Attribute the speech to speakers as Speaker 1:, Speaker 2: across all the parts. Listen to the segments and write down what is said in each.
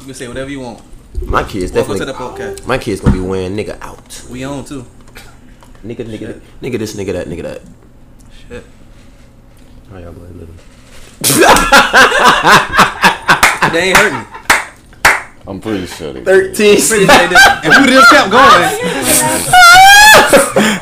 Speaker 1: You can say whatever you want.
Speaker 2: My kids
Speaker 1: Welcome to
Speaker 2: definitely.
Speaker 1: the podcast.
Speaker 2: My kids gonna be wearing nigga out.
Speaker 1: We on too.
Speaker 2: Nigga, nigga, nigga, this, nigga, that, nigga, that.
Speaker 1: Shit.
Speaker 3: How y'all go ahead, little?
Speaker 1: They ain't hurting.
Speaker 4: I'm pretty sure. they-
Speaker 2: Thirteen.
Speaker 1: Pretty sure they didn't.
Speaker 3: If you just kept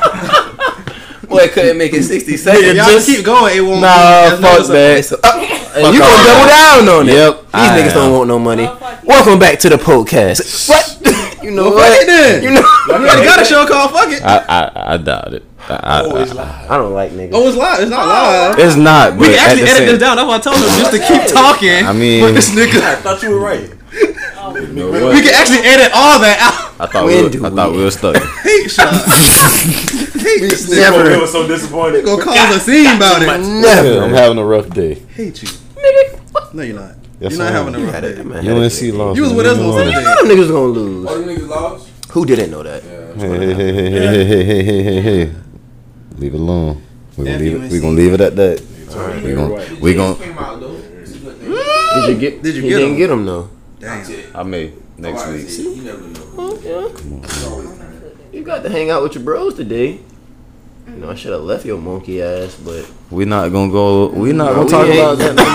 Speaker 3: going,
Speaker 2: Boy, couldn't make it sixty
Speaker 3: if
Speaker 2: seconds.
Speaker 3: y'all just keep going, it won't.
Speaker 4: Nah,
Speaker 3: be-
Speaker 4: fuck that.
Speaker 2: It's a- uh, and
Speaker 4: Fuck
Speaker 2: you gonna
Speaker 4: off.
Speaker 2: double down on it.
Speaker 4: Yep,
Speaker 2: Uh, These
Speaker 4: I
Speaker 2: niggas
Speaker 4: am.
Speaker 2: don't want no money.
Speaker 5: Oh, fuck you.
Speaker 2: Welcome back to the podcast. What? You know
Speaker 3: Well, fuck
Speaker 2: what?
Speaker 3: it then.
Speaker 2: You know.
Speaker 3: You already got a show called Fuck It.
Speaker 4: I, I I doubt it. I, I, I,
Speaker 2: I don't like niggas.
Speaker 3: Oh, it's live. It's not live.
Speaker 4: it's not.
Speaker 3: We
Speaker 4: but
Speaker 3: can
Speaker 4: at
Speaker 3: actually
Speaker 4: the
Speaker 3: edit
Speaker 4: same-
Speaker 3: this down. That's why I told him just to keep talking.
Speaker 4: I mean-
Speaker 3: but this nigga,
Speaker 2: thought you were right.
Speaker 4: You know what?
Speaker 3: we can actually edit all that out.
Speaker 4: I thought
Speaker 2: When
Speaker 4: we
Speaker 2: do
Speaker 4: were, I thought
Speaker 2: we-
Speaker 4: we were stuck.
Speaker 3: Hate shot. Hate this nigga.
Speaker 6: They
Speaker 2: Never.
Speaker 6: were so disappointed.
Speaker 3: Gonna cause a scene about it. Mm.
Speaker 2: Never.
Speaker 4: I'm having a rough day.
Speaker 3: Hate you. No, you're not.
Speaker 4: Yes,
Speaker 3: you're not
Speaker 4: I am.
Speaker 3: having a rough
Speaker 2: Had it,
Speaker 3: day.
Speaker 2: man,
Speaker 4: You
Speaker 2: had
Speaker 4: and
Speaker 2: it.
Speaker 4: see long.
Speaker 3: You was with us most of the day.
Speaker 2: Them niggas was gonna lose.
Speaker 6: them niggas lost?
Speaker 2: Who didn't know that?
Speaker 4: Hey, hey, hey, hey, hey, hey, hey, hey, hey, hey. Leave it alone. We're gonna leave it, we gonna leave it at that. We're gonna, we gonna,
Speaker 2: Did you get?
Speaker 3: Did you
Speaker 2: he
Speaker 3: get
Speaker 2: didn't
Speaker 3: him?
Speaker 2: get them though.
Speaker 4: I may next week.
Speaker 6: You never know.
Speaker 2: You got to hang out with your bros today. You know, I should have left your monkey ass, but
Speaker 4: We're not gonna go, we're not
Speaker 2: we
Speaker 4: gonna talk
Speaker 2: ain't-
Speaker 4: about that. no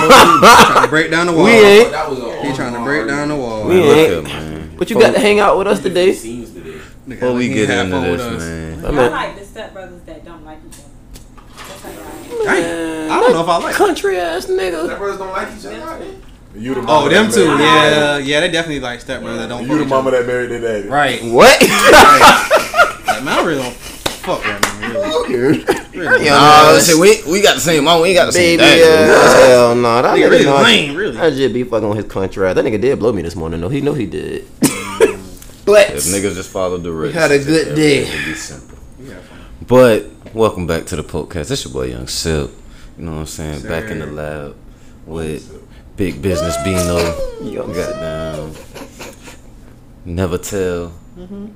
Speaker 4: more.
Speaker 3: Trying to break down the wall.
Speaker 2: we ain't.
Speaker 6: That was a
Speaker 3: He trying to break down the wall.
Speaker 2: We
Speaker 4: Look
Speaker 2: ain't.
Speaker 4: up, man.
Speaker 2: But you got to hang out with us today.
Speaker 6: scenes today.
Speaker 3: Nigga,
Speaker 4: Before we
Speaker 3: he
Speaker 4: get
Speaker 3: had
Speaker 4: into
Speaker 3: fun with
Speaker 4: this,
Speaker 3: us.
Speaker 4: man.
Speaker 2: I
Speaker 5: I
Speaker 2: mean,
Speaker 5: like the stepbrothers that don't like each other. That's how y'all
Speaker 3: Dang, I don't know if I like. it.
Speaker 2: country ass nigga.
Speaker 6: brothers don't like each other.
Speaker 7: You the mama
Speaker 3: Oh, them
Speaker 7: that
Speaker 3: two.
Speaker 7: married-
Speaker 3: Yeah, yeah, they definitely like stepbrother. that Don't
Speaker 7: You the
Speaker 3: fuck
Speaker 7: mama that married their daddy.
Speaker 3: each other. Right.
Speaker 2: What?
Speaker 3: Like, man, I really don't fuck right now. Really. Really.
Speaker 4: Nah, shit, we we got the same mom. We ain't got the
Speaker 2: Baby,
Speaker 4: dad, bro.
Speaker 2: uh, hell no. Nah,
Speaker 3: Nigga
Speaker 2: that nigga
Speaker 3: really
Speaker 2: know I-
Speaker 3: lame, really.
Speaker 2: I just be fucking with his country ass. That nigga did blow me this morning though. He know he did. but
Speaker 4: If niggas just follow the rules,
Speaker 2: had a good day.
Speaker 4: It'd be simple. But welcome back to the podcast. It's your boy Young Silk. You know what I'm saying? Back in the lab with Big Business Bino.
Speaker 2: Young
Speaker 4: Goddamn. Never Tell.
Speaker 2: Mm-hmm.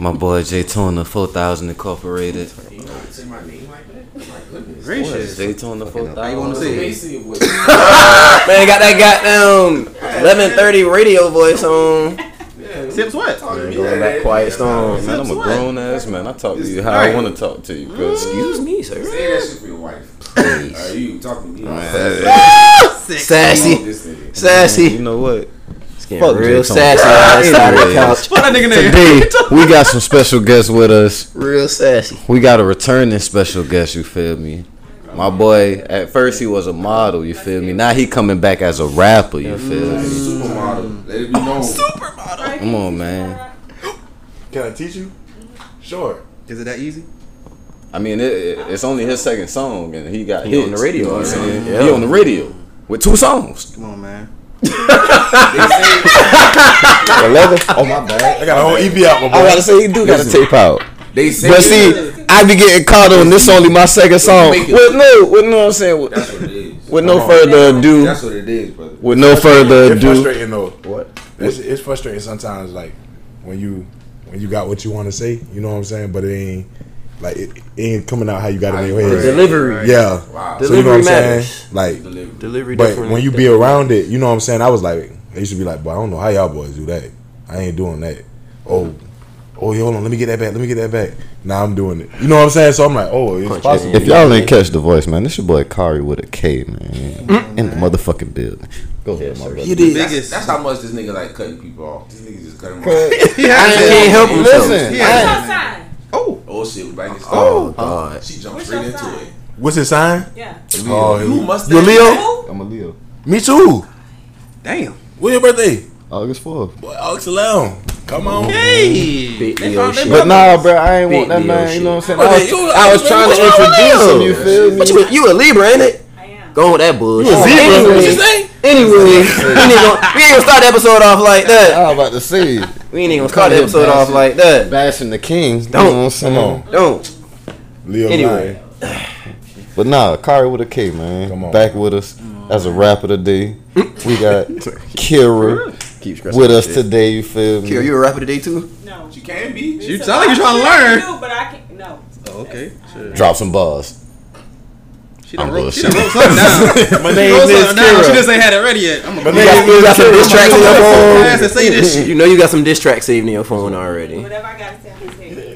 Speaker 4: My boy Jay Tona, 4000 Incorporated.
Speaker 6: Say my name like that? Oh My goodness.
Speaker 3: Gracious.
Speaker 4: Jay Tona, 4000.
Speaker 3: You wanna see it?
Speaker 6: Basically, what
Speaker 2: man got that goddamn 11:30 radio voice on.
Speaker 6: yeah,
Speaker 3: Tips what?
Speaker 2: Going back quiet storm.
Speaker 4: Man, I'm a grown ass man. I talk to you how I want to talk to you. Cause
Speaker 2: Excuse me, sir.
Speaker 6: Say that shit for your wife. Please. Are you talking to me?
Speaker 2: Sassy,
Speaker 4: you
Speaker 2: sassy,
Speaker 4: know what?
Speaker 2: Getting
Speaker 4: Jay
Speaker 2: real
Speaker 4: Tona.
Speaker 2: sassy on the side of the couch.
Speaker 3: Fuck that nigga name.
Speaker 4: Today, we got some special guests with us.
Speaker 2: Real sassy.
Speaker 4: We got a returning special guest, you feel me? My boy, at first he was a model, you feel me? Now he coming back as a rapper, you feel me?
Speaker 6: Supermodel. Let it be known.
Speaker 5: like.
Speaker 4: Come on, man.
Speaker 7: Can I teach you? Sure.
Speaker 3: Is it that easy?
Speaker 4: I mean, it, it- it's only his second song, and he got
Speaker 2: He
Speaker 4: hits,
Speaker 2: on the radio
Speaker 4: you know what I'm
Speaker 2: already.
Speaker 4: saying?
Speaker 2: Yeah.
Speaker 4: He on the radio with two songs.
Speaker 3: Come on, man.
Speaker 4: Eleven. Oh my bad.
Speaker 7: I got a whole EP out, my boy.
Speaker 4: I gotta say, he do got to tape out.
Speaker 6: They say
Speaker 4: But see, I be getting caught on this only my second song.
Speaker 6: Make
Speaker 4: With
Speaker 6: it.
Speaker 4: no, with no, I'm saying,
Speaker 6: That's
Speaker 4: with,
Speaker 6: what it is.
Speaker 4: with no further ado,
Speaker 6: That's what it is, brother.
Speaker 4: with no further
Speaker 7: It's
Speaker 4: ado.
Speaker 7: frustrating though. What? It's, it's frustrating sometimes, like when you when you got what you want to say. You know what I'm saying? But it ain't like it, it ain't coming out how you got it in your head.
Speaker 2: Delivery.
Speaker 7: Yeah.
Speaker 6: Wow.
Speaker 7: So you know what
Speaker 2: Delivery
Speaker 7: I'm
Speaker 2: matters.
Speaker 7: saying? Like,
Speaker 6: Delivery.
Speaker 2: Delivery.
Speaker 7: but
Speaker 2: different.
Speaker 7: when you be around it, you know what I'm saying. I was like, I used to be like, boy, I don't know how y'all boys do that. I ain't doing that. Oh. Oh, yo, hold on. Let me get that back. Let me get that back. Now nah, I'm doing it. You know what I'm saying? So I'm like, oh, it's
Speaker 2: Punch it
Speaker 7: possible.
Speaker 2: in.
Speaker 4: If y'all didn't catch the voice, man, this your boy Kari with a K, man, in the motherfucking building. Go ahead, my brother.
Speaker 2: you did.
Speaker 3: Biggest.
Speaker 6: That's, that's how much this nigga like cutting people off. This nigga just cut him off.
Speaker 2: I can't help him.
Speaker 4: Listen,
Speaker 3: Yeah.
Speaker 5: What's your sign?
Speaker 6: Oh shit, we about to get
Speaker 2: Oh,
Speaker 6: started.
Speaker 2: God.
Speaker 6: She jumped
Speaker 5: What's
Speaker 6: straight
Speaker 5: your
Speaker 6: into
Speaker 5: sign?
Speaker 6: it.
Speaker 7: What's his sign?
Speaker 5: Yeah.
Speaker 7: Oh,
Speaker 6: You
Speaker 7: he-
Speaker 6: must
Speaker 7: you a Leo?
Speaker 5: Who?
Speaker 4: I'm a Leo.
Speaker 7: Me too.
Speaker 3: Damn.
Speaker 7: When your birthday?
Speaker 4: August fourth.
Speaker 7: Boy, Alex Alone. Come on.
Speaker 3: Hey.
Speaker 2: Big Leo shit.
Speaker 4: But nah, bro, I ain't
Speaker 2: Big
Speaker 4: want that
Speaker 2: Leo
Speaker 4: man. You know what I'm saying?
Speaker 2: shit.
Speaker 4: I was, I was trying to introduce him. You feel me?
Speaker 2: What you, you a Libra, ain't it?
Speaker 5: I am.
Speaker 2: Go with that bullshit.
Speaker 7: a Libra. What you
Speaker 2: Anyway, anyway we, ain't gonna, we ain't gonna start the episode off like
Speaker 4: I
Speaker 2: that.
Speaker 4: was about to say
Speaker 2: We ain't gonna start the episode off like that.
Speaker 4: bashing the Kings. You know
Speaker 2: Don't.
Speaker 4: what I'm saying?
Speaker 2: Don't.
Speaker 7: Leo
Speaker 2: Anyway.
Speaker 7: Lion.
Speaker 4: But nah, Kari with a K, man.
Speaker 7: Come on.
Speaker 4: Back with us as a rapper today. We got Kira
Speaker 2: Keep
Speaker 4: with us today. You feel me?
Speaker 2: Kill, you a rapper today too?
Speaker 5: No.
Speaker 6: She can be.
Speaker 3: You sound like you trying to
Speaker 5: I
Speaker 3: learn.
Speaker 5: do, but I can't. No.
Speaker 3: Oh, okay. Sure.
Speaker 4: Drop some bars.
Speaker 3: She She
Speaker 8: I'm
Speaker 3: done wrote, she done
Speaker 8: bullshitting.
Speaker 3: wrote something down.
Speaker 8: My
Speaker 3: She
Speaker 8: name
Speaker 3: wrote
Speaker 8: is
Speaker 3: something down. She
Speaker 8: Kira.
Speaker 3: just ain't had it ready yet. I'm a
Speaker 8: name
Speaker 3: bitch.
Speaker 8: is-
Speaker 2: You got some diss tracks in your
Speaker 3: ass
Speaker 2: phone.
Speaker 3: and say this shit.
Speaker 2: You know you got some diss tracks saved in your phone already.
Speaker 5: Whatever I gotta say, I'm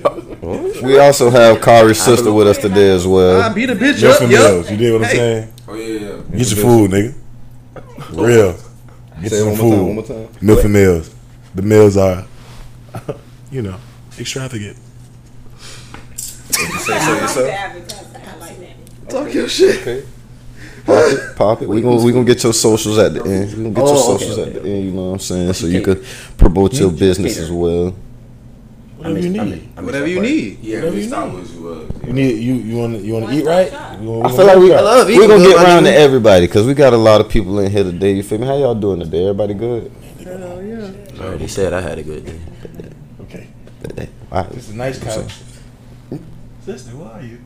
Speaker 5: gonna say. it.
Speaker 4: We also have Kari's sister with us today as
Speaker 3: I
Speaker 4: well.
Speaker 3: beat a bitch
Speaker 7: Your
Speaker 3: up. Yup.
Speaker 7: finesse. You did what I'm
Speaker 3: Hey.
Speaker 7: saying?
Speaker 6: Oh yeah, yeah.
Speaker 7: Get your food, nigga. Real. Get
Speaker 4: Say it one
Speaker 7: some
Speaker 4: more time. One more
Speaker 7: food.
Speaker 4: time.
Speaker 7: Nothing else. The meals are, you know, extravagant.
Speaker 5: I like to advertise. I like that.
Speaker 3: Talk your shit.
Speaker 6: Okay.
Speaker 4: Pop it, pop it. We gonna we gonna get your socials at the end. We gonna get your
Speaker 2: Oh, okay,
Speaker 4: socials
Speaker 2: okay.
Speaker 4: at the end. You know what I'm saying? So you could promote your business as well.
Speaker 7: Whatever you need.
Speaker 3: Whatever you need.
Speaker 6: Yeah,
Speaker 7: Whatever
Speaker 6: we
Speaker 7: you
Speaker 6: stop
Speaker 7: need.
Speaker 6: what you uh,
Speaker 7: You need you you want you want to
Speaker 5: One
Speaker 7: eat
Speaker 5: stop
Speaker 7: right.
Speaker 5: shop.
Speaker 7: You wanna-
Speaker 4: I feel like we
Speaker 2: I love
Speaker 4: we
Speaker 2: eating
Speaker 4: gonna
Speaker 2: good,
Speaker 4: get
Speaker 2: my
Speaker 4: around to
Speaker 2: nigga.
Speaker 4: everybody because we got a lot of people in here today. You feel me? How y'all doing today? Everybody good?
Speaker 2: I already said I had a good day.
Speaker 7: okay.
Speaker 4: I,
Speaker 7: This is a nice couch. Sister, where are you?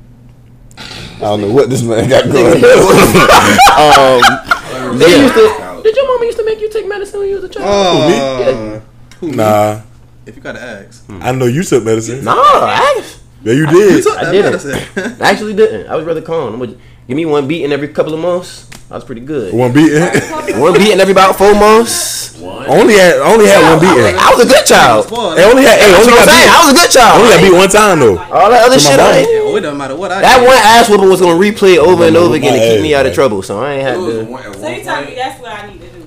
Speaker 4: I don't know what this man got going. on. um,
Speaker 2: They
Speaker 4: yeah.
Speaker 2: used to. Did your mama used to make you take medicine when you was a child?
Speaker 3: Oh, who me?
Speaker 7: Nah,
Speaker 3: If you gotta ask.
Speaker 7: I know you took medicine.
Speaker 2: Nah, I
Speaker 7: Yeah, you did.
Speaker 3: took
Speaker 2: I
Speaker 3: that
Speaker 2: did it.
Speaker 3: medicine.
Speaker 2: I actually didn't. I was rather calm. Would- Give me one beating every couple of months. I was pretty good.
Speaker 7: One beating.
Speaker 2: One beating every about four months.
Speaker 7: only had only had one beating.
Speaker 2: I was a good child.
Speaker 3: Spoiled.
Speaker 7: It only had hey,
Speaker 2: That's
Speaker 7: only
Speaker 2: what I'm
Speaker 7: got
Speaker 2: saying.
Speaker 7: beat.
Speaker 2: I was a good
Speaker 7: Only got
Speaker 2: child.
Speaker 7: beat one time though.
Speaker 2: All that other
Speaker 7: To my
Speaker 2: shit,
Speaker 7: mom.
Speaker 2: I ain't.
Speaker 3: Oh, it doesn't matter what I
Speaker 2: That
Speaker 3: do.
Speaker 2: one ass whooping was gonna replay over and
Speaker 7: Remember
Speaker 2: over again
Speaker 7: my
Speaker 2: to keep
Speaker 7: ass,
Speaker 2: me out of
Speaker 7: man.
Speaker 2: trouble, so I ain't had
Speaker 6: It was
Speaker 2: to.
Speaker 6: one, at
Speaker 5: So
Speaker 6: one
Speaker 5: you tell me
Speaker 6: point.
Speaker 5: that's what I need to do.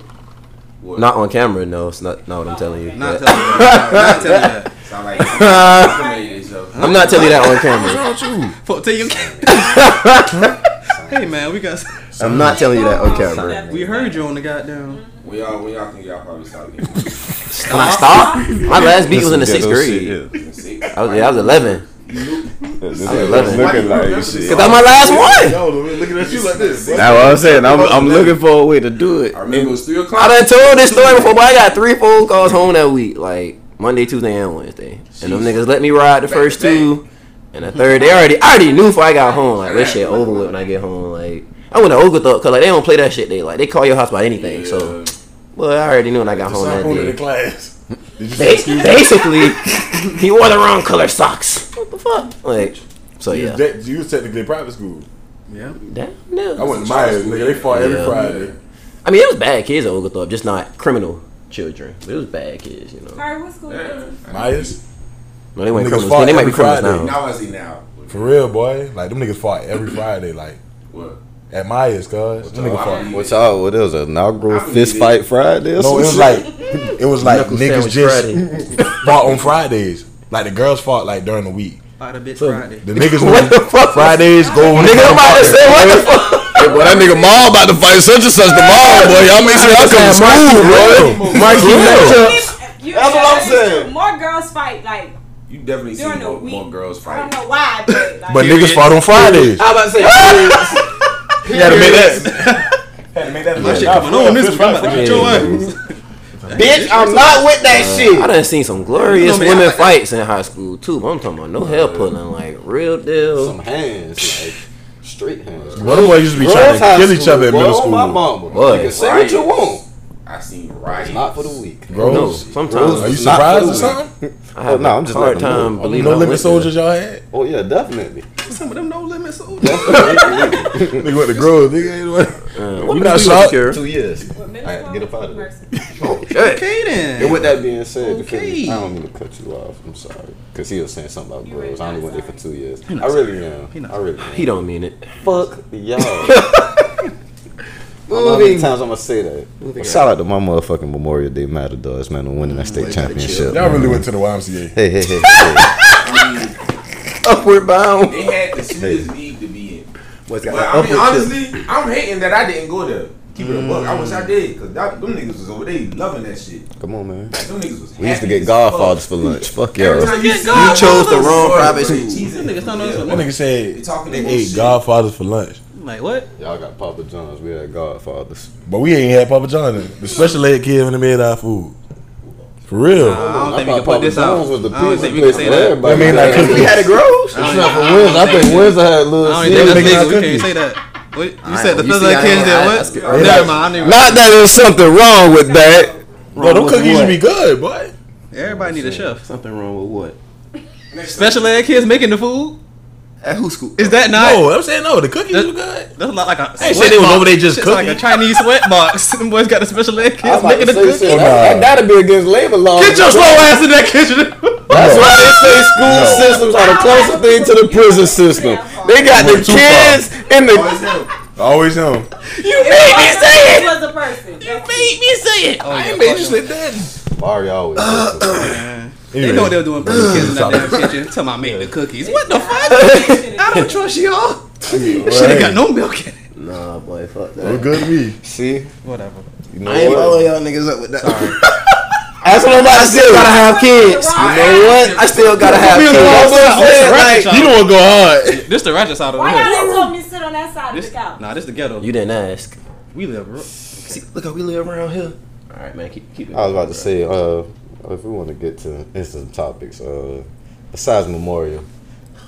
Speaker 6: What?
Speaker 2: Not on camera, no. It's not not what I'm telling you.
Speaker 3: Not telling you
Speaker 2: but-
Speaker 3: that. Not telling you that.
Speaker 6: Sound like incriminating yourself.
Speaker 2: I'm not telling you that on camera.
Speaker 3: Fuck, Tell you. Hey man, we got.
Speaker 2: I'm not telling you that on camera.
Speaker 3: We heard you on the goddamn.
Speaker 6: When y'all, when y'all think y'all probably stop getting
Speaker 2: Can I stop? My last beat was in the sixth grade.
Speaker 4: Shit, yeah.
Speaker 6: sick.
Speaker 2: I was I was 11.
Speaker 4: This
Speaker 2: I
Speaker 4: is
Speaker 2: love it.
Speaker 4: looking like
Speaker 2: Cause
Speaker 4: shit.
Speaker 2: that's my last one.
Speaker 6: Yo, looking at you like this.
Speaker 4: That's what I'm saying. I'm, I'm looking for a way to do it.
Speaker 6: I remember it was three o'clock.
Speaker 2: I done told this story before, but I got three phone calls home that week, like Monday, Tuesday, and Wednesday. And them niggas let me ride the first two, and the third. They already, I already knew before I got home, like this shit over with when I get home. Like I went to Oglethorpe, cause like they don't play that shit. They like they call your house by anything. So, well, I already knew when I got home that
Speaker 7: Someone in the
Speaker 2: day.
Speaker 7: class. Did you say
Speaker 2: Ba-
Speaker 7: excuse me?
Speaker 2: basically, he wore the wrong color socks. What the fuck? Like, so
Speaker 7: You was
Speaker 2: yeah.
Speaker 7: de- You was technically in private school.
Speaker 3: Yeah.
Speaker 2: Damn,
Speaker 7: I
Speaker 2: no.
Speaker 7: went to my nigga. They fought every
Speaker 2: Yeah.
Speaker 7: Friday.
Speaker 2: I mean, it was bad kids at Oglethorpe, just not criminal children. But it was bad kids, you know.
Speaker 5: Alright, what school is it?
Speaker 7: Myers,
Speaker 2: No, they weren't
Speaker 7: Niggas
Speaker 2: criminals.
Speaker 7: fought
Speaker 2: then. They might be
Speaker 7: every
Speaker 2: criminals
Speaker 7: Friday.
Speaker 2: now.
Speaker 6: Now I see now.
Speaker 7: for real, boy. Like them niggas fought every Friday. Like
Speaker 6: What? Oh,
Speaker 7: at Myers, cuz. Them niggas
Speaker 6: I
Speaker 7: fought.
Speaker 6: believe
Speaker 4: What's
Speaker 6: it.
Speaker 4: all? What else? An inaugural fist fight Friday? Or some
Speaker 7: No, it was
Speaker 4: shit?
Speaker 7: like it was like
Speaker 2: Knuckle
Speaker 7: niggas
Speaker 2: sandwich Mm-hmm.
Speaker 7: just fought on Fridays. Like the girls fought like during the week.
Speaker 3: By the bitch Friday.
Speaker 7: The niggas
Speaker 2: What the fuck?
Speaker 7: Fridays go.
Speaker 2: Nigga, I'm about to say what the fuck.
Speaker 4: Hey, boy, that nigga Ma about to fight such and such tomorrow, boy. Y'all make sure y'all come to school, bro.
Speaker 2: Marky matchup.
Speaker 5: You
Speaker 4: That's what I'm
Speaker 5: yeah, it's
Speaker 4: saying.
Speaker 5: true. More girls fight like
Speaker 6: You definitely see
Speaker 5: During the
Speaker 6: more,
Speaker 5: week.
Speaker 6: more girls
Speaker 5: I don't
Speaker 6: fight.
Speaker 5: know why, but like
Speaker 7: But niggas fought on Fridays.
Speaker 8: I about to say.
Speaker 4: You gotta make that.
Speaker 3: That shit coming on this. week. I'm about to get your ass.
Speaker 8: Bitch, I'm not with that
Speaker 2: I
Speaker 8: shit.
Speaker 2: done seen some glorious
Speaker 3: You know me, I
Speaker 2: women
Speaker 3: like-
Speaker 2: fights in high school too. But I'm talking about no hair pulling, like real deal.
Speaker 4: Some hands, like straight hands.
Speaker 7: Brother boy used to be
Speaker 4: Girls
Speaker 7: trying to
Speaker 4: high
Speaker 7: kill each other in
Speaker 4: boy,
Speaker 7: middle
Speaker 4: on
Speaker 7: school.
Speaker 4: My mama.
Speaker 2: Boy.
Speaker 4: You can say what you want.
Speaker 6: I seen riots.
Speaker 4: It's not for the weak.
Speaker 7: Bro,
Speaker 2: No,
Speaker 7: are
Speaker 2: sometimes
Speaker 7: you
Speaker 4: Not
Speaker 7: surprised
Speaker 4: for the
Speaker 7: or something?
Speaker 2: I have
Speaker 4: no,
Speaker 2: a
Speaker 4: I'm just
Speaker 2: hard
Speaker 4: letting them
Speaker 2: time
Speaker 4: know.
Speaker 2: believing.
Speaker 7: No
Speaker 2: I
Speaker 7: limit
Speaker 2: went
Speaker 7: soldiers y'all had.
Speaker 4: Oh yeah, definitely.
Speaker 3: Some of them no limit soldiers.
Speaker 4: Definitely.
Speaker 7: Nigga went to grow. Nigga,
Speaker 2: there. Uh,
Speaker 7: you
Speaker 2: what
Speaker 7: not
Speaker 2: was
Speaker 7: shot.
Speaker 2: Kira?
Speaker 4: Two years.
Speaker 5: with middle
Speaker 4: Alright,
Speaker 5: school,
Speaker 4: get up out of there.
Speaker 5: mercy.
Speaker 2: Shit.
Speaker 3: Okay
Speaker 4: And
Speaker 3: then.
Speaker 4: with that being said, because
Speaker 3: Okay.
Speaker 4: I don't mean to cut you off. I'm sorry. Because he was saying something about
Speaker 5: You
Speaker 4: girls.
Speaker 5: really
Speaker 4: I only
Speaker 5: not
Speaker 4: went there for two
Speaker 5: sorry.
Speaker 4: years. I
Speaker 3: not
Speaker 4: really am.
Speaker 3: He not
Speaker 4: I really am.
Speaker 2: He don't mean it.
Speaker 4: Fuck y'all. How many times I'm gonna say that? Well, shout out to my motherfucking Memorial Day Matadors, man, on winning that state championship.
Speaker 7: Y'all really
Speaker 4: man.
Speaker 7: went to the YMCA.
Speaker 4: Hey, hey, hey, hey.
Speaker 2: Upward bound.
Speaker 6: They had the sweetest league to be in. But I mean, honestly, I'm hating that I didn't go there. Keep it a buck. I wish I did, because them niggas was over there loving that shit.
Speaker 4: Come on, man.
Speaker 6: Like, them niggas was
Speaker 4: We used to
Speaker 6: happy
Speaker 4: get
Speaker 6: as fuck.
Speaker 4: Godfathers for lunch. Fuck
Speaker 6: Every
Speaker 4: y'all.
Speaker 6: time you,
Speaker 2: You chose the wrong private
Speaker 6: school.
Speaker 3: Them niggas don't know this
Speaker 7: That
Speaker 3: one.
Speaker 7: nigga
Speaker 6: They
Speaker 7: said
Speaker 6: talking
Speaker 7: they
Speaker 6: that
Speaker 7: ate
Speaker 6: shit.
Speaker 7: Godfathers for lunch.
Speaker 3: I'm like what?
Speaker 4: Y'all got Papa John's. We had Godfathers.
Speaker 7: But we ain't had Papa John. then. The special ed kid when they made our food. For real.
Speaker 3: I don't think we
Speaker 4: I
Speaker 3: can
Speaker 4: thought
Speaker 3: put
Speaker 4: Papa
Speaker 3: this out.
Speaker 4: John's was the
Speaker 3: I don't
Speaker 4: pizza
Speaker 3: think we can
Speaker 4: place for
Speaker 3: say that.
Speaker 4: everybody.
Speaker 7: I mean, like,
Speaker 4: Except
Speaker 7: we had
Speaker 2: it grows.
Speaker 3: I don't
Speaker 4: for
Speaker 3: even-
Speaker 4: Windsor. I think Windsor had
Speaker 3: I
Speaker 4: little.
Speaker 3: don't even
Speaker 7: Niggas
Speaker 3: think that's legal. We
Speaker 7: making
Speaker 3: can't
Speaker 7: cookies.
Speaker 3: say that. What? You said the
Speaker 2: you
Speaker 3: other
Speaker 2: see, I
Speaker 3: kids
Speaker 2: don't- I- I
Speaker 3: did
Speaker 2: skip-
Speaker 3: what? Never mind. I didn't-
Speaker 4: Not that there's something wrong with that.
Speaker 7: Bro, them cookies should be good, boy.
Speaker 3: Everybody need a chef.
Speaker 2: Something wrong with what?
Speaker 3: Special ed kids making the food.
Speaker 2: At who school?
Speaker 3: Is that not?
Speaker 7: No, I'm saying no. The cookies
Speaker 3: That-
Speaker 7: were good.
Speaker 3: That's not like a.
Speaker 7: I ain't
Speaker 3: sweat
Speaker 7: say they was
Speaker 3: box.
Speaker 7: over there just
Speaker 3: Shit's
Speaker 7: cooking.
Speaker 3: Like a Chinese sweat box. Them boys got the special ed
Speaker 4: I was
Speaker 3: kids
Speaker 4: about
Speaker 3: making
Speaker 4: to
Speaker 3: the
Speaker 4: say, shit,
Speaker 7: Oh,
Speaker 3: cookies.
Speaker 4: that, that gotta be against labor law.
Speaker 3: Get your slow ass in that kitchen.
Speaker 4: That's why they say school systems are the closest thing to the prison system. They got the
Speaker 7: Too far.
Speaker 4: kids in
Speaker 6: Always
Speaker 4: the.
Speaker 6: him.
Speaker 7: Always him.
Speaker 5: It was a person.
Speaker 7: I ain't made you say that.
Speaker 4: Mario always.
Speaker 3: You know what they're doing, bringing kids in that damn kitchen. Tell my make the cookies. What the fuck? I don't trust y'all. Should have got no milk in it.
Speaker 2: Nah, boy, fuck that.
Speaker 4: good to me. See,
Speaker 3: Whatever.
Speaker 4: you know what?
Speaker 2: y'all niggas up with that. That's what I'm about to still gotta have kids. You know what? I still gotta have
Speaker 3: We on the wrong
Speaker 2: kids.
Speaker 3: side. This the ratchet
Speaker 4: You
Speaker 3: side.
Speaker 4: don't want to go hard.
Speaker 3: This the ratchet side of
Speaker 5: Why
Speaker 3: the hood.
Speaker 5: y'all did told me to sit on that side of the
Speaker 3: This,
Speaker 5: couch?
Speaker 3: nah, this the ghetto.
Speaker 2: You didn't ask.
Speaker 3: we live. real-
Speaker 2: See, look how we live around here. All right, man, keep keep it.
Speaker 4: I was about to say, uh, if we want to get to instant topics, uh, besides Memorial,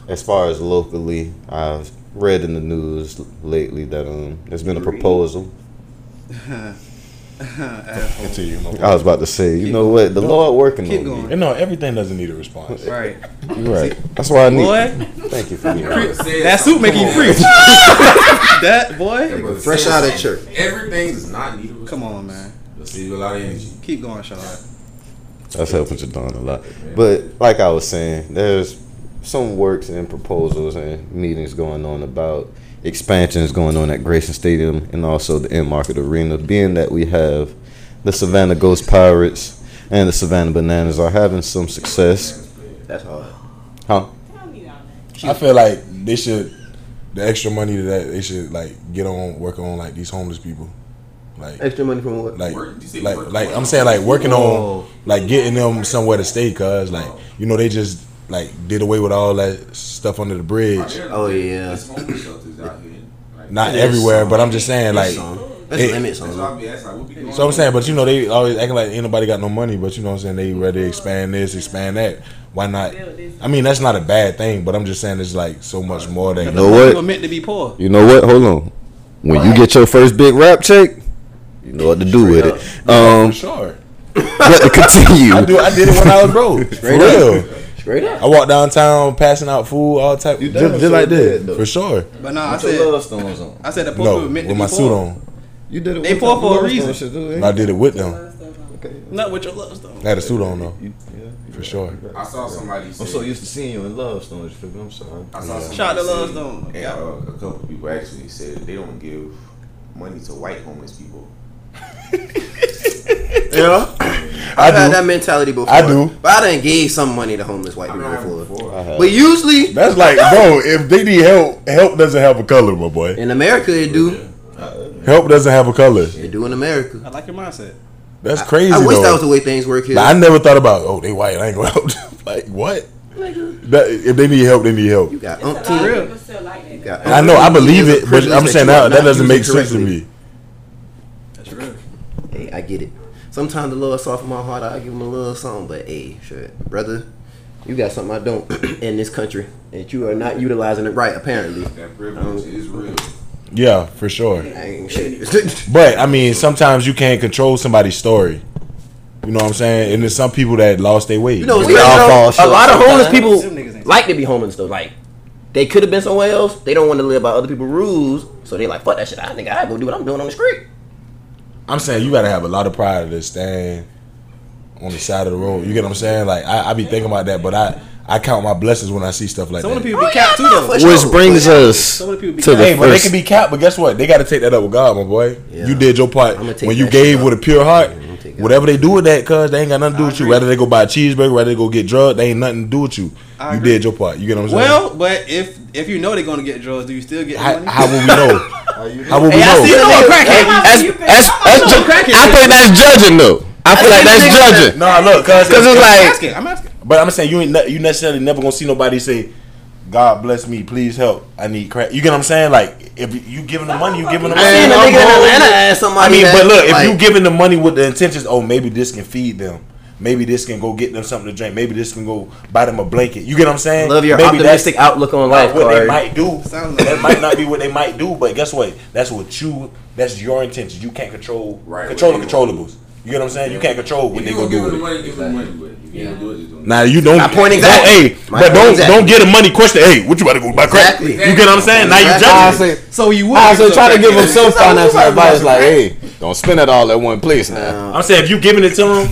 Speaker 4: as far as locally, I've read in the news lately that um, there's been a proposal.
Speaker 7: Continue.
Speaker 4: I was about to say, you know what? The Lord working
Speaker 3: Keep
Speaker 4: on
Speaker 3: going.
Speaker 4: me.
Speaker 7: And no, everything doesn't need a response.
Speaker 3: Right.
Speaker 4: You're right. That's why I need.
Speaker 3: Boy,
Speaker 4: Thank you for being
Speaker 6: Chris
Speaker 4: honest.
Speaker 6: said
Speaker 3: that suit
Speaker 6: something.
Speaker 3: make
Speaker 6: Come
Speaker 3: you
Speaker 6: on.
Speaker 3: preach. that boy.
Speaker 6: But
Speaker 3: Fresh
Speaker 6: said
Speaker 3: out of
Speaker 6: something.
Speaker 3: church.
Speaker 6: Everything does not need a response.
Speaker 3: Come on, man.
Speaker 6: It'll save you a lot of energy.
Speaker 3: Keep going, Charlotte.
Speaker 4: That's helping Jadon a lot. But like I was saying, there's some works and proposals and meetings going on about expansions going on at Grayson Stadium and also the end market arena, being that we have the Savannah Ghost Pirates and the Savannah Bananas are having some success.
Speaker 2: That's hard.
Speaker 4: Huh?
Speaker 5: Tell me down there.
Speaker 7: I feel like they should the extra money to that they should like get on working on like these homeless people, like
Speaker 2: Extra money from what?
Speaker 7: like
Speaker 6: Work- you say
Speaker 7: like
Speaker 6: work
Speaker 7: like
Speaker 6: on.
Speaker 7: I'm saying like working
Speaker 2: Whoa.
Speaker 7: on like getting them somewhere to stay, cause like
Speaker 6: Oh.
Speaker 7: you know they just like did away with all that stuff under the bridge.
Speaker 2: Oh, yeah.
Speaker 6: There's homeless shelters out here. Like,
Speaker 7: Not
Speaker 2: There's
Speaker 7: everywhere,
Speaker 2: some.
Speaker 7: but I'm just saying like.
Speaker 2: That's
Speaker 7: it-
Speaker 2: limits
Speaker 6: That's
Speaker 2: on
Speaker 6: why I
Speaker 2: it.
Speaker 6: be asking, like, what be going
Speaker 7: So I'm
Speaker 6: on?
Speaker 7: saying, but you know they always acting like ain't nobody got no money, but you know what I'm saying they ready to expand this, expand that. Why not? I mean that's not a bad thing, but I'm just saying it's like so much more than
Speaker 4: know what?
Speaker 3: You were meant to be poor.
Speaker 4: You know what? Hold on. When you get your first big rap check, you know what to do with it. Um,
Speaker 7: sure.
Speaker 4: but to continue,
Speaker 7: I do. I did it when I was broke. For real.
Speaker 2: Straight up.
Speaker 7: I walked downtown passing out food, all type, just,
Speaker 8: damn
Speaker 7: just
Speaker 8: sure
Speaker 7: like
Speaker 8: did,
Speaker 7: this,
Speaker 8: though.
Speaker 7: for sure.
Speaker 3: But nah, I
Speaker 8: Put
Speaker 3: said,
Speaker 8: your love stones on.
Speaker 3: I said that poor
Speaker 7: No,
Speaker 3: people meant
Speaker 7: with
Speaker 3: to
Speaker 7: my
Speaker 3: be
Speaker 7: suit
Speaker 3: poor.
Speaker 7: on,
Speaker 8: You did it.
Speaker 3: They
Speaker 8: one
Speaker 3: poor
Speaker 8: time,
Speaker 3: for a
Speaker 8: love
Speaker 3: reason.
Speaker 8: stones, dude, ain't
Speaker 7: I did it with them.
Speaker 3: Not with your love stone.
Speaker 7: I had a suit on though,
Speaker 8: you? Yeah.
Speaker 7: for sure.
Speaker 6: I saw somebody. Say,
Speaker 8: I'm so used to seeing you in love stones. You feel me? I'm sorry.
Speaker 6: I saw somebody
Speaker 3: Shout out to
Speaker 6: say-
Speaker 3: Love Stone.
Speaker 6: And, uh, a couple people actually said they don't give money to white homeless people.
Speaker 2: Yeah.
Speaker 7: I
Speaker 2: I've had
Speaker 7: do.
Speaker 2: that mentality before.
Speaker 7: I do.
Speaker 2: But I done gave some money to homeless white people
Speaker 6: I've
Speaker 2: before.
Speaker 6: before.
Speaker 2: But usually
Speaker 7: That's like, bro, if they need help, help doesn't have a color, my boy.
Speaker 2: in America it do.
Speaker 7: Help doesn't have a color.
Speaker 2: It do in America.
Speaker 3: I like your mindset.
Speaker 7: That's crazy.
Speaker 2: I wish
Speaker 7: though.
Speaker 2: that was the way things work here.
Speaker 7: Like, I never thought about, oh, they white, I ain't gonna help them. like what? That, if they need help, they need help.
Speaker 2: you got
Speaker 5: It's a lot
Speaker 2: umpteen.
Speaker 3: real.
Speaker 5: of people still like that.
Speaker 2: you got
Speaker 7: And I know, I
Speaker 2: umpteen
Speaker 7: believe
Speaker 2: years
Speaker 7: it,
Speaker 2: of
Speaker 7: but
Speaker 2: privilege
Speaker 7: I'm
Speaker 2: that
Speaker 7: saying
Speaker 2: you
Speaker 7: that
Speaker 2: are
Speaker 7: that
Speaker 2: not
Speaker 7: doesn't make
Speaker 2: using
Speaker 7: sense to
Speaker 2: correctly.
Speaker 7: me.
Speaker 3: That's real.
Speaker 2: Hey, I get it. Sometimes the Lord soften my heart. I give him a little something, but hey, sure, brother, you got something I don't in this country, and you are not utilizing it right. Apparently,
Speaker 6: That privilege is real.
Speaker 7: Yeah, for sure.
Speaker 2: I ain't shit.
Speaker 7: But I mean, sometimes you can't control somebody's story. You know what I'm saying? And there's some people that lost their way.
Speaker 2: You know,
Speaker 7: They
Speaker 2: we
Speaker 7: all
Speaker 2: all
Speaker 7: fall
Speaker 2: know, a
Speaker 7: short.
Speaker 2: lot of homeless
Speaker 3: Them niggas
Speaker 2: people
Speaker 3: ain't-
Speaker 2: like to be homeless though. Like they could have been somewhere else. They don't want to live by other people's rules, so they like fuck that shit. I think I go do what I'm doing on the street.
Speaker 7: I'm saying you gotta have a lot of pride to stand on the side of the road. You get what I'm saying? Like I, I be thinking about that, but I I count my blessings when I see stuff like
Speaker 3: Some of
Speaker 7: that.
Speaker 3: the people be capped too, though.
Speaker 2: For
Speaker 4: Which
Speaker 2: sure.
Speaker 4: brings us
Speaker 3: Some of the people be
Speaker 4: to the
Speaker 7: hey, but they
Speaker 4: first-
Speaker 7: can be capped. But guess what? They got to take that up with God, my boy.
Speaker 2: Yeah.
Speaker 7: You did your part
Speaker 2: I'ma take
Speaker 7: when you
Speaker 2: that shit
Speaker 7: gave
Speaker 2: up.
Speaker 7: with a pure heart.
Speaker 2: I'ma take it
Speaker 7: Whatever they do with that, cuz they ain't got nothing to do with you.
Speaker 3: agree.
Speaker 7: Rather they go buy a cheeseburger, rather they go get drugged, they ain't nothing to do with you.
Speaker 3: I
Speaker 7: you
Speaker 3: agree.
Speaker 7: did your part. You get what I'm saying?
Speaker 3: Well, but if if you know they're gonna get drugs, do you still get
Speaker 7: how,
Speaker 3: money?
Speaker 7: how will we know? how will we
Speaker 3: hey, I
Speaker 7: know?
Speaker 3: see you know a
Speaker 4: Hey,
Speaker 3: crackhead.
Speaker 4: that's, that's, that's ju- I think that's judging though. I feel like that's judging.
Speaker 7: Nah, look, cuz
Speaker 4: Cause it's
Speaker 3: I'm
Speaker 4: like
Speaker 3: asking. I'm asking.
Speaker 7: But I'm saying you ain't ne- you necessarily never gonna see nobody say, "God bless me, please help, I need crack." You get what I'm saying? Like if you giving the money, you giving the
Speaker 2: I seen
Speaker 7: money.
Speaker 2: a nigga in
Speaker 7: I'm
Speaker 2: Atlanta
Speaker 7: home.
Speaker 2: ask
Speaker 7: I
Speaker 2: somebody.
Speaker 7: mean,
Speaker 2: that,
Speaker 7: but look, if you
Speaker 2: like,
Speaker 7: giving the money with the intentions, oh maybe this can feed them, maybe this can go get them something to drink, maybe this can go buy them a blanket. You get what I'm saying?
Speaker 2: love your
Speaker 7: maybe
Speaker 2: optimistic outlook on life,
Speaker 7: That's what they
Speaker 2: card.
Speaker 7: might do.
Speaker 3: Sounds like-
Speaker 7: That might not be what they might do, but guess what? That's what you. That's your intentions. You can't control.
Speaker 6: Right,
Speaker 7: Control the
Speaker 6: what they want.
Speaker 7: controllables. You get what I'm saying? You can't control
Speaker 6: If
Speaker 7: when
Speaker 6: you
Speaker 7: they
Speaker 6: gonna
Speaker 7: gonna
Speaker 6: give
Speaker 7: do
Speaker 6: her
Speaker 7: with
Speaker 6: the
Speaker 7: it.
Speaker 6: money, give her the money. But if you ain't gonna do it, just don't.
Speaker 7: Nah, you don't.
Speaker 2: My point
Speaker 7: don't-
Speaker 2: exactly.
Speaker 7: Hey,
Speaker 2: My
Speaker 7: but
Speaker 2: point
Speaker 7: don't
Speaker 2: exactly.
Speaker 7: don't get the money question. Hey, what you about to go buy crack?
Speaker 2: Exactly.
Speaker 7: You get what I'm saying? Now you
Speaker 2: Exactly.
Speaker 4: I
Speaker 7: judging.
Speaker 4: say,
Speaker 2: So you would.
Speaker 4: I say,
Speaker 2: give
Speaker 4: try to
Speaker 2: them
Speaker 4: give
Speaker 2: back
Speaker 4: him some
Speaker 2: then.
Speaker 4: financial advice. Like, hey, don't spend it all at one place now.
Speaker 7: I'm saying if you giving it to them,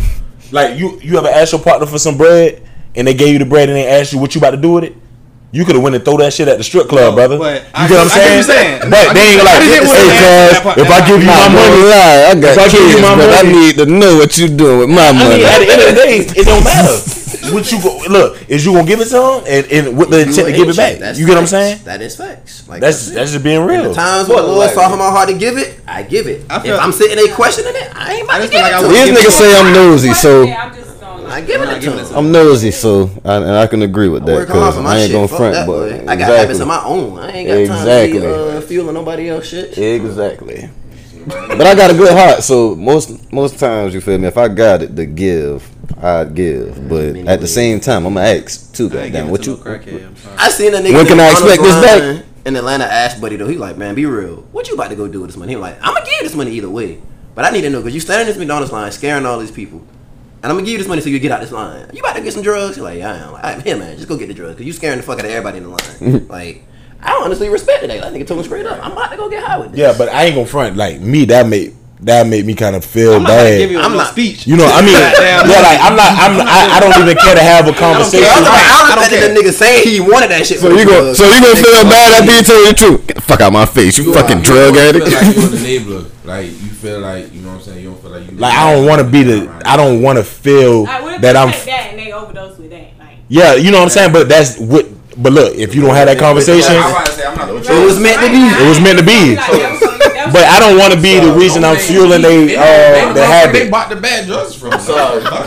Speaker 7: like you you ever asked your partner for some bread and they gave you the bread and they asked you what you about to do with it. You could have went and throw that shit at the strip club, brother.
Speaker 3: but I- I
Speaker 7: you get what I'm
Speaker 3: get what
Speaker 7: saying?
Speaker 3: you're saying.
Speaker 7: But
Speaker 3: I
Speaker 7: they
Speaker 3: get-
Speaker 7: ain't
Speaker 3: I
Speaker 7: like,
Speaker 3: didn't
Speaker 7: hey,
Speaker 3: want to ask that part.
Speaker 7: cuz, if I give you my
Speaker 4: I'm not
Speaker 7: money,
Speaker 4: gonna lie, I
Speaker 7: If I
Speaker 4: got
Speaker 7: give you
Speaker 4: kids,
Speaker 7: my
Speaker 4: but I
Speaker 7: money-
Speaker 4: need to know what you doing with my
Speaker 7: I
Speaker 4: money.
Speaker 7: mean, at the end of the day, it don't matter. What you go, look is you gonna give it to them and, and with the intent to give it back.
Speaker 2: That's
Speaker 7: You get what I'm
Speaker 2: facts.
Speaker 7: saying?
Speaker 2: That is facts. Like
Speaker 7: That's that's just being
Speaker 2: In
Speaker 7: real.
Speaker 2: the times when the Lord's talking about hard to give it, I give it.
Speaker 3: I feel-
Speaker 2: if I'm sitting there questioning it, I ain't about
Speaker 3: I just
Speaker 2: to give
Speaker 3: feel like I
Speaker 2: it to
Speaker 3: would
Speaker 2: him.
Speaker 4: These niggas say I'm nosy, so
Speaker 5: I'm just gonna.
Speaker 2: I give
Speaker 3: I'm not
Speaker 2: it
Speaker 3: giving
Speaker 2: to
Speaker 3: it to
Speaker 2: him.
Speaker 3: him.
Speaker 4: I'm nosy, so I, and I can agree with that
Speaker 2: Work hard
Speaker 4: because
Speaker 2: for
Speaker 4: I
Speaker 2: my
Speaker 4: ain't gonna
Speaker 2: shit. Fuck
Speaker 4: front,
Speaker 2: that.
Speaker 4: but
Speaker 2: boy. I got habits of my own. I ain't got time to be
Speaker 4: Exactly.
Speaker 2: uh, fueling nobody else shit.
Speaker 4: Exactly. But I got a good heart, so most most times you feel me. If I got it to give, I'd give. But
Speaker 2: Many
Speaker 4: at the
Speaker 2: ways.
Speaker 4: same time, I'm an ex too.
Speaker 3: I ain't
Speaker 4: Goddamn,
Speaker 3: giving
Speaker 4: what
Speaker 3: to
Speaker 4: you?
Speaker 3: no crackhead, I'm sorry.
Speaker 2: I seen a nigga.
Speaker 4: When
Speaker 2: that
Speaker 4: can I
Speaker 2: was on the
Speaker 4: expect this back?
Speaker 2: grind In Atlanta, asked Buddy though, he like, man, be real. What you about to go do with this money? He like, I'm gonna give you this money either way, but I need to know because you standing in this McDonald's line, scaring all these people, and I'm gonna give you this money so you get out this line. You about to get some drugs? He like, yeah, I am. Like, "All right, here, man, just go get the drugs because you scaring the fuck out of everybody in the line. like, I honestly respect it. Like, that nigga told him straight up, I'm about to go get high with this.
Speaker 7: Yeah, but I ain't gonna front like me. That made that made me kind of feel
Speaker 3: I'm not
Speaker 7: bad.
Speaker 3: gonna give you a
Speaker 2: I'm
Speaker 3: little
Speaker 2: not-
Speaker 3: speech.
Speaker 7: You know, I mean, yeah,
Speaker 3: Goddamn.
Speaker 7: like I'm not, I'm, not, I, I don't even care to have a
Speaker 2: Yeah,
Speaker 7: conversation.
Speaker 2: I was
Speaker 3: I
Speaker 2: like, I
Speaker 3: don't
Speaker 2: respected
Speaker 3: care.
Speaker 2: the nigga saying he wanted that shit.
Speaker 4: So
Speaker 2: for
Speaker 4: you go,
Speaker 2: drugs.
Speaker 4: so you gonna feel
Speaker 2: Nigga,
Speaker 4: bad
Speaker 2: fuck
Speaker 4: at
Speaker 2: you.
Speaker 4: being telling the truth? Get the fuck out my face, you
Speaker 6: You
Speaker 4: fucking
Speaker 6: are-
Speaker 4: drug
Speaker 6: you
Speaker 4: addict.
Speaker 6: Feel like you're the enabler. Like you feel like you know what I'm saying. You don't feel like you.
Speaker 7: Like I don't want to be the, I don't want to feel
Speaker 5: Like, what if
Speaker 7: that
Speaker 5: you
Speaker 7: I'm.
Speaker 5: take that and they overdose with that? Like,
Speaker 7: Yeah, you know what I'm saying. But that's what. But look, if you don't have that conversation,
Speaker 6: I'm about to say I'm not.
Speaker 2: It was meant to be.
Speaker 7: It was meant to be.
Speaker 5: Like, that was something- that was
Speaker 7: but I don't want to be the reason I'm fueling they uh the
Speaker 6: They
Speaker 7: habit.
Speaker 6: bought the bad drugs from. us.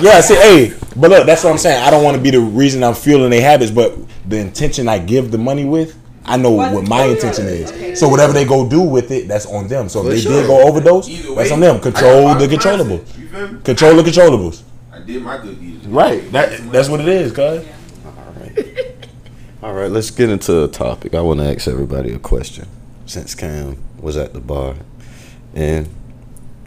Speaker 7: Yeah, see, hey, but look, that's what I'm saying. I don't want to be the reason I'm fueling their habits, but the intention I give the money with, I know what my intention is. So whatever they go do with it, that's on them. So if they did go overdose,
Speaker 6: Either
Speaker 7: that's
Speaker 6: way,
Speaker 7: on them.
Speaker 6: I got
Speaker 7: Control
Speaker 6: my
Speaker 7: the
Speaker 6: mindset.
Speaker 7: controllable.
Speaker 6: You feel me?
Speaker 7: Control the controllables.
Speaker 6: I did my good deed.
Speaker 7: Right. That that's what it is, cuz.
Speaker 4: All right, let's get into a topic. I want to ask everybody a question. Since Cam was at the bar, and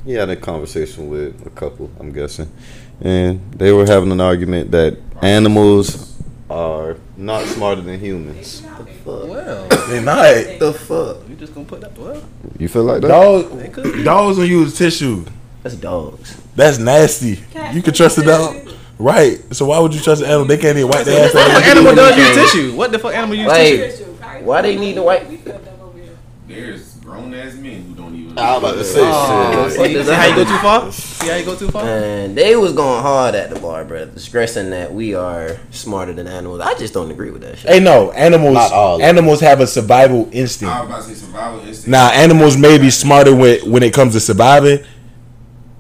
Speaker 4: he had a conversation with a couple, I'm guessing, and they were having an argument that animals are not smarter than humans.
Speaker 3: Well,
Speaker 7: They not.
Speaker 2: The fuck?
Speaker 3: you just gonna put that? Well,
Speaker 4: You feel like that?
Speaker 3: they
Speaker 7: Dog,
Speaker 3: could.
Speaker 7: dogs don't use tissue.
Speaker 2: That's dogs.
Speaker 7: That's nasty.
Speaker 5: Cats
Speaker 7: You can trust a
Speaker 5: don't
Speaker 7: dog.
Speaker 5: use tissue.
Speaker 7: Right. So why would you trust an animal? They can't even wipe their ass.
Speaker 3: What the
Speaker 7: out.
Speaker 3: fuck animal does use tissue? What the fuck animal use
Speaker 2: Like-
Speaker 3: tissue?
Speaker 5: spiritual, right?
Speaker 2: Why they need the white-
Speaker 5: We feel dumb over here.
Speaker 6: There's grown ass men who don't even.
Speaker 4: I was about to say
Speaker 3: Oh,
Speaker 4: shit.
Speaker 3: see, see how you go too far? See how you go too far?
Speaker 2: And they was going hard at the bar, bro, stressing that we are smarter than animals. I just don't agree with that shit.
Speaker 7: Hey, no, animals.
Speaker 4: Not all of them.
Speaker 7: Animals have a survival
Speaker 6: I
Speaker 7: instinct.
Speaker 6: was about to say survival instinct.
Speaker 7: Now, animals may be smarter when when it comes to surviving.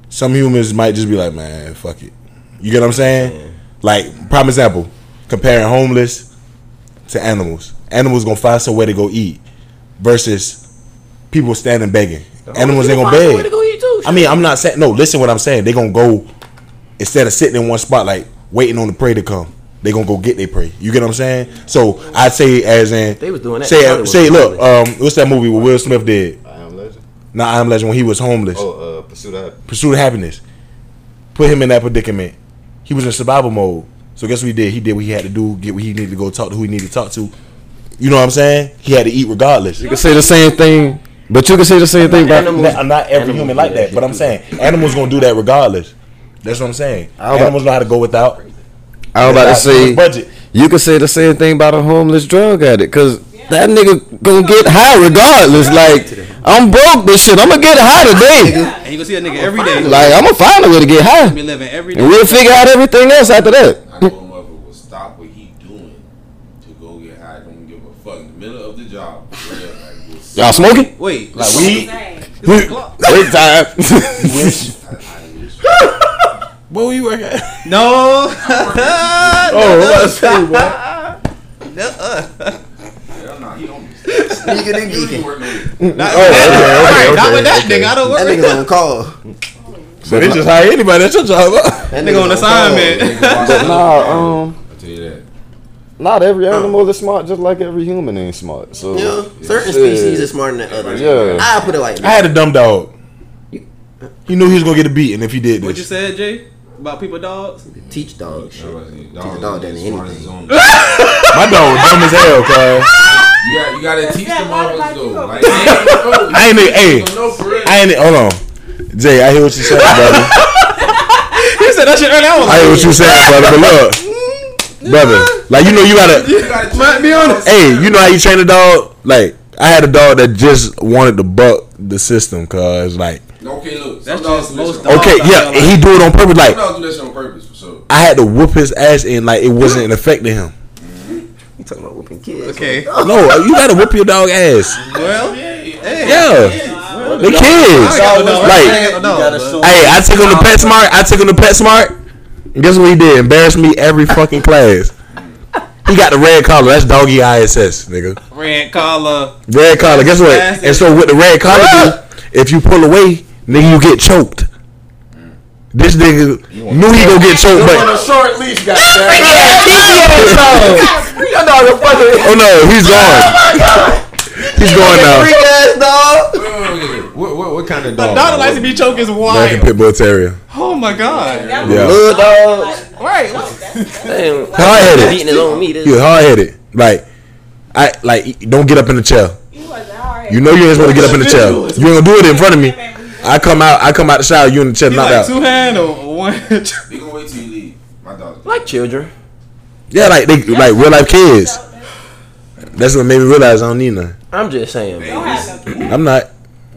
Speaker 7: Some humans might just be like, man, fuck it. You get what I'm saying? Like, prime example, comparing homeless to animals. Animals gonna find some way to go eat versus people standing begging. Animals ain't gonna
Speaker 2: Find a way to
Speaker 7: beg.
Speaker 2: go eat too.
Speaker 7: I mean, I'm not saying no. Listen, what I'm saying, they gonna go instead of sitting in one spot like waiting on the prey to come. They gonna go get their prey. You get what I'm saying? So I say as in
Speaker 2: They was doing that in
Speaker 7: Say
Speaker 2: Hollywood,
Speaker 7: say look, um,
Speaker 2: wasn't
Speaker 7: what's that movie where Will Smith did?
Speaker 4: I am legend.
Speaker 7: Not I Am Legend when he was homeless.
Speaker 4: Oh, uh, pursue that.
Speaker 7: Pursuit of happiness. Put him in that predicament. He was in survival mode. So guess what he did? He did what he had to do. Get what he needed to go talk to who he needed to talk to. You know what I'm saying? He had to eat regardless.
Speaker 4: You can say the same thing, but you can say the same thing about
Speaker 2: Animals-
Speaker 7: Not, not every
Speaker 2: animals
Speaker 7: human
Speaker 2: do
Speaker 7: like
Speaker 2: that
Speaker 7: that,
Speaker 2: shit
Speaker 7: but I'm
Speaker 2: too.
Speaker 7: saying animals gonna do that regardless. That's what I'm saying.
Speaker 4: How about-
Speaker 7: Animals know how to go without.
Speaker 4: I was about to
Speaker 7: Without
Speaker 4: say.
Speaker 7: budget.
Speaker 4: You can say the same thing about a homeless drug addict, cause that nigga gonna get high regardless. Like I'm broke, this shit. I'm gonna get high today.
Speaker 3: And you gonna see that nigga every day.
Speaker 4: Like I'm gonna find a way to get high,
Speaker 3: be living every
Speaker 4: and
Speaker 3: day.
Speaker 4: we'll figure out everything else after that.
Speaker 6: I know a motherfucker will stop what he doing to go get high. Don't give a fuck. In the middle of the job. whatever, like, we'll see.
Speaker 4: Y'all smoking?
Speaker 3: Wait,
Speaker 7: Like we
Speaker 5: Same.
Speaker 3: this is clock.
Speaker 4: Wait time.
Speaker 6: I, I wish.
Speaker 7: What were you working at?
Speaker 3: No.
Speaker 7: Oh,
Speaker 3: oh,
Speaker 7: what say, boy?
Speaker 6: Hell nah, he don't. He
Speaker 2: Sneaking and
Speaker 6: don't
Speaker 2: geeking.
Speaker 6: work no.
Speaker 3: not,
Speaker 7: okay,
Speaker 3: right,
Speaker 7: okay,
Speaker 3: not with that
Speaker 7: okay.
Speaker 3: nigga. I don't
Speaker 2: That
Speaker 3: work.
Speaker 2: nigga's on call.
Speaker 7: So they just hire anybody. That's your job. huh?
Speaker 2: That
Speaker 3: Nigga on assignment.
Speaker 4: Nah, um,
Speaker 6: I tell you that.
Speaker 4: not every animal is smart, just like every human ain't smart. So
Speaker 2: Yeah, certain
Speaker 4: Shit.
Speaker 2: species are smarter than others.
Speaker 4: Yeah.
Speaker 2: I put it like
Speaker 7: I
Speaker 2: that.
Speaker 7: had a dumb dog. He knew he was gonna get a beat, and if he did
Speaker 3: What you
Speaker 7: this,
Speaker 3: said, Jay? About people dogs?
Speaker 2: Teach dog shit.
Speaker 6: Dog,
Speaker 2: dog than
Speaker 6: is
Speaker 2: anything.
Speaker 6: smart as his own.
Speaker 7: my dog was dumb as hell, cuz.
Speaker 6: You got you gotta teach them
Speaker 5: that
Speaker 6: all
Speaker 5: why
Speaker 6: though.
Speaker 5: you go-
Speaker 6: Like, I
Speaker 7: I ain't even- hey.
Speaker 6: No, for real.
Speaker 7: I ain't hold on, Jay. I hear what you saying, brother.
Speaker 3: He said that shit earlier. I was
Speaker 7: I hear what you saying, brother. But look, brother, like you know, you gotta.
Speaker 6: You gotta teach
Speaker 3: Might be
Speaker 6: them
Speaker 3: honest.
Speaker 6: all.
Speaker 7: Hey, you know how you train a dog? Like I had a dog that just wanted to buck the system, cause like
Speaker 6: Okay, look.
Speaker 3: That's
Speaker 6: Some
Speaker 3: just
Speaker 6: dogs do this
Speaker 3: most
Speaker 6: shit on-
Speaker 3: dogs.
Speaker 7: okay,
Speaker 3: Oh,
Speaker 7: yeah,
Speaker 3: no, no, no.
Speaker 7: he do it on purpose. Like
Speaker 6: Some dogs do that shit on purpose for sure.
Speaker 7: I had to whoop his ass, and like it wasn't affecting him.
Speaker 2: You talking about whooping kids?
Speaker 3: Okay.
Speaker 7: No, you gotta whoop your dog ass.
Speaker 3: Well,
Speaker 7: Yeah,
Speaker 6: Wow.
Speaker 7: the kids. Like Hey, I took him to PetSmart. I took him to PetSmart. And guess what he did? Embarrassed me every fucking class. He got the red collar. That's doggy ISS, nigga.
Speaker 3: red collar.
Speaker 7: Red collar. Guess what? And so with the red collar, do, if you pull away, nigga, you get choked. This nigga knew he gonna get choked, but
Speaker 8: short leash, guys.
Speaker 2: Your dog a fucking
Speaker 7: oh no, he's gone. He's going now.
Speaker 2: freak ass dog.
Speaker 6: Wait, wait, wait, wait. What, what, what kind of
Speaker 3: The
Speaker 6: dog?
Speaker 3: dog that likes to be choked is
Speaker 7: American
Speaker 3: wild.
Speaker 7: pit bull terrier.
Speaker 3: Oh my god.
Speaker 5: That was
Speaker 7: Yeah,
Speaker 2: Little dog.
Speaker 3: Right. what-
Speaker 2: Damn.
Speaker 7: hard
Speaker 2: Beating
Speaker 7: headed.
Speaker 2: his own meat.
Speaker 7: He was hard headed. Like I like don't get up in the chair.
Speaker 5: you was alright.
Speaker 7: You know you ain't supposed to get up in the chair. You ain't gonna do it in front of me. I come out. I come out the shower. You in the chair
Speaker 3: He
Speaker 7: knocked
Speaker 3: like
Speaker 7: out.
Speaker 3: two hand or one. hand?
Speaker 6: They gonna wait till you leave. My dog.
Speaker 2: Like children.
Speaker 7: Yeah, like they like real life kids. That's what made me realize I don't need none.
Speaker 2: I'm just saying, man.
Speaker 5: Don't have no
Speaker 7: I'm not.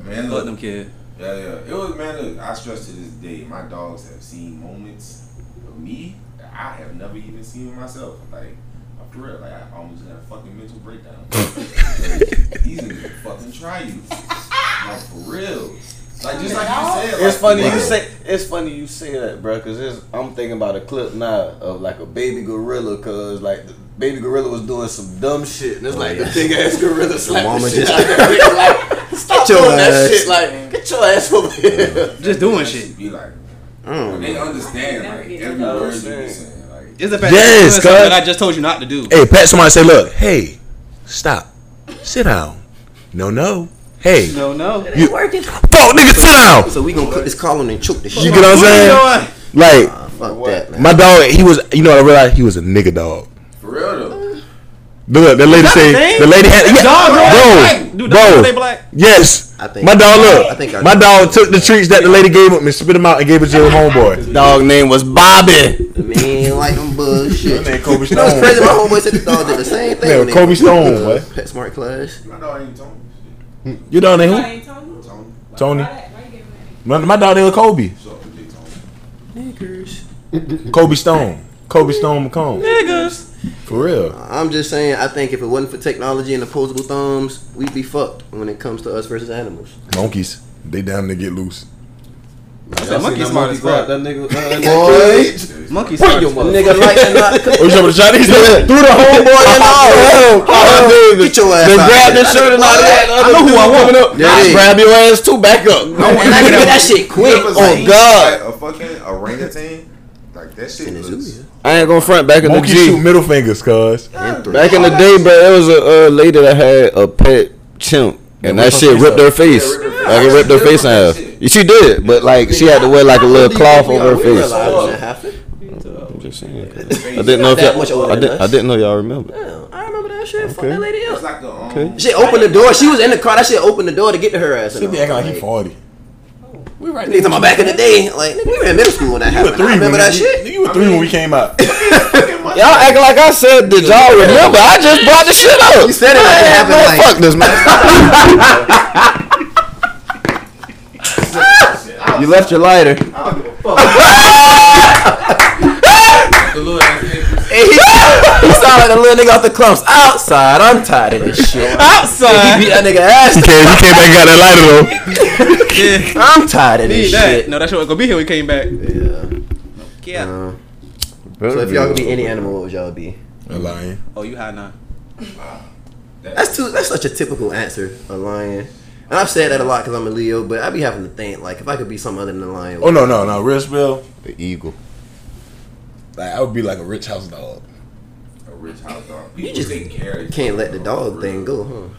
Speaker 6: Man,
Speaker 3: Fuck them
Speaker 6: look.
Speaker 3: kid.
Speaker 6: Yeah, yeah. It was man. Look, I stress to this day. My dogs have seen moments of me that I have never even seen in myself. Like. For real, like I almost had a fucking mental breakdown. These niggas fucking try you, like for real. Like just like you said,
Speaker 8: It's
Speaker 6: like,
Speaker 8: funny you
Speaker 6: like-
Speaker 8: say it's funny you say that, bro. Cause it's, I'm thinking about a clip now of like a baby gorilla, cause like the baby gorilla was doing some dumb shit, and it's like
Speaker 4: Oh,
Speaker 8: the big ass gorilla slapped
Speaker 2: mama
Speaker 8: the shit
Speaker 2: just-
Speaker 8: out of that nigga, like stop
Speaker 2: Get your
Speaker 8: doing that
Speaker 2: ass.
Speaker 8: shit, like get your ass over here.
Speaker 3: Just doing shit.
Speaker 6: be like, they understand like every
Speaker 5: Yeah.
Speaker 6: word you be saying. Like,
Speaker 3: It's the fact
Speaker 7: Yes,
Speaker 3: that, you're doing something
Speaker 7: cuz.
Speaker 3: that I just told you not to do.
Speaker 7: Hey, pat somebody. Say, look. Hey, stop. Sit down. No, no. Hey,
Speaker 3: No, no.
Speaker 7: you
Speaker 2: Working.
Speaker 7: fuck nigga, sit down.
Speaker 2: So we gonna put this collar and choke the shit.
Speaker 7: You get what I'm saying? Like
Speaker 2: Fuck that, man.
Speaker 7: my dog. He was. You know what I realized? He was a nigga dog.
Speaker 6: for real though.
Speaker 7: Look, the lady
Speaker 3: that a
Speaker 7: say
Speaker 3: thing?
Speaker 7: the lady had yeah,
Speaker 3: Dog, bro,
Speaker 7: bro,
Speaker 3: black. Do
Speaker 7: bro.
Speaker 3: dogs, they black?
Speaker 7: Yes,
Speaker 2: I think-
Speaker 7: my dog. Look,
Speaker 2: I think I-
Speaker 7: my dog took the treats that the lady gave him and spit them out and gave it to his homeboy.
Speaker 8: Dog name was Bobby.
Speaker 2: Man, like them bullshit.
Speaker 7: name Kobe
Speaker 2: You know what's crazy? My homeboy said the dog did the same thing.
Speaker 7: Yeah,
Speaker 2: when they
Speaker 7: Kobe
Speaker 2: went to,
Speaker 7: Stone,
Speaker 2: uh,
Speaker 7: what?
Speaker 2: PetSmart class.
Speaker 6: My dog ain't Tony. Shit,
Speaker 7: You dog name
Speaker 5: I
Speaker 7: who?
Speaker 5: ain't telling you.
Speaker 6: Tony.
Speaker 7: Tony.
Speaker 5: Why that? Why you giving that?
Speaker 7: My, my dog name was Kobe.
Speaker 6: What's up, big Tony?
Speaker 2: Niggers.
Speaker 7: Kobe Stone. Kobe Stone McComb.
Speaker 3: Niggas.
Speaker 7: For real.
Speaker 2: I'm just saying. I think if it wasn't for technology and opposable thumbs, we'd be fucked when it comes to us versus animals.
Speaker 7: Monkeys. They damn near get loose.
Speaker 3: I said monkey smart as
Speaker 8: That
Speaker 3: fuck.
Speaker 8: nigga,
Speaker 3: Monkey smart. as fuck.
Speaker 2: Nigga, like and not.
Speaker 7: Oh, you talking about the Chinese? Through the homeboy and
Speaker 2: Get your ass
Speaker 8: they
Speaker 2: out.
Speaker 8: grabbed
Speaker 2: there.
Speaker 8: his shirt and all that.
Speaker 7: I know who I want.
Speaker 2: Yeah.
Speaker 8: I grab your ass too. Back up.
Speaker 2: And I get that shit quick.
Speaker 6: Whoever's
Speaker 8: oh,
Speaker 6: like-
Speaker 8: God.
Speaker 6: like a fucking orangutan. Like that shit
Speaker 2: In the zoo,
Speaker 6: looks.
Speaker 8: I ain't gonna front. Back in
Speaker 7: Monkey shoot middle fingers, cuz.
Speaker 8: Back in the day, bro, there was a uh, lady that had a pet chimp, and that shit ripped her face.
Speaker 6: Yeah, ripped her
Speaker 8: Like it
Speaker 6: face.
Speaker 8: ripped her
Speaker 6: Yeah,
Speaker 8: face in
Speaker 6: ripped her
Speaker 8: half.
Speaker 6: shit.
Speaker 8: Yeah, She did, but like she had to wear like a
Speaker 7: Oh,
Speaker 8: little cloth over her
Speaker 2: We
Speaker 8: face.
Speaker 2: realize that happened.
Speaker 8: I'm just saying. I didn't know. If
Speaker 2: That
Speaker 8: y'all,
Speaker 2: much older
Speaker 8: I, didn't,
Speaker 2: than
Speaker 8: I
Speaker 2: us.
Speaker 8: didn't know y'all remember.
Speaker 2: Damn, I remember that shit. Fuck that lady
Speaker 6: It's
Speaker 2: up.
Speaker 6: like the um.
Speaker 2: She opened the door. She was in the car. That shit opened the door to get to her ass. and
Speaker 7: They be
Speaker 2: all.
Speaker 7: acting like he
Speaker 2: Like,
Speaker 7: 40.
Speaker 2: We right there. Niggas, back in the day, like nigga, we were in middle school when that happened. I remember that shit.
Speaker 7: You were three when we came out.
Speaker 8: Y'all acting like I said. Did y'all remember? I just brought the shit up.
Speaker 2: You said it like it
Speaker 8: Man,
Speaker 2: happened,
Speaker 8: man,
Speaker 2: like-
Speaker 8: fuck this man. you left your lighter.
Speaker 6: The little ass nigga.
Speaker 2: Hey, he, he sounded like a little nigga off the clumps outside. I'm tired of this shit. Outside, he beat that nigga ass.
Speaker 7: Okay, he came back and got that lighter though.
Speaker 3: Yeah.
Speaker 2: I'm tired of
Speaker 3: Need
Speaker 2: this
Speaker 3: that.
Speaker 2: shit.
Speaker 3: No, that shit was gonna be here when we came back.
Speaker 2: Yeah.
Speaker 3: Yeah.
Speaker 2: Um, so if y'all could be any animal, what would y'all be?
Speaker 7: A lion.
Speaker 3: Oh, you high now.
Speaker 2: That's too. That's such a typical answer. A lion. And I've said that a lot because I'm a Leo, but I be having to think like if I could be something other than a lion.
Speaker 7: Oh no, no, no. Real spell.
Speaker 8: The eagle.
Speaker 7: Like I would be like a rich house dog.
Speaker 6: A rich house dog. People
Speaker 2: just
Speaker 6: taking care of
Speaker 2: Can't let the
Speaker 6: themselves,
Speaker 2: dog
Speaker 6: for real.
Speaker 2: thing go,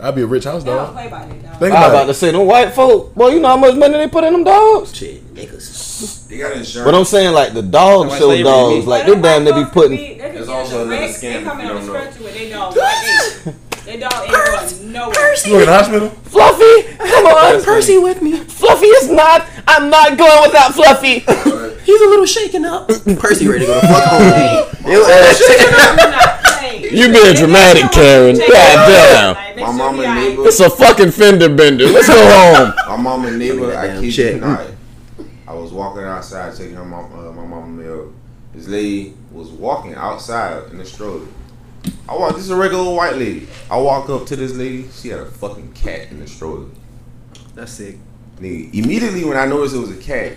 Speaker 2: huh?
Speaker 7: I'd be a rich house
Speaker 5: They don't
Speaker 7: dog.
Speaker 5: play by that. dog.
Speaker 7: Think
Speaker 4: I'm about
Speaker 7: about
Speaker 4: to
Speaker 7: it.
Speaker 4: say, them white folk, boy, you know how much money they put in them dogs?
Speaker 2: Shit, niggas.
Speaker 6: They got insurance.
Speaker 4: But I'm saying, like, the dog
Speaker 3: Like
Speaker 4: show
Speaker 3: slavery,
Speaker 4: dogs,
Speaker 3: me.
Speaker 4: like,
Speaker 5: But
Speaker 4: they damn
Speaker 5: nobody
Speaker 4: near be
Speaker 5: supposed to
Speaker 4: putting.
Speaker 5: be- they could
Speaker 6: There's
Speaker 5: get
Speaker 6: also another
Speaker 5: direct-
Speaker 6: scam
Speaker 5: They
Speaker 6: if
Speaker 5: coming
Speaker 6: you
Speaker 5: on
Speaker 6: don't
Speaker 5: the
Speaker 6: know.
Speaker 5: stretcher with they dog. like, They they dog ain't going nowhere.
Speaker 7: You in the hospital?
Speaker 2: Fluffy, come on, Percy with me. Fluffy is not. I'm not going without Fluffy. He's a little shaken up. Percy ready to go to fuck home. You ass.
Speaker 5: You
Speaker 9: You being dramatic, Karen. God
Speaker 6: My mama and neighbor.
Speaker 9: damn. It's a fucking fender bender. Let's go home.
Speaker 6: My mom and neighbor, I
Speaker 2: damn
Speaker 6: kid
Speaker 2: check.
Speaker 6: you not. I was walking outside taking her mom, uh, my mom milk. This lady was walking outside in the stroller. I walk. This is a regular old white lady. I walk up to this lady. She had a fucking cat in the stroller.
Speaker 3: That's sick.
Speaker 6: Nigga, immediately when I noticed it was a cat,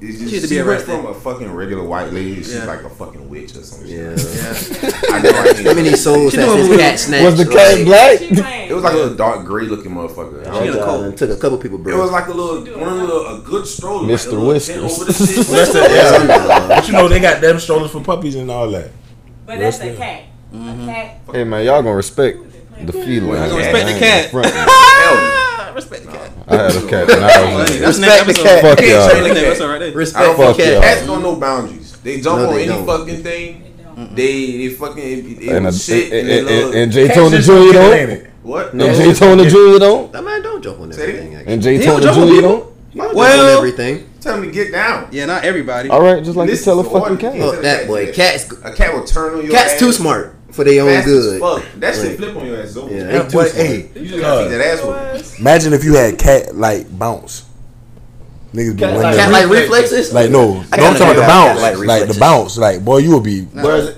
Speaker 6: it's just,
Speaker 3: She had to
Speaker 6: she
Speaker 3: be
Speaker 6: went
Speaker 3: arrested.
Speaker 6: from a fucking regular white lady. She's
Speaker 3: Yeah.
Speaker 6: like a fucking witch or something.
Speaker 2: Yeah.
Speaker 6: I know. I
Speaker 2: How many
Speaker 6: can't.
Speaker 2: souls
Speaker 3: She
Speaker 2: has
Speaker 3: know
Speaker 2: this
Speaker 3: who-
Speaker 2: cat snatched?
Speaker 9: Was the cat black?
Speaker 6: It was like a little dark gray looking motherfucker. I
Speaker 2: She
Speaker 6: don't-
Speaker 3: a cold.
Speaker 2: and took a couple people
Speaker 6: It was
Speaker 2: breath.
Speaker 6: like a little, one of the little, a good stroller. like a
Speaker 4: Mr.
Speaker 6: little
Speaker 4: Whiskers.
Speaker 6: tent Over the shit.
Speaker 7: That's it. Yeah. But you know they got them strollers for puppies and all that.
Speaker 5: But that's a cat.
Speaker 2: Mm-hmm.
Speaker 5: A cat.
Speaker 4: Hey, man, y'all gonna respect the feline.
Speaker 6: gonna
Speaker 4: man.
Speaker 3: respect
Speaker 4: I
Speaker 3: the
Speaker 4: ain't
Speaker 3: cat.
Speaker 4: gonna front.
Speaker 3: Ah, respect the cat.
Speaker 4: I had a cat when I was
Speaker 3: Hey,
Speaker 4: little.
Speaker 3: that's next
Speaker 2: the
Speaker 3: episode.
Speaker 2: cat.
Speaker 4: Fuck
Speaker 3: Can't
Speaker 4: y'all.
Speaker 3: change the name, That's all right. there.
Speaker 6: I don't
Speaker 2: Respect the
Speaker 6: fuck
Speaker 4: Fuck y'all.
Speaker 2: cat.
Speaker 6: Cats don't know boundaries. They jump
Speaker 2: No,
Speaker 6: on
Speaker 2: they
Speaker 6: any
Speaker 2: don't.
Speaker 6: fucking thing. They they fucking it, it
Speaker 4: And, a,
Speaker 6: was shit and,
Speaker 4: and,
Speaker 6: they
Speaker 4: and,
Speaker 6: love-
Speaker 4: and J.
Speaker 7: Cats
Speaker 4: Tony
Speaker 7: just
Speaker 4: Jr.
Speaker 7: don't get it,
Speaker 4: don't?
Speaker 7: ain't it?
Speaker 6: what?
Speaker 4: And J. Tony Jr. don't?
Speaker 2: That man don't jump on
Speaker 6: Say it.
Speaker 2: everything. I guess.
Speaker 4: And J.
Speaker 3: He don't
Speaker 4: Tony
Speaker 3: jump on
Speaker 4: Jr.
Speaker 3: people.
Speaker 4: don't?
Speaker 2: He don't jump on
Speaker 3: Well-
Speaker 2: everything.
Speaker 6: Tell them to get down.
Speaker 3: Yeah, not everybody.
Speaker 4: All right, just like
Speaker 6: This
Speaker 4: you tell a
Speaker 6: is
Speaker 4: fucking
Speaker 6: order.
Speaker 4: cat.
Speaker 2: Look, that boy. Cats.
Speaker 6: A cat will turn on your
Speaker 2: Cats
Speaker 6: ass.
Speaker 2: too smart for their own
Speaker 6: Fast as
Speaker 2: good.
Speaker 6: Fuck. That shit
Speaker 2: Right.
Speaker 6: flip on your ass over.
Speaker 2: Yeah,
Speaker 6: Yeah.
Speaker 2: they
Speaker 7: That
Speaker 2: too
Speaker 7: boy,
Speaker 2: smart.
Speaker 7: hey,
Speaker 6: You just gotta take that ass with
Speaker 7: imagine if you had cat like bounce. Niggas be winning.
Speaker 2: Cat like reflexes?
Speaker 7: Like no, no,
Speaker 2: I
Speaker 7: I'm
Speaker 2: got
Speaker 7: talking about the
Speaker 2: a
Speaker 7: bounce,
Speaker 2: cat-like
Speaker 7: like the
Speaker 2: reflexes.
Speaker 7: bounce, like boy, you would be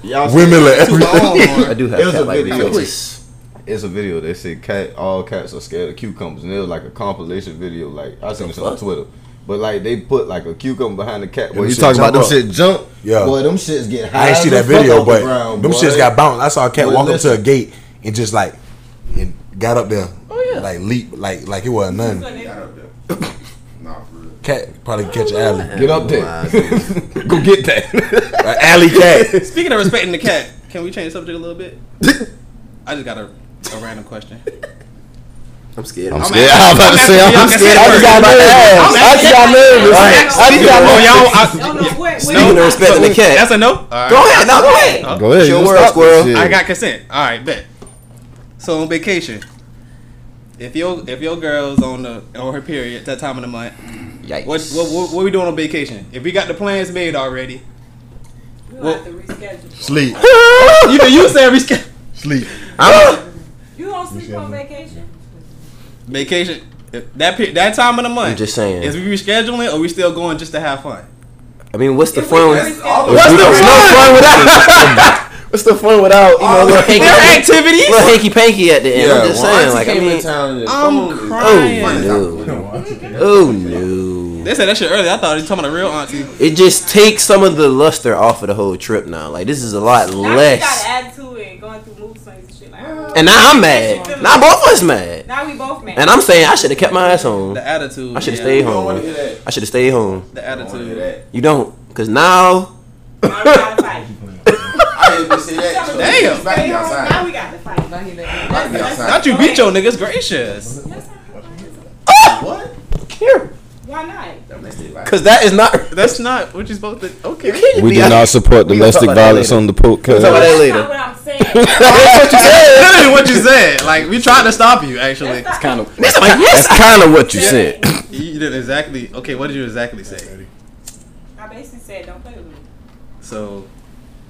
Speaker 4: y'all
Speaker 7: women like
Speaker 3: Too long.
Speaker 7: everything.
Speaker 3: Lauren.
Speaker 4: do
Speaker 2: have
Speaker 4: a
Speaker 2: cat-like
Speaker 4: video.
Speaker 2: reflexes.
Speaker 4: It's a video. They said cat. All cats are scared of cucumbers, and it was like a compilation video. Like I seen this on
Speaker 2: fuck?
Speaker 4: Twitter. But like they put like a cucumber behind the cat. Well,
Speaker 7: them
Speaker 4: you
Speaker 7: shit
Speaker 4: talking about them
Speaker 7: jump
Speaker 4: shit jump?
Speaker 7: Yeah.
Speaker 4: Boy, them shits get high.
Speaker 7: I ain't
Speaker 4: as
Speaker 7: see
Speaker 4: the
Speaker 7: that
Speaker 4: fuck
Speaker 7: video,
Speaker 4: off the
Speaker 7: but
Speaker 4: ground,
Speaker 7: them
Speaker 4: boy.
Speaker 7: shits got bounced. I saw a cat
Speaker 4: Boy,
Speaker 7: walk
Speaker 4: listen.
Speaker 7: up to a gate and just like and got up there, like leap, like like it wasn't nothing.
Speaker 6: it.
Speaker 2: Mm-hmm.
Speaker 5: They
Speaker 6: Got up there. Nah, for real.
Speaker 7: Cat probably catch an alley,
Speaker 4: Get up
Speaker 2: Wow.
Speaker 4: there. Go get that.
Speaker 7: an alley cat.
Speaker 3: Speaking of respecting the cat, can we change the subject a little bit? I just got a, a random question.
Speaker 2: I'm scared.
Speaker 4: I'm
Speaker 2: I'm
Speaker 4: scared. I was about to say.
Speaker 3: asking y'all
Speaker 4: I'm scared.
Speaker 3: consent
Speaker 4: I just got
Speaker 3: first.
Speaker 4: nervous. I just got nervous. I just got nervous.
Speaker 3: Oh, y'all, I,
Speaker 5: don't know what.
Speaker 2: Speaking of respecting the cat.
Speaker 3: that's a no.
Speaker 2: Go ahead. No, go ahead.
Speaker 3: Huh?
Speaker 4: Go ahead.
Speaker 2: It's your
Speaker 4: you
Speaker 2: world,
Speaker 4: stop this
Speaker 2: squirrel.
Speaker 4: shit.
Speaker 3: I got consent. All right, bet. So on vacation, if your if your girl's on the on her period at that time of the month,
Speaker 2: Yikes.
Speaker 3: what what what, what we doing on vacation? If we got the plans made already,
Speaker 5: We gonna have to reschedule.
Speaker 7: Sleep,
Speaker 3: you know you said reschedule
Speaker 7: sleep.
Speaker 5: You don't sleep on vacation?
Speaker 3: vacation. if That pe- that time of the month.
Speaker 2: I'm just saying.
Speaker 3: Is we rescheduling or we still going just to have fun?
Speaker 2: I mean, what's the
Speaker 5: If we
Speaker 2: fun?
Speaker 5: can
Speaker 2: with-
Speaker 5: reschedule-
Speaker 2: What's the
Speaker 4: There's no
Speaker 2: fun?
Speaker 4: fun without. What's the fun without? You know, little
Speaker 2: Hanky,
Speaker 3: Their activities.
Speaker 2: little hanky panky at the end. I'm just
Speaker 6: well, auntie
Speaker 2: saying. Like, I
Speaker 6: came in
Speaker 2: mean,
Speaker 6: town and the
Speaker 3: I'm
Speaker 6: phone is-
Speaker 3: crying.
Speaker 6: phone is out the
Speaker 2: No.
Speaker 6: window.
Speaker 2: oh no.
Speaker 3: They said that shit earlier. I thought he was talking about a real auntie.
Speaker 2: It just takes some of the luster off of the whole trip now. Like, this is a lot
Speaker 5: Now she got
Speaker 2: less.
Speaker 5: attitude and going through mood swings and shit like. oh. that.
Speaker 2: And now I'm mad. Now both of us mad.
Speaker 5: Now we both mad.
Speaker 2: And I'm saying I should have kept my ass home.
Speaker 3: The attitude.
Speaker 2: I should have
Speaker 3: yeah.
Speaker 2: stayed
Speaker 6: You don't want to
Speaker 2: home.
Speaker 6: hear that.
Speaker 2: I should have stayed home.
Speaker 3: The
Speaker 6: I don't want to hear
Speaker 3: attitude.
Speaker 6: that.
Speaker 2: You don't, cause now
Speaker 5: Now we gotta fight.
Speaker 6: I didn't say that.
Speaker 5: Damn.
Speaker 6: It's about to be
Speaker 5: Now
Speaker 6: outside.
Speaker 5: we gotta fight. Now he let
Speaker 6: About to be outside.
Speaker 3: Not you beat your niggas gracious.
Speaker 6: What?
Speaker 5: Why not?
Speaker 2: cause that is not.
Speaker 3: That's not what you're supposed to. Okay.
Speaker 4: We do not support
Speaker 2: We gonna talk
Speaker 4: domestic
Speaker 2: about that
Speaker 4: violence
Speaker 2: later.
Speaker 4: on the podcast.
Speaker 2: talk about that
Speaker 5: That's
Speaker 2: later.
Speaker 5: not what I'm saying.
Speaker 2: That's what you said.
Speaker 3: That ain't what you said. Like we tried to stop you. Actually,
Speaker 5: That's not-
Speaker 2: That's like, yes,
Speaker 9: That's kind of what you said.
Speaker 3: you did exactly. Okay, what did you exactly say?
Speaker 5: I basically said, don't play with me.
Speaker 3: So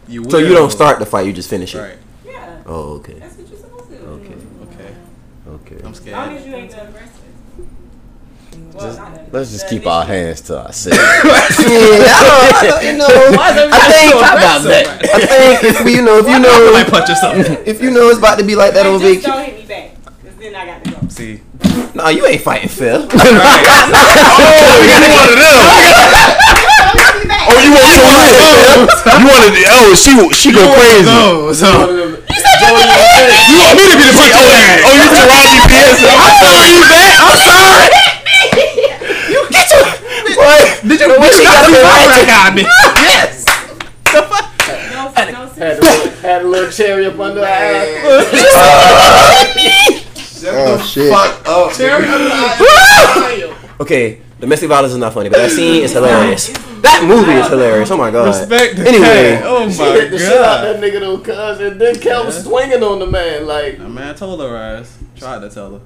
Speaker 3: you.
Speaker 2: So you
Speaker 3: will-
Speaker 2: don't start the fight, you just finish it.
Speaker 3: Right.
Speaker 5: Yeah,
Speaker 2: Oh, okay.
Speaker 5: that's what you're supposed to do.
Speaker 2: Okay.
Speaker 3: Okay.
Speaker 9: Okay.
Speaker 3: I'm
Speaker 5: As long
Speaker 3: scared.
Speaker 5: as you ain't the aggressor. Well, not the-
Speaker 9: Let's just
Speaker 5: the
Speaker 9: keep our
Speaker 5: initiator.
Speaker 9: hands to ourselves.
Speaker 2: I think about that. I think if we, you know, if you
Speaker 3: I might
Speaker 2: know,
Speaker 3: punch or something.
Speaker 2: if you know it's about to be like that
Speaker 5: And
Speaker 2: on
Speaker 5: just
Speaker 2: vacation.
Speaker 5: don't hit me back, cause then I got to go.
Speaker 3: See.
Speaker 2: No, you ain't fighting Phil.
Speaker 9: oh, you want some of this? You wanted to? Oh, she she go crazy.
Speaker 3: No. So
Speaker 9: You want me to be the punch your ass? Oh, you Taraji P. S. I'm sorry, you back. I'm sorry.
Speaker 3: did you? What you got right now? Yes.
Speaker 5: No, no, seriously.
Speaker 9: Had a little cherry up under her ass.
Speaker 6: Shut
Speaker 4: Oh shit.
Speaker 6: Fuck up.
Speaker 2: Okay, domestic violence is not funny, but that scene is hilarious. That movie is hilarious. Oh my god.
Speaker 3: Respect. the
Speaker 2: Anyway.
Speaker 3: cat. oh
Speaker 9: Hit
Speaker 3: my
Speaker 9: the shit out
Speaker 3: god.
Speaker 9: that nigga though, cuz. And then Cal was swinging on the man like,
Speaker 3: Nah, man, I told her ass. Tried to tell her.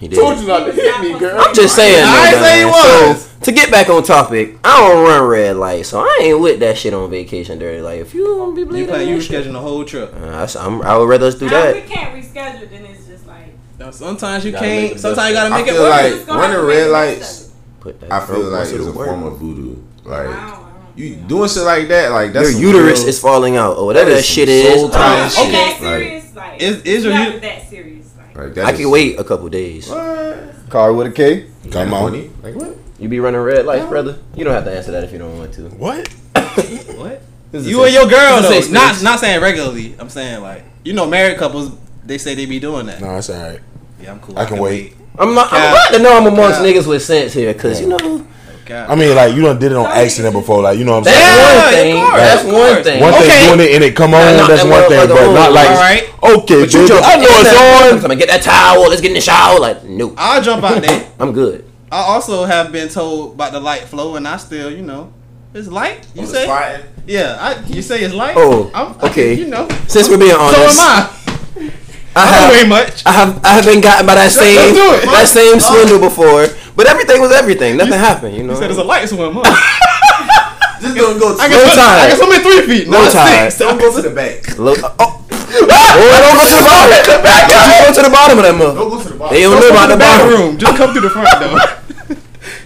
Speaker 2: He did.
Speaker 9: told you not to hit me, girl.
Speaker 2: I'm just saying.
Speaker 3: I
Speaker 2: though,
Speaker 3: ain't say he
Speaker 2: guys, so,
Speaker 3: was.
Speaker 2: to get back on topic, I don't run red lights, so I ain't with that shit on vacation, dirty. Like, if you don't be
Speaker 3: You
Speaker 2: bleeding,
Speaker 3: plan you
Speaker 2: you
Speaker 3: were
Speaker 2: shit.
Speaker 3: scheduling the whole trip.
Speaker 2: Uh, that's- I'm, I would rather us do
Speaker 5: Now,
Speaker 2: that.
Speaker 5: if we can't reschedule, then it's just like.
Speaker 3: Now, sometimes you
Speaker 8: Gotta make
Speaker 3: can't.
Speaker 8: the
Speaker 3: Sometimes you
Speaker 8: best.
Speaker 3: gotta
Speaker 6: I
Speaker 3: make it
Speaker 6: feel
Speaker 3: work.
Speaker 6: like running red lights.
Speaker 2: Put that
Speaker 6: I feel
Speaker 2: throat
Speaker 6: like
Speaker 2: into
Speaker 6: it's
Speaker 2: the
Speaker 6: a
Speaker 2: work.
Speaker 6: form of voodoo. Like
Speaker 5: Wow.
Speaker 6: you doing shit like that, like that's
Speaker 2: Your
Speaker 6: some
Speaker 2: uterus
Speaker 6: real-
Speaker 2: is falling out, or whatever
Speaker 6: that
Speaker 2: that,
Speaker 6: is
Speaker 2: shit
Speaker 6: some
Speaker 2: is.
Speaker 6: soul
Speaker 2: I-
Speaker 6: tie
Speaker 5: Is
Speaker 6: shit.
Speaker 5: that
Speaker 6: Like,
Speaker 5: serious? Like,
Speaker 3: Is- is your
Speaker 5: not
Speaker 3: u-
Speaker 5: that serious? Like,
Speaker 6: Like,
Speaker 2: I
Speaker 6: that
Speaker 2: can
Speaker 6: is-
Speaker 2: wait a couple days.
Speaker 4: Car with a K.
Speaker 7: Come on.
Speaker 6: Funny. Like what?
Speaker 2: You be running red lights, brother. You don't have to answer that if you don't want to.
Speaker 7: What?
Speaker 3: What?
Speaker 2: This is
Speaker 3: You
Speaker 2: a-
Speaker 3: and your girl
Speaker 2: This is a
Speaker 3: though.
Speaker 2: safe
Speaker 3: Not
Speaker 2: space.
Speaker 3: not saying regularly. I'm saying like you know married couples. They say they be doing that.
Speaker 7: No, it's alright.
Speaker 3: Yeah, I'm cool.
Speaker 7: I can wait.
Speaker 2: I'm not.
Speaker 3: Cap.
Speaker 2: I'm glad to know I'm amongst
Speaker 3: Cap.
Speaker 2: niggas with sense here, cause you know
Speaker 3: God.
Speaker 7: I mean, like you done did it on accident before. Like you know what I'm
Speaker 2: that's
Speaker 7: saying.
Speaker 3: Yeah,
Speaker 2: one
Speaker 3: of
Speaker 2: thing.
Speaker 3: course,
Speaker 2: that's
Speaker 3: of
Speaker 2: one
Speaker 3: course.
Speaker 2: thing.
Speaker 7: One
Speaker 3: Okay.
Speaker 7: thing doing it and it come on,
Speaker 2: Nah, nah,
Speaker 7: that's
Speaker 2: that
Speaker 7: one
Speaker 2: one
Speaker 7: thing,
Speaker 2: other
Speaker 7: but
Speaker 2: one.
Speaker 7: not like
Speaker 3: Alright.
Speaker 7: okay,
Speaker 2: But you
Speaker 7: baby,
Speaker 2: just,
Speaker 7: I know it's
Speaker 2: I'm
Speaker 7: on.
Speaker 2: gonna get that towel. Let's get in the shower. Like, no,
Speaker 3: I'll jump out there.
Speaker 2: I'm good.
Speaker 3: I also have been told about the light flow, and I still, you know, it's light. You
Speaker 6: On the
Speaker 3: say,
Speaker 6: spot.
Speaker 3: yeah. I, you say it's light.
Speaker 2: Oh,
Speaker 3: I'm, I
Speaker 2: okay.
Speaker 3: Can, you know,
Speaker 2: Since we're being honest,
Speaker 3: so am I.
Speaker 2: I
Speaker 3: I
Speaker 2: have,
Speaker 3: don't weigh much.
Speaker 2: I have I have been gotten by that same
Speaker 3: do it.
Speaker 2: that same swindle before, but everything was everything. Nothing happened, you know.
Speaker 3: You said it's a light swim, huh?
Speaker 6: Just don't go.
Speaker 3: I
Speaker 6: To,
Speaker 3: can,
Speaker 2: Low
Speaker 3: swim, I
Speaker 2: tide.
Speaker 3: can swim at three feet.
Speaker 2: Low
Speaker 3: not
Speaker 2: tide.
Speaker 3: six.
Speaker 6: don't go to the back.
Speaker 2: Look, oh, don't go to the bottom. Don't go to the bottom of that mother.
Speaker 6: Don't go to the
Speaker 2: They
Speaker 6: bottom.
Speaker 3: Come to
Speaker 2: don't know about the
Speaker 3: the
Speaker 2: bottom.
Speaker 3: bathroom. Just come through the front though.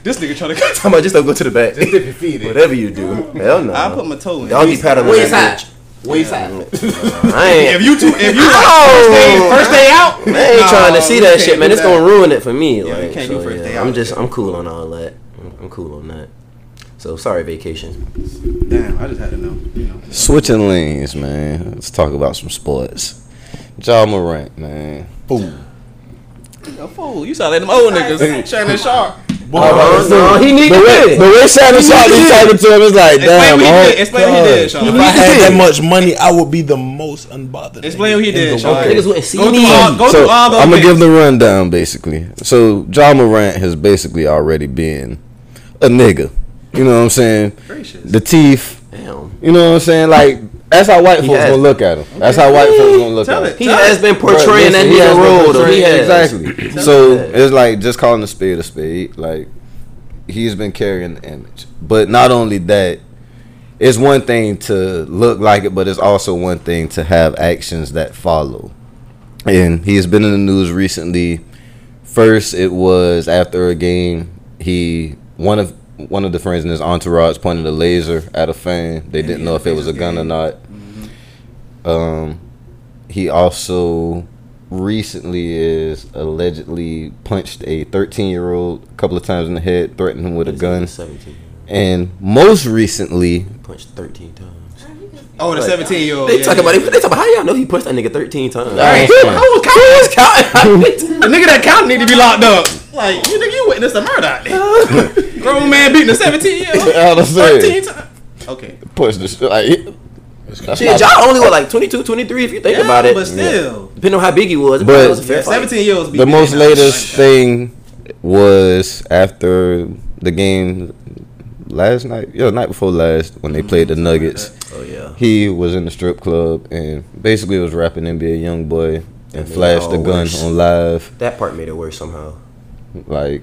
Speaker 3: this nigga trying to.
Speaker 2: Talking about just don't go to the back.
Speaker 6: Dip your feet in.
Speaker 2: Whatever you do, hell no.
Speaker 3: I put my toe in.
Speaker 2: doggy paddle
Speaker 9: Waist
Speaker 2: in that
Speaker 9: Waist high.
Speaker 2: bitch. I ain't.
Speaker 3: If you two, if you like,
Speaker 2: Oh,
Speaker 3: first day out,
Speaker 2: I ain't trying to
Speaker 3: Oh,
Speaker 2: see that shit, man. It's gonna
Speaker 3: to.
Speaker 2: ruin it for me.
Speaker 3: Yeah, you
Speaker 2: like,
Speaker 3: can't
Speaker 2: so,
Speaker 3: do first
Speaker 2: yeah,
Speaker 3: day
Speaker 2: I'm
Speaker 3: out.
Speaker 2: just, I'm cool on all that. I'm, I'm cool on that. So sorry, vacation.
Speaker 3: Damn, I just had to know. You know.
Speaker 4: Switching lanes, man. Let's talk about some sports. Ja Morant, man.
Speaker 7: Boom.
Speaker 3: A fool. You sound like them old niggas. Shannon Sharp.
Speaker 4: Uh,
Speaker 2: Oh, no, he need to
Speaker 4: way,
Speaker 2: get
Speaker 4: the
Speaker 2: it.
Speaker 4: way Shannon Sharp was talking to him is like,
Speaker 3: Explain
Speaker 4: damn.
Speaker 3: what he
Speaker 4: oh,
Speaker 3: did. Explain what he did,
Speaker 7: If
Speaker 3: Sean.
Speaker 7: I had that much money, I would be the most unbothered.
Speaker 3: Explain what he
Speaker 7: nigga in
Speaker 3: did,
Speaker 7: the world.
Speaker 3: Sean.
Speaker 2: Niggas wouldn't see
Speaker 3: Go through
Speaker 2: me.
Speaker 3: all, go
Speaker 4: so
Speaker 3: through all those
Speaker 4: I'm gonna
Speaker 3: things.
Speaker 4: give the rundown basically. So John Morant has basically already been a nigga. You know what I'm saying?
Speaker 3: Gracious.
Speaker 4: The teeth.
Speaker 2: Damn.
Speaker 4: You know what I'm saying? Like that's how white
Speaker 2: He
Speaker 4: folks
Speaker 2: has-
Speaker 4: gonna look at him. That's how white folks gonna look
Speaker 3: Tell it.
Speaker 4: at him.
Speaker 2: He
Speaker 3: Tell
Speaker 2: has
Speaker 3: it.
Speaker 2: been
Speaker 4: But
Speaker 2: portraying that
Speaker 4: listen, he has
Speaker 2: nigga
Speaker 4: been
Speaker 2: role, though. He
Speaker 4: portraying-
Speaker 2: has
Speaker 4: exactly. so it's like just calling a spade a spade. Like he's been carrying the image, but not only that, it's one thing to look like it, but it's also one thing to have actions that follow. And he has been in the news recently. First, it was after a game. He one of one of the friends in his entourage pointed a laser at a fan. They didn't know if it was a gun or not. Um, he also recently is allegedly punched a 13 year old a couple of times in the head, threatened him with a gun,
Speaker 2: 17.
Speaker 4: and most recently,
Speaker 2: Punched 13 times.
Speaker 3: Oh, the 17 year old.
Speaker 2: They talk about it. They talk about how y'all know he punched that nigga 13 times.
Speaker 4: Alright.
Speaker 2: was counting. Who was counting?
Speaker 3: Oh, The nigga that count need to be locked up. Like, you think you witnessed a murder out there? Grown man beating a 17 year old.
Speaker 4: I was
Speaker 3: 13
Speaker 4: saying,
Speaker 3: times. Okay.
Speaker 4: pushed the shit. Like, that's
Speaker 2: Shit,
Speaker 4: not-
Speaker 2: y'all only were like 22, 23 if you think about it.
Speaker 3: But still.
Speaker 2: Depending on how big he was, it
Speaker 4: But-
Speaker 2: probably was a fair
Speaker 3: Yeah,
Speaker 2: fight.
Speaker 3: 17 year olds be
Speaker 4: the most
Speaker 3: beating out.
Speaker 4: latest thing was after the game last night, yeah, night before last
Speaker 2: Mm-hmm.
Speaker 4: when they played the Nuggets.
Speaker 2: Oh yeah.
Speaker 4: He was in the strip club and basically was rapping NBA YoungBoy
Speaker 2: And
Speaker 4: and
Speaker 2: they
Speaker 4: flashed the
Speaker 2: all
Speaker 4: gun
Speaker 2: worse.
Speaker 4: on live.
Speaker 2: That part made it worse somehow.
Speaker 4: Like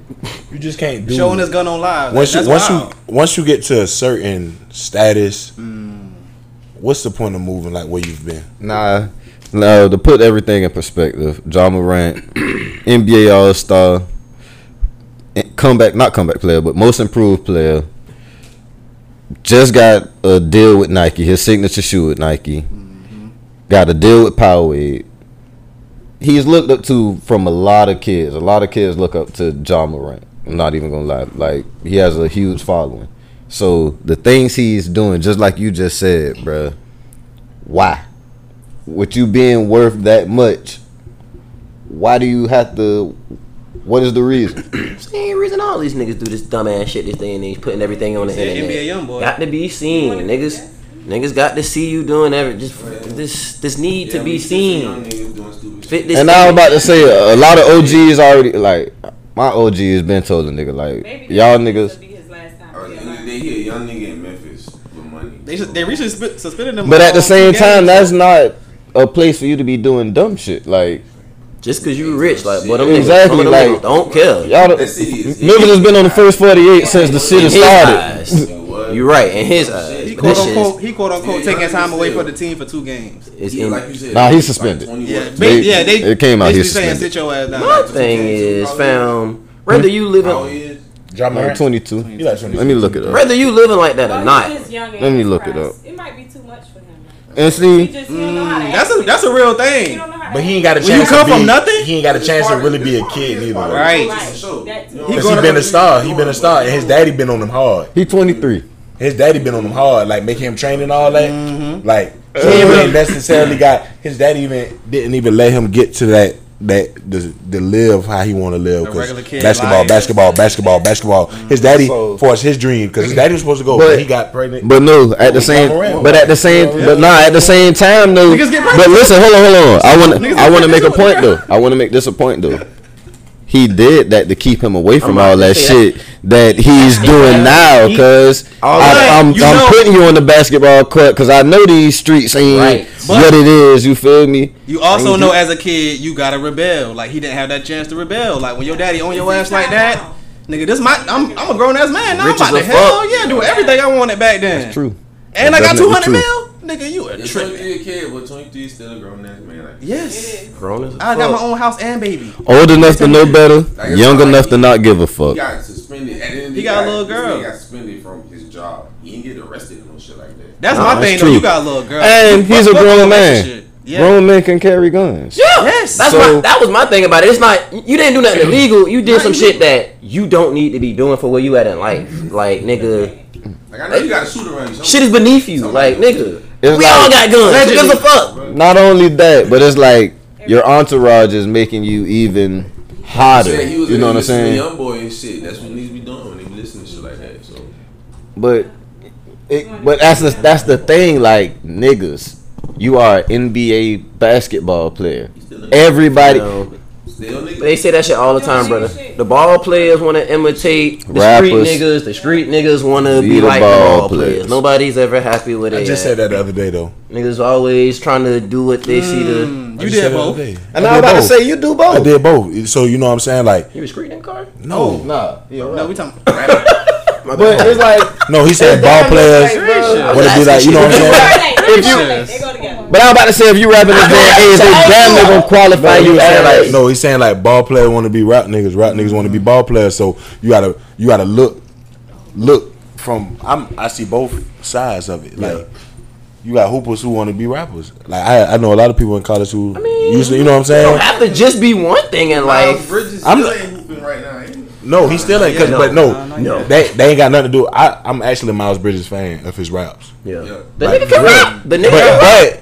Speaker 7: You just can't do.
Speaker 3: Showing his gun on live.
Speaker 7: once you
Speaker 3: That's
Speaker 7: once
Speaker 3: wild.
Speaker 7: you once you get to a certain status,
Speaker 3: Mm.
Speaker 7: what's the point of moving like where you've been?
Speaker 4: Nah, no. To put everything in perspective, John Morant, NBA All Star, comeback not comeback player, but most improved player. Just got a deal with Nike. His signature shoe with Nike. Got a deal with Powerade. He's looked up to from a lot of kids. A lot of kids look up to John Morant. I'm not even gonna lie. Like he has a huge following. So the things he's doing, just like you just said, bruh, why? with you being worth that much, why do you have to? What is the reason?
Speaker 2: Same reason all these niggas do this dumb ass shit this day and age, putting everything on the
Speaker 3: Said
Speaker 2: internet.
Speaker 3: NBA Youngboy.
Speaker 2: Got to be seen, niggas. Niggas got to see you doing every just this this need
Speaker 6: Yeah,
Speaker 2: to
Speaker 6: we
Speaker 2: be
Speaker 6: used see young
Speaker 2: seen.
Speaker 6: niggas doing stupid
Speaker 2: Fit
Speaker 6: shit.
Speaker 2: this
Speaker 4: And I was
Speaker 2: thing.
Speaker 4: about to say a lot of OGs already like my OG has been told a nigga like
Speaker 5: Maybe
Speaker 4: y'all
Speaker 5: this
Speaker 4: niggas.
Speaker 5: will be his last time.
Speaker 6: Or at the end of the
Speaker 5: Yeah,
Speaker 6: day, he a young nigga in Memphis with money.
Speaker 3: They just, they recently sp- suspended them.
Speaker 4: But at the
Speaker 3: all
Speaker 4: same
Speaker 3: games.
Speaker 4: time, that's not a place for you to be doing dumb shit. Like
Speaker 2: Just cause you rich, like but them niggas,
Speaker 4: Exactly,
Speaker 2: some of them
Speaker 4: like-
Speaker 2: niggas don't care.
Speaker 4: y'all, don't-
Speaker 6: That city is-
Speaker 4: Memphis has been on the first forty eight since the
Speaker 2: In
Speaker 4: city
Speaker 2: his
Speaker 4: started.
Speaker 2: eyes,
Speaker 6: It was-
Speaker 2: you right. In his eyes,
Speaker 3: He
Speaker 2: but
Speaker 3: quote
Speaker 2: this shit
Speaker 3: unquote,
Speaker 2: is-
Speaker 3: he quote unquote
Speaker 6: Yeah,
Speaker 3: taking time away
Speaker 6: still.
Speaker 3: for the team for two games.
Speaker 2: is
Speaker 6: Yeah,
Speaker 2: in.
Speaker 6: like you said.
Speaker 4: Nah, he's
Speaker 6: like
Speaker 4: suspended.
Speaker 6: 21.
Speaker 3: Yeah, ba-
Speaker 4: They-
Speaker 3: yeah, they
Speaker 4: it came out,
Speaker 3: basically
Speaker 4: he's
Speaker 3: saying
Speaker 4: suspended.
Speaker 3: sit your ass down.
Speaker 2: My thing is, fam. Whether you
Speaker 6: How
Speaker 2: living,
Speaker 6: he is?
Speaker 7: Drop my
Speaker 4: Like twenty two.
Speaker 7: He like 22.
Speaker 4: Let me look it up.
Speaker 2: whether you living like that
Speaker 5: Well,
Speaker 2: or
Speaker 5: he's
Speaker 2: not,
Speaker 5: just young and
Speaker 4: Let me look it
Speaker 5: surprised. It might be too much for him.
Speaker 4: And
Speaker 5: He
Speaker 4: see,
Speaker 5: just he don't know how to
Speaker 3: mm, That's
Speaker 5: act.
Speaker 3: a that's a real
Speaker 5: He
Speaker 3: thing.
Speaker 5: don't know how to
Speaker 7: But he
Speaker 5: act.
Speaker 7: ain't got a
Speaker 3: When you
Speaker 7: chance.
Speaker 3: come
Speaker 7: to be,
Speaker 3: from nothing?
Speaker 7: He ain't got a chance to really be a kid neither. though.
Speaker 3: Right.
Speaker 5: Right.
Speaker 7: Cause
Speaker 3: He
Speaker 7: he
Speaker 3: go
Speaker 7: been
Speaker 3: to-
Speaker 7: a star. He been a star, and his daddy been on him hard.
Speaker 4: he twenty three.
Speaker 7: His daddy been on him hard, like make him train and all that. Like he ain't really necessarily got his daddy even didn't even let him get to that that the, the live how he want to live.
Speaker 3: A
Speaker 7: Cause
Speaker 3: regular kid
Speaker 7: basketball,
Speaker 3: life.
Speaker 7: basketball, basketball, basketball. His daddy
Speaker 4: So-
Speaker 7: forced his dream because his daddy was supposed to go,
Speaker 4: But-
Speaker 7: but, he got pregnant.
Speaker 4: But no, at the
Speaker 7: We
Speaker 4: same,
Speaker 7: got around.
Speaker 4: but at the same, but nah, at the same time though.
Speaker 3: Niggas get pregnant.
Speaker 4: But listen, hold on, hold on. I
Speaker 3: Niggas
Speaker 4: want,
Speaker 3: get
Speaker 4: I want to
Speaker 3: pregnant
Speaker 4: make a
Speaker 3: too,
Speaker 4: point though.
Speaker 3: nigga.
Speaker 4: I want to make this a point though. He did that to keep him away from
Speaker 2: about
Speaker 4: all
Speaker 2: to
Speaker 4: that
Speaker 2: say
Speaker 4: shit that he's doing now, cause
Speaker 2: All right,
Speaker 4: I'm, I'm,
Speaker 3: you know-
Speaker 4: I'm putting you on the basketball court, cause I know these streets ain't
Speaker 2: Right.
Speaker 4: what
Speaker 3: But-
Speaker 4: it is. You feel me?
Speaker 3: You also
Speaker 4: Ain't
Speaker 3: know
Speaker 4: you-
Speaker 3: as a kid you gotta rebel. Like he didn't have that chance to rebel. Like when your daddy on your ass like that, nigga, this my I'm I'm a grown ass man now.
Speaker 2: Rich
Speaker 3: I'm
Speaker 2: as
Speaker 3: about
Speaker 2: a
Speaker 3: to hell
Speaker 2: fuck.
Speaker 3: yeah, do everything I wanted back then. That's
Speaker 4: True.
Speaker 3: And I
Speaker 4: That's
Speaker 3: got two
Speaker 4: definitely
Speaker 3: hundred mil, nigga. You a
Speaker 6: You're
Speaker 3: tripping?
Speaker 6: 23 a kid, but 23 is still a grown ass man. Like,
Speaker 3: Yes.
Speaker 2: grown as a
Speaker 3: I got
Speaker 2: fuck.
Speaker 3: my own house and baby.
Speaker 4: Old enough to know better,
Speaker 6: Like, it's
Speaker 4: young
Speaker 6: not like
Speaker 4: enough to
Speaker 6: he-
Speaker 4: not give a fuck.
Speaker 6: He got suspended. At the end of the
Speaker 3: He
Speaker 6: day,
Speaker 3: got a little
Speaker 6: this
Speaker 3: girl.
Speaker 6: nigga got suspended from his job. He didn't get arrested or no shit like that.
Speaker 3: That's
Speaker 4: Nah,
Speaker 3: my
Speaker 4: that's
Speaker 3: thing.
Speaker 4: true.
Speaker 3: Though. You got a little girl.
Speaker 4: And
Speaker 3: You
Speaker 4: he's a
Speaker 3: fuck
Speaker 4: grown
Speaker 3: with that
Speaker 4: man.
Speaker 3: shit. Yeah.
Speaker 4: Grown men can carry guns.
Speaker 2: Yeah,
Speaker 3: Yes.
Speaker 2: That's
Speaker 4: So-
Speaker 2: my, that was my thing about it. It's not you didn't do nothing illegal. You did
Speaker 3: Right,
Speaker 2: some
Speaker 3: you
Speaker 2: shit that you don't need to be doing for where you at in life. Like nigga,
Speaker 6: Like, I know you got a shooter around you.
Speaker 2: shit is beneath you. Like nigga,
Speaker 4: It's
Speaker 2: we
Speaker 4: like-
Speaker 2: all got guns. Who gives a
Speaker 3: Allegedly.
Speaker 2: fuck?
Speaker 4: Not only that, but it's like your entourage is making you even hotter.
Speaker 6: Said he was
Speaker 4: You know what
Speaker 6: a-
Speaker 4: I'm
Speaker 6: he was a
Speaker 4: saying?
Speaker 6: Young boy and shit. That's what niggas be doing when they be listening to shit like that. So
Speaker 4: But it, but that's the, that's the thing. Like niggas, you are an NBA basketball player.
Speaker 6: he's still a nigga.
Speaker 4: Everybody,
Speaker 2: You know,
Speaker 6: Still a nigga.
Speaker 2: they say that shit all the time, brother. The ball players want to imitate the
Speaker 4: Rappers.
Speaker 2: street niggas. The street niggas want to
Speaker 4: Be
Speaker 2: be
Speaker 4: the
Speaker 2: like the ball,
Speaker 4: ball
Speaker 2: players.
Speaker 4: players.
Speaker 2: Nobody's ever happy with it.
Speaker 7: I just said that the other day though.
Speaker 2: Niggas always trying to do what they see to.
Speaker 3: Mm, you did both.
Speaker 4: and I was about to say you do
Speaker 7: I
Speaker 4: both.
Speaker 7: did both. So you know what I'm saying? Like
Speaker 2: You was screening card.
Speaker 7: no,
Speaker 8: Oh.
Speaker 4: Nah,
Speaker 3: No, we talking.
Speaker 4: but it's like
Speaker 7: no. He said ball players.
Speaker 3: Shit.
Speaker 7: Would it be like you know what I'm saying?
Speaker 5: If
Speaker 3: you-
Speaker 5: they go together.
Speaker 4: But I'm about to say if you rapping this day and age, they damn near gonna qualify
Speaker 7: No, he
Speaker 4: you
Speaker 7: was saying
Speaker 4: as
Speaker 7: like, no, he's saying like ball player want to be rap niggas, rap niggas want to be ball players. So you gotta you gotta look look from I'm I see both sides of it. Like you got hoopers who want to be rappers. Like I I know a lot of people in college who used to, you know what I'm
Speaker 2: You don't
Speaker 7: saying.
Speaker 2: have to just be one thing in
Speaker 6: Miles
Speaker 2: life.
Speaker 6: Bridges
Speaker 7: I'm-
Speaker 6: still ain't hooping right now. ain't he?
Speaker 7: No, he still ain't. Cause,
Speaker 2: Yeah,
Speaker 7: but
Speaker 2: no,
Speaker 7: no,
Speaker 3: no, no, yeah.
Speaker 7: they they ain't got nothing to do. I I'm actually a Miles Bridges fan of his raps.
Speaker 2: Yeah.
Speaker 6: Yeah.
Speaker 2: The
Speaker 7: Like,
Speaker 2: nigga can rap. The nigga can
Speaker 7: But
Speaker 2: rap.
Speaker 7: but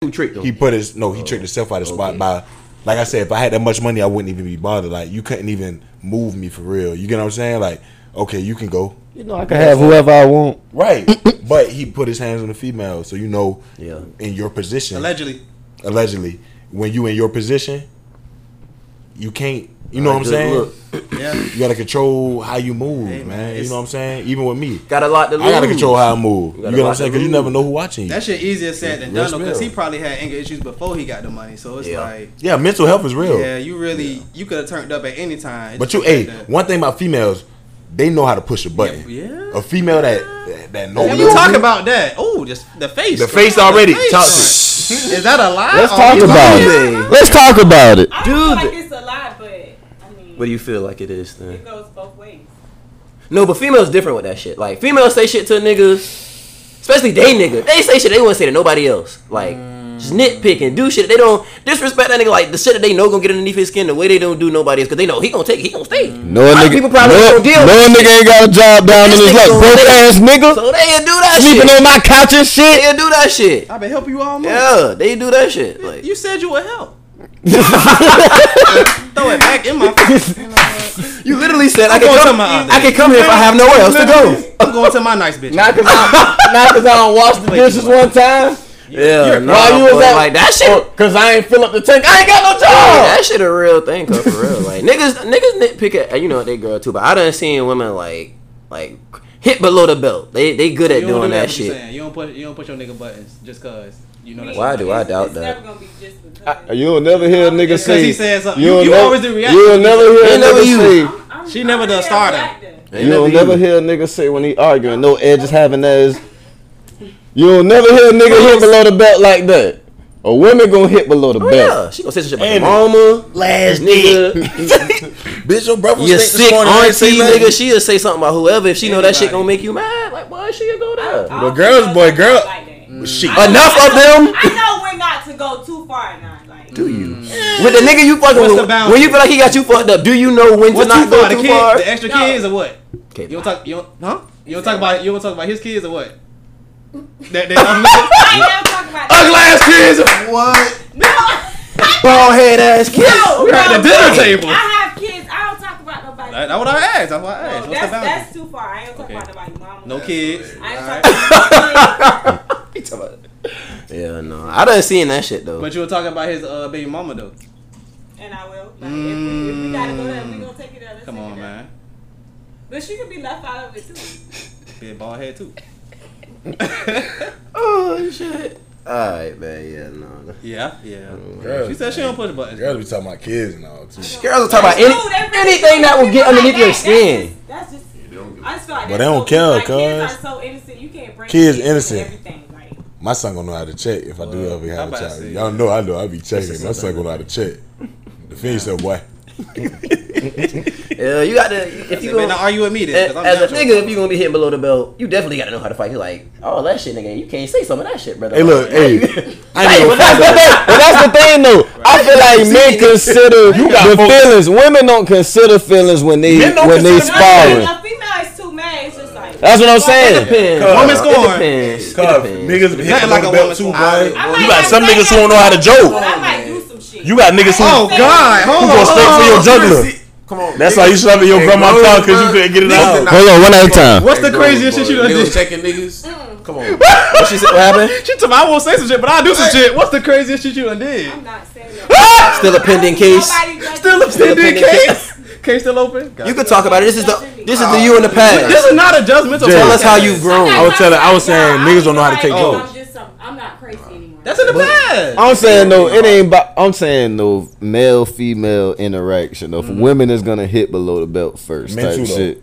Speaker 2: Who tricked him? Oh.
Speaker 7: he put his no, he tricked himself out of spot
Speaker 2: okay.
Speaker 7: by like I said, if I had that much money I wouldn't even be bothered. Like you couldn't even move me for real. You get what I'm saying? Like, okay, you can go.
Speaker 4: You know I can have whoever I want.
Speaker 7: Right. but he put his hands on the female, so you know
Speaker 2: Yeah.
Speaker 7: in your position
Speaker 3: Allegedly.
Speaker 7: allegedly, when you in your position, you can't you know
Speaker 2: Like,
Speaker 7: what I'm
Speaker 2: good
Speaker 7: saying?
Speaker 2: look.
Speaker 3: Yeah.
Speaker 7: You gotta control how you move,
Speaker 3: Hey, man,
Speaker 7: man. You
Speaker 3: it's-
Speaker 7: know what I'm saying? Even with me.
Speaker 2: Got a lot to lose.
Speaker 7: I gotta control how I move.
Speaker 2: gotta
Speaker 7: You, know what I'm
Speaker 2: watch the
Speaker 7: saying? Because you
Speaker 2: rules.
Speaker 7: never know who watching you.
Speaker 3: That shit easier said than
Speaker 7: Real
Speaker 3: done though, because
Speaker 7: spill.
Speaker 3: he probably had anger issues before he got the money. So it's
Speaker 2: Yeah.
Speaker 3: like,
Speaker 7: yeah, mental health is real.
Speaker 3: yeah, you really you could have turned up at any time. It
Speaker 7: But
Speaker 3: just
Speaker 7: you,
Speaker 3: ain't
Speaker 7: hey,
Speaker 3: that.
Speaker 7: one thing about females, they know how to push a button.
Speaker 3: Yeah, yeah.
Speaker 7: A female that that, that know
Speaker 3: Can we talk about that? Oh, just the face.
Speaker 7: the face already.
Speaker 3: face.
Speaker 7: Talk
Speaker 3: Is that a lie?
Speaker 4: Let's
Speaker 3: Are
Speaker 4: talk
Speaker 3: we
Speaker 4: about
Speaker 3: Oh, lying?
Speaker 4: it. Let's talk about it.
Speaker 5: I don't feel
Speaker 2: Dude.
Speaker 5: like it's a lot, but I mean,
Speaker 2: What do you feel like it is then?
Speaker 5: it goes both ways.
Speaker 2: No, but females different with that shit. Like females say shit to niggas, especially they nigga. They say shit they wouldn't say to nobody else. Like just nitpick and do shit. They don't disrespect that nigga. Like the shit that they know gonna get underneath his skin. The way they don't do nobody else because they know he gonna take. it, He gonna stay.
Speaker 4: No
Speaker 2: White
Speaker 4: nigga,
Speaker 2: people probably
Speaker 4: no,
Speaker 2: don't deal
Speaker 4: no
Speaker 2: with
Speaker 4: nigga ain't got a job down in
Speaker 2: This
Speaker 4: his
Speaker 2: nigga
Speaker 4: life.
Speaker 2: so
Speaker 4: Broke
Speaker 2: rich.
Speaker 4: ass nigga
Speaker 2: So they do that
Speaker 4: sleeping
Speaker 2: shit.
Speaker 4: on my couch and shit.
Speaker 2: They do that shit.
Speaker 3: I've been helping you all month.
Speaker 2: Yeah, they do that shit. Like
Speaker 3: You said you would help. Throw it back in my face.
Speaker 2: You literally said I
Speaker 3: I'm
Speaker 2: can
Speaker 3: going
Speaker 2: come.
Speaker 3: to my-
Speaker 2: I can come here if I have nowhere else to go.
Speaker 3: I'm going to my nice bitch.
Speaker 9: Not because I, not 'cause I don't wash the dishes one time.
Speaker 2: Yeah, no,
Speaker 9: While you was
Speaker 2: but
Speaker 9: out-
Speaker 2: like that shit.
Speaker 9: Cause I ain't fill up the tank. I ain't got no
Speaker 2: Yeah,
Speaker 9: job.
Speaker 2: that shit a real thing, cause for real. Like niggas, niggas nitpick at you know what they girl too, but I done seen women like like hit below the belt. They they good at
Speaker 3: You don't
Speaker 2: doing
Speaker 3: do
Speaker 2: that
Speaker 3: what you
Speaker 2: shit.
Speaker 3: saying. You don't push. You don't push your nigga buttons just cause you know that's
Speaker 2: Why do I doubt
Speaker 5: it's
Speaker 2: that?
Speaker 5: It's never gonna be just because.
Speaker 4: You'll never hear a nigga
Speaker 3: It's 'cause
Speaker 4: say.
Speaker 3: he said something.
Speaker 4: you'll
Speaker 3: You- you
Speaker 4: nev-
Speaker 3: always the reaction.
Speaker 4: You'll never hear a
Speaker 2: Ain't never
Speaker 4: nigga
Speaker 2: you.
Speaker 4: say.
Speaker 5: I'm-
Speaker 3: She never
Speaker 5: I'm
Speaker 3: done
Speaker 5: a
Speaker 3: started.
Speaker 5: reactor.
Speaker 4: You'll never hear a nigga say when he arguing. No edges having as. You'll never hear a nigga hit below the belt like that. A woman gonna hit below the
Speaker 2: Oh,
Speaker 4: belt.
Speaker 2: yeah, she gonna say some shit about your mama, last nigga,
Speaker 7: Bitch, your brother
Speaker 2: your sick auntie, nigga.
Speaker 7: nigga.
Speaker 2: She'll say something about whoever if she know that shit
Speaker 3: Anybody.
Speaker 2: gonna make you mad. Like why she go
Speaker 5: I
Speaker 2: there?
Speaker 5: don't
Speaker 7: But
Speaker 5: think
Speaker 7: girls,
Speaker 5: girls
Speaker 7: boy,
Speaker 5: are
Speaker 7: girl-
Speaker 5: like that.
Speaker 7: She
Speaker 2: Enough of them.
Speaker 5: I know we're not to go too far now. Like,
Speaker 2: Do you with the nigga you fucking
Speaker 3: What's the
Speaker 2: with,
Speaker 3: boundary?
Speaker 2: when you feel like he got you fucked up? Do you know when
Speaker 3: What
Speaker 2: to not
Speaker 3: too
Speaker 2: go
Speaker 3: far? The
Speaker 2: too
Speaker 3: kids,
Speaker 2: far?
Speaker 3: the extra
Speaker 5: No.
Speaker 3: kids or what?
Speaker 2: Okay,
Speaker 3: You don't talk. You don't, huh? You don't talk about. You don't talk about his kids or what? That that I'm looking.
Speaker 5: I ain't never talking about
Speaker 3: Ugly
Speaker 5: that.
Speaker 3: ass kids.
Speaker 7: What?
Speaker 2: bald head ass kid.
Speaker 5: No,
Speaker 3: We're at the dinner
Speaker 5: no.
Speaker 3: table.
Speaker 5: I have kids. I don't talk about nobody.
Speaker 3: That- That's what I asked. That's what I asked.
Speaker 5: no,
Speaker 3: What's the
Speaker 5: that's,
Speaker 3: boundary?
Speaker 5: that's too far. I ain't
Speaker 3: Okay.
Speaker 5: talking about nobody, mama.
Speaker 3: No kids.
Speaker 5: I ain't talking about kids.
Speaker 2: Yeah, no, I done seen that shit though.
Speaker 3: But you were talking about his uh, baby mama though.
Speaker 5: And I will. Like, if, we, if we gotta go there, we gonna take it there.
Speaker 3: Mm.
Speaker 5: Let's
Speaker 3: Come
Speaker 5: take it
Speaker 3: on,
Speaker 5: there.
Speaker 3: man.
Speaker 5: But she could be left out of it too.
Speaker 3: Be a bald head too.
Speaker 2: Oh shit. Alright, man, yeah, no.
Speaker 3: Yeah, yeah.
Speaker 2: Mm.
Speaker 7: Girls,
Speaker 3: She said she don't push buttons.
Speaker 7: Girls be talking about kids and all too.
Speaker 2: Girls are talking about any,
Speaker 5: Dude, they really-
Speaker 2: anything that will get
Speaker 5: people
Speaker 2: underneath
Speaker 5: like
Speaker 2: your
Speaker 5: that,
Speaker 2: skin.
Speaker 5: That's just, that's just I just feel like
Speaker 7: But
Speaker 5: that's
Speaker 7: they don't
Speaker 5: so-
Speaker 7: care,
Speaker 5: like, Kids
Speaker 7: cuz.
Speaker 5: are so innocent. You can't break
Speaker 7: Kids
Speaker 5: kids and
Speaker 7: innocent.
Speaker 5: Everything. Like,
Speaker 7: My son gonna know how to check if I do ever
Speaker 3: I'm
Speaker 7: have a
Speaker 3: about to
Speaker 7: child.
Speaker 3: say,
Speaker 7: Y'all know I know I be checking. My son gonna know how to check. Defend yourself, boy.
Speaker 2: Yeah, you got to. If
Speaker 3: If
Speaker 2: you
Speaker 3: you man,
Speaker 2: gonna,
Speaker 3: now argue with me then.
Speaker 2: as,
Speaker 3: 'cause I'm
Speaker 2: as a
Speaker 3: natural.
Speaker 2: nigga, if you gonna be hitting below the belt, you definitely got to know how to fight. You like, oh that shit, nigga, you can't say some of that shit, brother.
Speaker 7: Hey, look,
Speaker 2: Like, Hey,
Speaker 7: hey. I
Speaker 2: but
Speaker 7: ain't gonna
Speaker 2: that's
Speaker 7: fight
Speaker 2: the
Speaker 7: over
Speaker 2: thing.
Speaker 4: But that's the thing though. I feel like men consider the feelings. Women don't consider feelings when they
Speaker 7: Men don't
Speaker 4: when they
Speaker 7: consider
Speaker 4: sparring.
Speaker 5: A female is too mad. It's just like.
Speaker 4: That's what I'm
Speaker 2: It
Speaker 4: saying.
Speaker 2: depends.
Speaker 7: Cuz-
Speaker 3: Woman scoring.
Speaker 2: It depends. It
Speaker 7: Cuz
Speaker 2: depends.
Speaker 7: niggas be
Speaker 3: Nothing
Speaker 7: hitting
Speaker 3: like a
Speaker 7: like a
Speaker 3: woman
Speaker 7: belt too,
Speaker 3: I-
Speaker 7: boy.
Speaker 5: I
Speaker 9: You
Speaker 5: might
Speaker 9: got
Speaker 5: not
Speaker 9: some
Speaker 5: say
Speaker 9: niggas
Speaker 5: that
Speaker 9: who don't know how to
Speaker 5: much,
Speaker 9: joke.
Speaker 5: but I might do some shit.
Speaker 9: You got niggas who
Speaker 3: Oh God! Hold
Speaker 9: who
Speaker 3: on.
Speaker 9: go straight for your
Speaker 3: hold on.
Speaker 9: juggler.
Speaker 8: Oh, Come on.
Speaker 9: That's why you should have your grandma
Speaker 8: grown
Speaker 9: tongue because you
Speaker 8: up.
Speaker 9: couldn't get it
Speaker 8: Niggas
Speaker 9: out.
Speaker 8: did not-
Speaker 4: Hold on, one at a time.
Speaker 3: What's the craziest shit you done
Speaker 8: They was
Speaker 3: did?
Speaker 8: checking niggas. Come on.
Speaker 2: What she said? What happened?
Speaker 3: She told me I won't say some shit, but I'll do some shit. What's the craziest shit you done did?
Speaker 5: I'm not saying that.
Speaker 2: Still a pending case.
Speaker 5: Nobody judges
Speaker 3: Still
Speaker 5: you.
Speaker 3: a pending
Speaker 2: pending
Speaker 3: case. Case still open. God.
Speaker 2: You could talk about it. This is the this is
Speaker 3: Oh.
Speaker 2: the you in the
Speaker 3: This
Speaker 2: past.
Speaker 3: is not a judgmental.
Speaker 2: Tell
Speaker 3: podcast.
Speaker 2: us how you've
Speaker 5: I'm
Speaker 2: grown.
Speaker 5: not
Speaker 7: I was telling- I was
Speaker 5: talking about
Speaker 7: saying
Speaker 5: y'all.
Speaker 7: niggas don't know how to take
Speaker 5: Nobody-
Speaker 3: jokes.
Speaker 5: I'm just some. I'm not crazy anymore.
Speaker 3: That's in the past.
Speaker 4: I'm saying though, it ain't. About, I'm saying though, male female interaction though. For women, is gonna hit below the belt first.
Speaker 7: Men
Speaker 4: Type
Speaker 7: too, though.
Speaker 4: shit.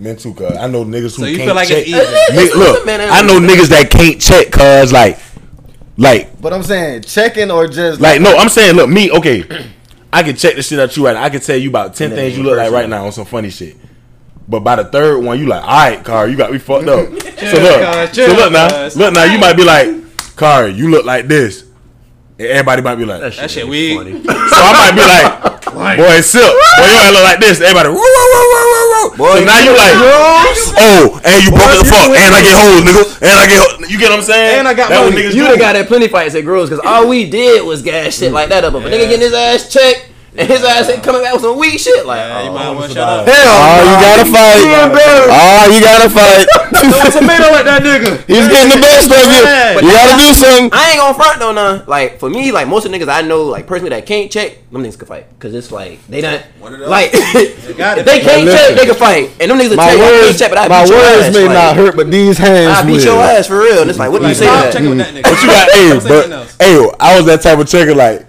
Speaker 7: Men too, cuz I know niggas who
Speaker 3: So you
Speaker 7: can't
Speaker 3: feel like
Speaker 7: check.
Speaker 3: it's easy.
Speaker 7: Ni- look, I know niggas that can't check, cuz like, like,
Speaker 4: But I'm saying checking or just
Speaker 7: like. No, I'm saying, look, me. Okay, I can check the shit out you right. now. I can tell you about ten
Speaker 2: And then
Speaker 7: things you
Speaker 2: in
Speaker 7: look like
Speaker 2: person.
Speaker 7: right now on some funny shit. But by the third one, you like, all right, Car, you got me fucked up. so look,
Speaker 3: cuz,
Speaker 7: so
Speaker 3: chill,
Speaker 7: look now,
Speaker 3: cuz.
Speaker 7: look now, you might be like, Car, you look like this. And everybody might be like,
Speaker 3: That shit weird.
Speaker 7: so I might be like, boy, sip, boy, your ass look like this. Everybody, woo, woo, woo, woo, woo, woo.
Speaker 2: Boy,
Speaker 7: so now you like, oh, and you broke as fuck, and I get hoes, nigga, and I get, ho-. you get what I'm saying?
Speaker 3: And I got
Speaker 7: that what
Speaker 3: money.
Speaker 7: niggas
Speaker 2: You
Speaker 7: do.
Speaker 2: done got at plenty fights at girls because all we did was gas shit like that up. If a nigga getting his ass checked and his ass ain't coming back with some weak shit, like,
Speaker 3: Yeah, you
Speaker 2: oh,
Speaker 3: might want to shut up.
Speaker 4: Hell, oh, you gotta fight. Oh, you gotta
Speaker 3: Throw a
Speaker 4: fight.
Speaker 3: tomato at that nigga.
Speaker 4: He's getting the best of
Speaker 3: But
Speaker 4: you. You gotta do something.
Speaker 2: I ain't gonna front though, nah. Like for me, like most of the niggas I know, like personally that can't check, them niggas can fight because it's like they don't
Speaker 6: One of those.
Speaker 2: like if
Speaker 3: Got
Speaker 2: they
Speaker 3: it.
Speaker 2: can't
Speaker 4: listen.
Speaker 2: check, they can fight, and them niggas will
Speaker 4: My
Speaker 2: tell you I can't
Speaker 4: words,
Speaker 2: check, but I
Speaker 4: my
Speaker 2: beat your
Speaker 4: words
Speaker 2: ass.
Speaker 4: may
Speaker 2: like,
Speaker 4: not hurt, but these hands
Speaker 2: I beat
Speaker 4: will.
Speaker 2: your ass for real. And it's like, what do you
Speaker 3: Like,
Speaker 2: say?
Speaker 3: stop
Speaker 2: to
Speaker 3: checking
Speaker 2: that?
Speaker 3: with that nigga.
Speaker 7: But you got, hey,
Speaker 3: Don't say nothing
Speaker 7: but,
Speaker 3: else.
Speaker 7: hey, I was that type of checker, like,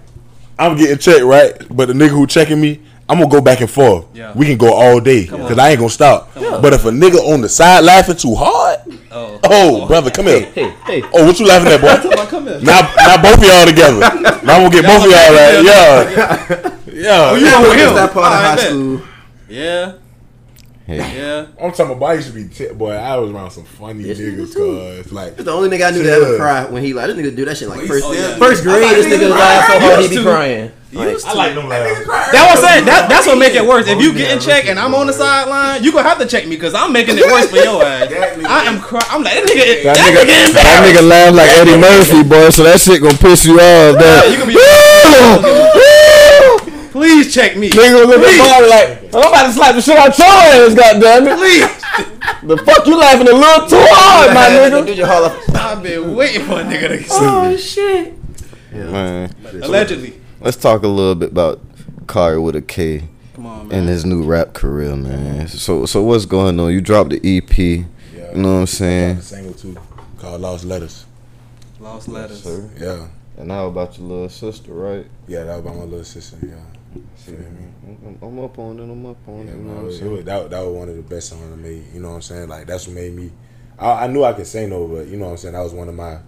Speaker 7: I'm getting checked, right? But the nigga who checking me, I'm gonna go back and forth.
Speaker 3: Yeah.
Speaker 7: We can go all day, because I ain't gonna stop. But if a nigga on the side laughing too hard,
Speaker 3: Oh.
Speaker 7: oh, brother, come here.
Speaker 2: Hey, hey,
Speaker 7: Oh, what you laughing at, boy?
Speaker 3: Come on, come here.
Speaker 7: Now, now both of y'all together. Now I'm gonna get both of y'all right. Yeah, yeah.
Speaker 3: over
Speaker 2: It's
Speaker 3: here.
Speaker 2: that part
Speaker 3: All
Speaker 2: of high
Speaker 3: right, bet.
Speaker 2: school.
Speaker 3: Yeah.
Speaker 4: Hey.
Speaker 3: Yeah.
Speaker 7: I'm talking about. I used to be tip boy. I was around some funny niggas, cause like
Speaker 2: It's the only nigga I knew that ever
Speaker 7: Yeah.
Speaker 2: cried when he like this nigga do that shit like first
Speaker 3: oh, yeah.
Speaker 2: first grade. This nigga laughed so hard he
Speaker 3: Used
Speaker 2: be
Speaker 3: to.
Speaker 2: crying. Like,
Speaker 3: Used to.
Speaker 7: them laughs.
Speaker 3: That's what I'm saying. That, that's what make it worse. If Oh, you get in check and I'm on the sideline, you gonna have to check me because I'm making it worse for your ass. I am crying. I'm like that nigga. That,
Speaker 4: That nigga,
Speaker 3: nigga embarrassed.
Speaker 4: that nigga laugh like Eddie Murphy, boy. So that shit gonna piss you
Speaker 3: Yeah,
Speaker 4: off. That
Speaker 3: you can be. Please check me.
Speaker 9: Nigga was in the bar like, I'm about to slap the shit out your ass, goddammit.
Speaker 3: Please.
Speaker 9: The fuck you laughing a little too hard, my nigga.
Speaker 2: Did you holler?
Speaker 3: I've been waiting for a nigga to oh,
Speaker 4: Man,
Speaker 3: Allegedly.
Speaker 4: let's talk a little bit about Carter with a K
Speaker 3: Come on, man.
Speaker 4: and his new rap career, man. So, so what's going on? You dropped the EP.
Speaker 7: Yeah.
Speaker 4: You know what I'm saying?
Speaker 7: A single too called Lost Letters.
Speaker 3: Lost letters.
Speaker 7: Yeah.
Speaker 4: And how about your little sister, right?
Speaker 7: Yeah, that was about my little sister. Yeah.
Speaker 4: See, I'm, I'm up on it. I'm up on it.
Speaker 7: Yeah,
Speaker 4: You know
Speaker 7: man,
Speaker 4: what
Speaker 7: it
Speaker 4: I'm
Speaker 7: was, it
Speaker 4: saying?
Speaker 7: was, that, that was one of the best songs I made. You know what I'm saying? Like that's what made me. I, I knew I could sing though, but you know what I'm saying. That was one of my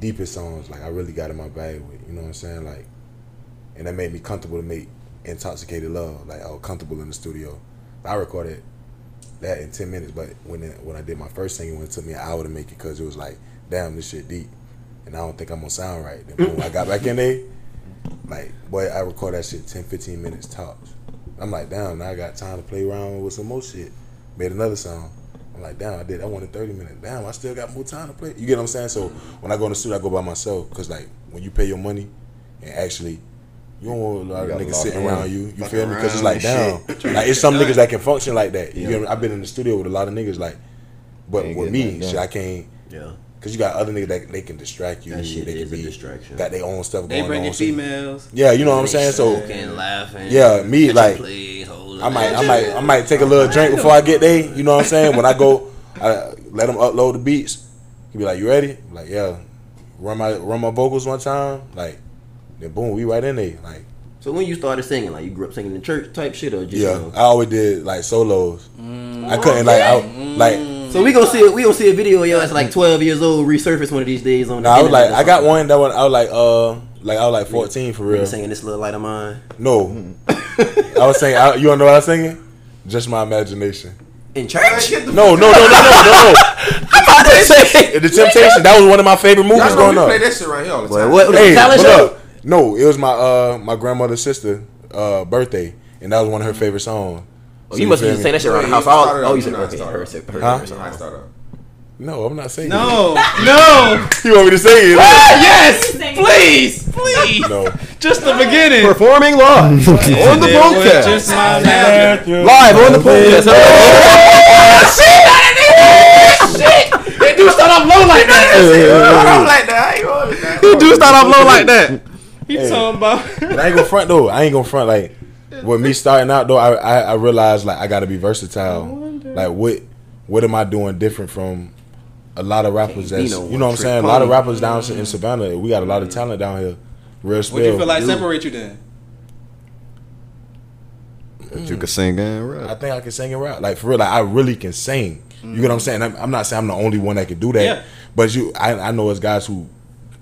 Speaker 7: deepest songs. Like I really got in my bag with. You know what I'm saying? Like, and that made me comfortable to make "Intoxicated Love." Like I was comfortable in the studio. I recorded that in ten minutes, but when it, when I did my first single, it took me an hour to make it because it was like, damn, this shit deep, and I don't think I'm gonna sound right. Then boom, I got back in there. Like, boy, I record that shit 10, 15 minutes tops. I'm like, damn, now I got time to play around with some more shit. Made another song. I'm like, damn, I did. I wanted 30 minutes. Damn, I still got more time to play. You get what I'm saying? So when I go in the studio, I go by myself. Because, like, when you pay your money and actually, you don't want a lot
Speaker 4: You
Speaker 7: of
Speaker 4: gotta
Speaker 7: niggas
Speaker 4: lock
Speaker 7: sitting
Speaker 4: in.
Speaker 7: around you. You
Speaker 4: Fuck
Speaker 7: feel me? Because it's
Speaker 4: around
Speaker 7: like, damn.
Speaker 4: and
Speaker 7: Like, it's some niggas that can function like that. You get me? I've been in the studio with a lot of niggas, like, but
Speaker 4: Can't
Speaker 7: with
Speaker 4: get
Speaker 7: me,
Speaker 4: nothing
Speaker 7: shit,
Speaker 4: done.
Speaker 7: I can't.
Speaker 2: Yeah.
Speaker 7: Because you got other niggas that they can distract you.
Speaker 2: That shit
Speaker 7: they
Speaker 2: is a
Speaker 7: can be,
Speaker 2: distraction.
Speaker 7: Got their own stuff
Speaker 3: They
Speaker 7: going
Speaker 3: bring
Speaker 7: on.
Speaker 3: in
Speaker 7: so you-
Speaker 3: females.
Speaker 7: yeah, you know what I'm saying. So
Speaker 2: Fucking laughing.
Speaker 7: yeah, me like
Speaker 2: Please hold
Speaker 7: I might I might I might take a little drink before I get there. You know what I'm saying? When I go, I let them upload the beats. He be like, "You ready?" I'm like, yeah. Run my run my vocals one time. Like, then boom, we right in there. Like,
Speaker 2: So when you started singing, like you grew up singing in church type shit, or just you
Speaker 7: yeah.
Speaker 2: know?
Speaker 7: I always did like solos. I couldn't like I like.
Speaker 2: So we gonna see it. We gonna see a video of y'all that's like 12 years old resurface one of these days on.
Speaker 7: Nah, I was like I got one that one I was like uh like I was like 14 for
Speaker 2: Real.
Speaker 7: real.
Speaker 2: Singing this little light of mine
Speaker 7: No, I was saying I, you don't know what I was singing. Just my imagination.
Speaker 2: in church.
Speaker 7: No, no, no, no, no, no, no. The Temptation. That was one of my favorite movies
Speaker 6: Y'all know
Speaker 7: growing
Speaker 6: we play
Speaker 7: up.
Speaker 6: that shit right here all the
Speaker 2: But
Speaker 6: time.
Speaker 2: what?
Speaker 7: Hey,
Speaker 2: talent
Speaker 7: what
Speaker 2: show?
Speaker 7: up? No, it was my uh my grandmother's sister uh birthday, and that was one of her favorite songs.
Speaker 2: Oh,
Speaker 7: So
Speaker 2: you must have
Speaker 7: feel
Speaker 2: been saying
Speaker 7: me?
Speaker 2: that shit around the
Speaker 6: Yeah,
Speaker 2: house.
Speaker 6: you
Speaker 2: All,
Speaker 6: started
Speaker 2: oh,
Speaker 6: up,
Speaker 2: you
Speaker 6: you
Speaker 2: said
Speaker 6: not
Speaker 2: okay.
Speaker 6: started
Speaker 2: Her,
Speaker 6: up.
Speaker 2: her, her,
Speaker 7: Huh?
Speaker 2: her,
Speaker 6: I start up.
Speaker 7: No, I'm not saying
Speaker 3: No, no.
Speaker 7: It. You want me to say it?
Speaker 3: yes, please, please.
Speaker 7: No.
Speaker 3: Just the beginning.
Speaker 9: Performing live on the
Speaker 3: There was
Speaker 9: podcast.
Speaker 3: Just my imagination.
Speaker 9: Live on the podcast.
Speaker 3: They do start off low like that. like that. I ain't gonna-
Speaker 9: You do start off low like that.
Speaker 3: He talking about.
Speaker 7: But I ain't gonna front though. I ain't gonna front like with me starting out though. I I, I realized like I gotta be versatile. Like what what am I doing different from a lot of rappers? That's,
Speaker 2: no
Speaker 7: you know what I'm
Speaker 2: one-trick
Speaker 7: saying. A lot of
Speaker 2: pony.
Speaker 7: rappers down in Savannah. We got a lot of talent down here. Real spell.
Speaker 3: Would you feel like separate you then?
Speaker 4: That You can sing and
Speaker 7: I
Speaker 4: rap.
Speaker 7: think I can sing and rap. Like for real, like I really can sing. You get what I'm saying? I'm, I'm not saying I'm the only one that can do that,
Speaker 3: Yeah.
Speaker 7: but you, I, I know it's guys who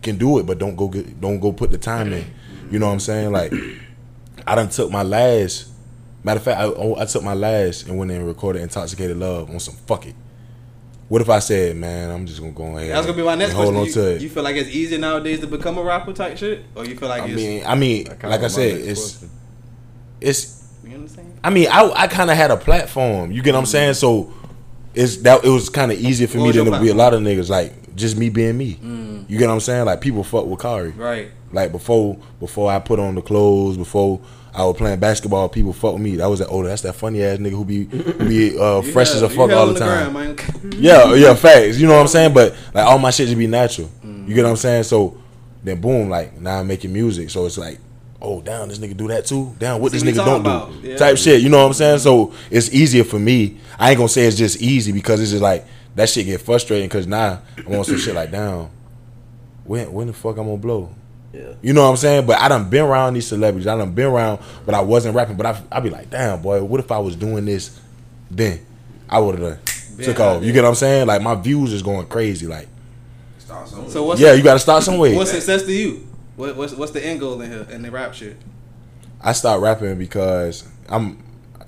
Speaker 7: can do it, but don't go get, don't go put the time in. You know what I'm saying? Like I done took my last. Matter of fact, I, oh, I took my last and went in and recorded "Intoxicated Love" on some fuck it. What if I said, man, I'm just gonna go ahead.
Speaker 3: That's gonna be my next
Speaker 7: and hold
Speaker 3: question.
Speaker 7: on
Speaker 3: you,
Speaker 7: to it.
Speaker 3: you feel like it's easier nowadays to become a rapper type shit, or you feel like
Speaker 7: I
Speaker 3: it's
Speaker 7: mean, I mean,
Speaker 4: kinda
Speaker 7: like I
Speaker 4: was my
Speaker 7: said,
Speaker 4: next
Speaker 7: it's
Speaker 4: question.
Speaker 7: it's
Speaker 3: you understand?
Speaker 7: I mean, I, I kind of had a platform. You get what I'm saying? So it's that it was kind of easier for
Speaker 3: Mm-hmm. What
Speaker 7: me
Speaker 3: was
Speaker 7: than
Speaker 3: your Mm.
Speaker 7: to be a lot of niggas like just me being me. You get what I'm saying? Like people fuck with Kari.
Speaker 3: Right.
Speaker 7: Like before before I put on the clothes, before I was playing basketball, people fuck with me. That was that oh that's that funny ass nigga who be who be uh,
Speaker 3: You
Speaker 7: fresh as a
Speaker 3: held- you
Speaker 7: fuck all
Speaker 3: held
Speaker 7: the
Speaker 3: on
Speaker 7: time.
Speaker 3: ground, man.
Speaker 7: Yeah, yeah, facts. You know what I'm saying? But like all my shit just be natural. You get what I'm saying? So then boom, like now I'm making music. So it's like, oh damn, this nigga do that too. Damn, what
Speaker 3: See
Speaker 7: this
Speaker 3: what
Speaker 7: nigga
Speaker 3: he
Speaker 7: don't
Speaker 3: talking
Speaker 7: do.
Speaker 3: about.
Speaker 7: Type
Speaker 3: Yeah.
Speaker 7: shit. You know what I'm saying? So it's easier for me. I ain't gonna say it's just easy because it's just like that shit get frustrating because now I'm on some shit like damn, when when the fuck I'm gonna blow?
Speaker 2: Yeah.
Speaker 7: You know what I'm saying? But I done been around these celebrities. I done been around, but I wasn't rapping. But I I be like, damn boy, what if I was doing this then? I would have done
Speaker 3: Been
Speaker 7: took
Speaker 3: out
Speaker 7: off. You get what I'm saying? Like my views is going crazy. Like
Speaker 6: Start somewhere.
Speaker 3: So what's
Speaker 7: yeah, you gotta start somewhere.
Speaker 3: what's success to you? What, what's what's the end goal in here in the rap shit?
Speaker 7: I start rapping because I'm,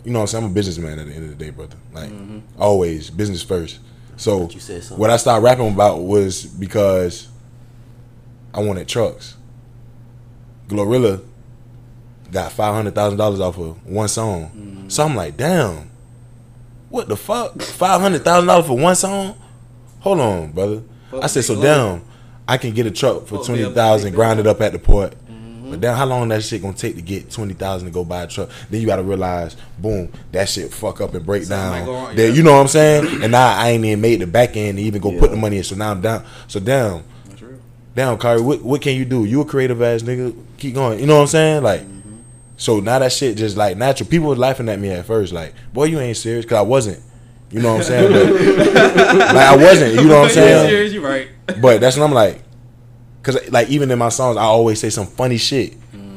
Speaker 7: you know, what I'm saying I'm a businessman at the end of the day, brother. Like always, business first. So
Speaker 2: Mm-hmm. you said something.
Speaker 7: what I started rapping about was because I wanted trucks. Glorilla got five hundred thousand dollars off of one song,
Speaker 2: Mm-hmm.
Speaker 7: so I'm like, damn, what the fuck? Five hundred thousand dollars for one song? Hold on, brother.
Speaker 3: Fuck
Speaker 7: I said,
Speaker 3: Big
Speaker 7: so
Speaker 3: Lola.
Speaker 7: damn, I can get a truck
Speaker 3: Fuck
Speaker 7: for
Speaker 3: Big-
Speaker 7: twenty thousand,
Speaker 3: Big
Speaker 7: grind it up at the port, But then how long that shit gonna take to get twenty thousand to go buy a truck? Then you gotta realize, boom, that shit fuck up and break
Speaker 3: Something
Speaker 7: down.
Speaker 3: might go wrong,
Speaker 7: Then
Speaker 3: yeah.
Speaker 7: you know what I'm saying? And now I ain't even made the back end to even go put the money in. So now I'm down. So down,
Speaker 3: That's real.
Speaker 7: down, Kyrie. What what can you do? You a creative ass nigga. Keep going. You know what I'm saying? Like.
Speaker 3: Mm-hmm.
Speaker 7: So now that shit just like natural. People was laughing at me at first, like, "Boy, you ain't serious," because I wasn't. You know what I'm saying? But, like I wasn't. You know what I'm
Speaker 3: You're
Speaker 7: saying?
Speaker 3: serious, you right.
Speaker 7: But that's what I'm like, because like even in my songs, I always say some funny shit.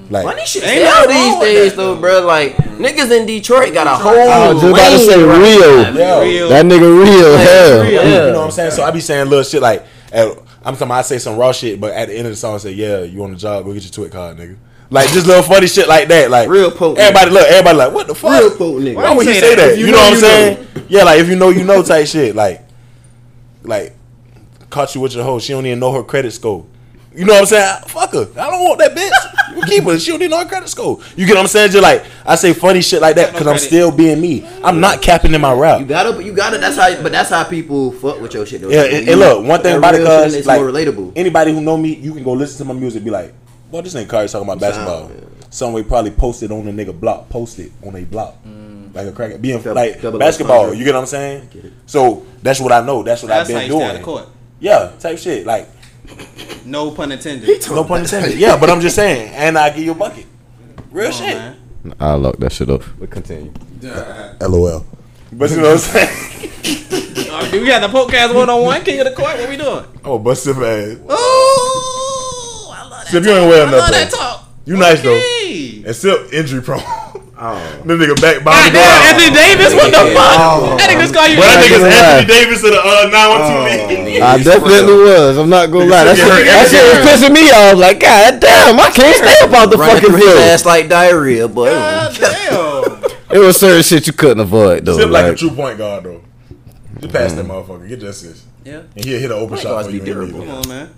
Speaker 7: Like
Speaker 2: Funny shit
Speaker 3: Ain't
Speaker 2: sell
Speaker 3: nothing
Speaker 2: these
Speaker 3: wrong with
Speaker 2: days
Speaker 3: that,
Speaker 2: though, Oh, bro. Like niggas in Detroit got a whole.
Speaker 4: I was just about to
Speaker 2: lane
Speaker 4: say
Speaker 2: right
Speaker 4: Rio.
Speaker 2: now.
Speaker 7: Yo.
Speaker 3: Real.
Speaker 4: That nigga real hell.
Speaker 2: Real.
Speaker 7: You know what I'm saying? So I be saying little shit like, at, I'm talking. about I say some raw shit, but at the end of the song, I say, "Yeah, you on the job? Go get your twit card, nigga." Like just little funny shit like that. Like
Speaker 2: Real potent.
Speaker 7: Everybody look. Everybody like, what the fuck?
Speaker 2: Real potent nigga.
Speaker 7: Why would
Speaker 3: Why
Speaker 7: he
Speaker 3: you
Speaker 7: say
Speaker 3: say that?
Speaker 7: that?
Speaker 3: If
Speaker 7: You,
Speaker 3: you
Speaker 7: know,
Speaker 3: know,
Speaker 7: what I'm
Speaker 3: you
Speaker 7: saying? Yeah, like if you know, you know type shit. Like, like caught you with your hoe. She don't even know her credit score. You know what I'm saying? Fuck her. I don't want that bitch. You keep her. She don't even know her credit score. You get what I'm saying? Just like I say funny shit like that because I'm
Speaker 3: credit.
Speaker 7: still being me. I'm not capping in my rap.
Speaker 2: You gotta, but you gotta. That's how, but that's how people fuck with your shit. Though.
Speaker 7: Yeah,
Speaker 2: Like,
Speaker 7: and,
Speaker 2: you-
Speaker 7: and look, one
Speaker 2: that
Speaker 7: thing about it,
Speaker 2: real shit,
Speaker 7: cuz
Speaker 2: it's
Speaker 7: like
Speaker 2: more relatable.
Speaker 7: Anybody who know me, you can go listen to my music, be like, "Boy, this ain't Kyrie talking about basketball." Some way probably posted on the nigga block, posted on a block, like a cracker, being
Speaker 2: Mm. Double-
Speaker 7: like
Speaker 2: double
Speaker 7: basketball.
Speaker 2: entendre.
Speaker 7: You get what I'm saying? So that's what I know. That's what
Speaker 3: That's
Speaker 7: I've
Speaker 3: how
Speaker 7: been
Speaker 3: you stay out of
Speaker 7: doing.
Speaker 3: court.
Speaker 7: Yeah, type shit. Like
Speaker 3: No pun intended.
Speaker 7: no pun intended. yeah, but I'm just saying, and I give you a bucket. Real
Speaker 3: Come on,
Speaker 7: shit.
Speaker 3: man.
Speaker 4: I locked that shit up. But continue.
Speaker 7: LOL. But you know what I'm saying?
Speaker 3: Uh, Do we have the podcast one on one? King of the court. What we doing?
Speaker 7: oh, bust your ass.
Speaker 3: Oh, I love that.
Speaker 7: Sip, you ain't wearing
Speaker 3: I love
Speaker 7: nothing.
Speaker 3: that talk.
Speaker 7: You nice though.
Speaker 3: Okay.
Speaker 7: And still injury prone.
Speaker 2: Oh.
Speaker 7: the nigga back body
Speaker 3: Goddamn, Anthony Davis, what the fuck?
Speaker 2: Oh.
Speaker 3: That nigga's called you.
Speaker 7: But that
Speaker 4: Not
Speaker 7: nigga's
Speaker 4: gonna
Speaker 7: Anthony
Speaker 4: lie.
Speaker 7: Davis in the uh,
Speaker 2: Oh.
Speaker 7: 912 league.
Speaker 4: I definitely was. I'm not gonna lie. That shit,
Speaker 7: Nigga
Speaker 4: that
Speaker 7: said you
Speaker 4: shit was pissing me off. Like, god damn, I can't stay about the
Speaker 2: Running
Speaker 4: fucking
Speaker 2: through his
Speaker 4: field.
Speaker 2: ass like diarrhea, but
Speaker 3: Goddamn.
Speaker 4: It was certain shit you couldn't avoid though.
Speaker 7: Zip like, a
Speaker 4: Like,
Speaker 7: true point guard, though. Just pass
Speaker 2: Mm-hmm.
Speaker 7: that motherfucker. Get that sis.
Speaker 3: Yeah.
Speaker 7: And he'll hit an open
Speaker 2: Point
Speaker 7: shot
Speaker 2: guards
Speaker 7: for
Speaker 2: be
Speaker 7: you. and
Speaker 2: durable.
Speaker 3: Come on,
Speaker 7: leave it.
Speaker 3: man.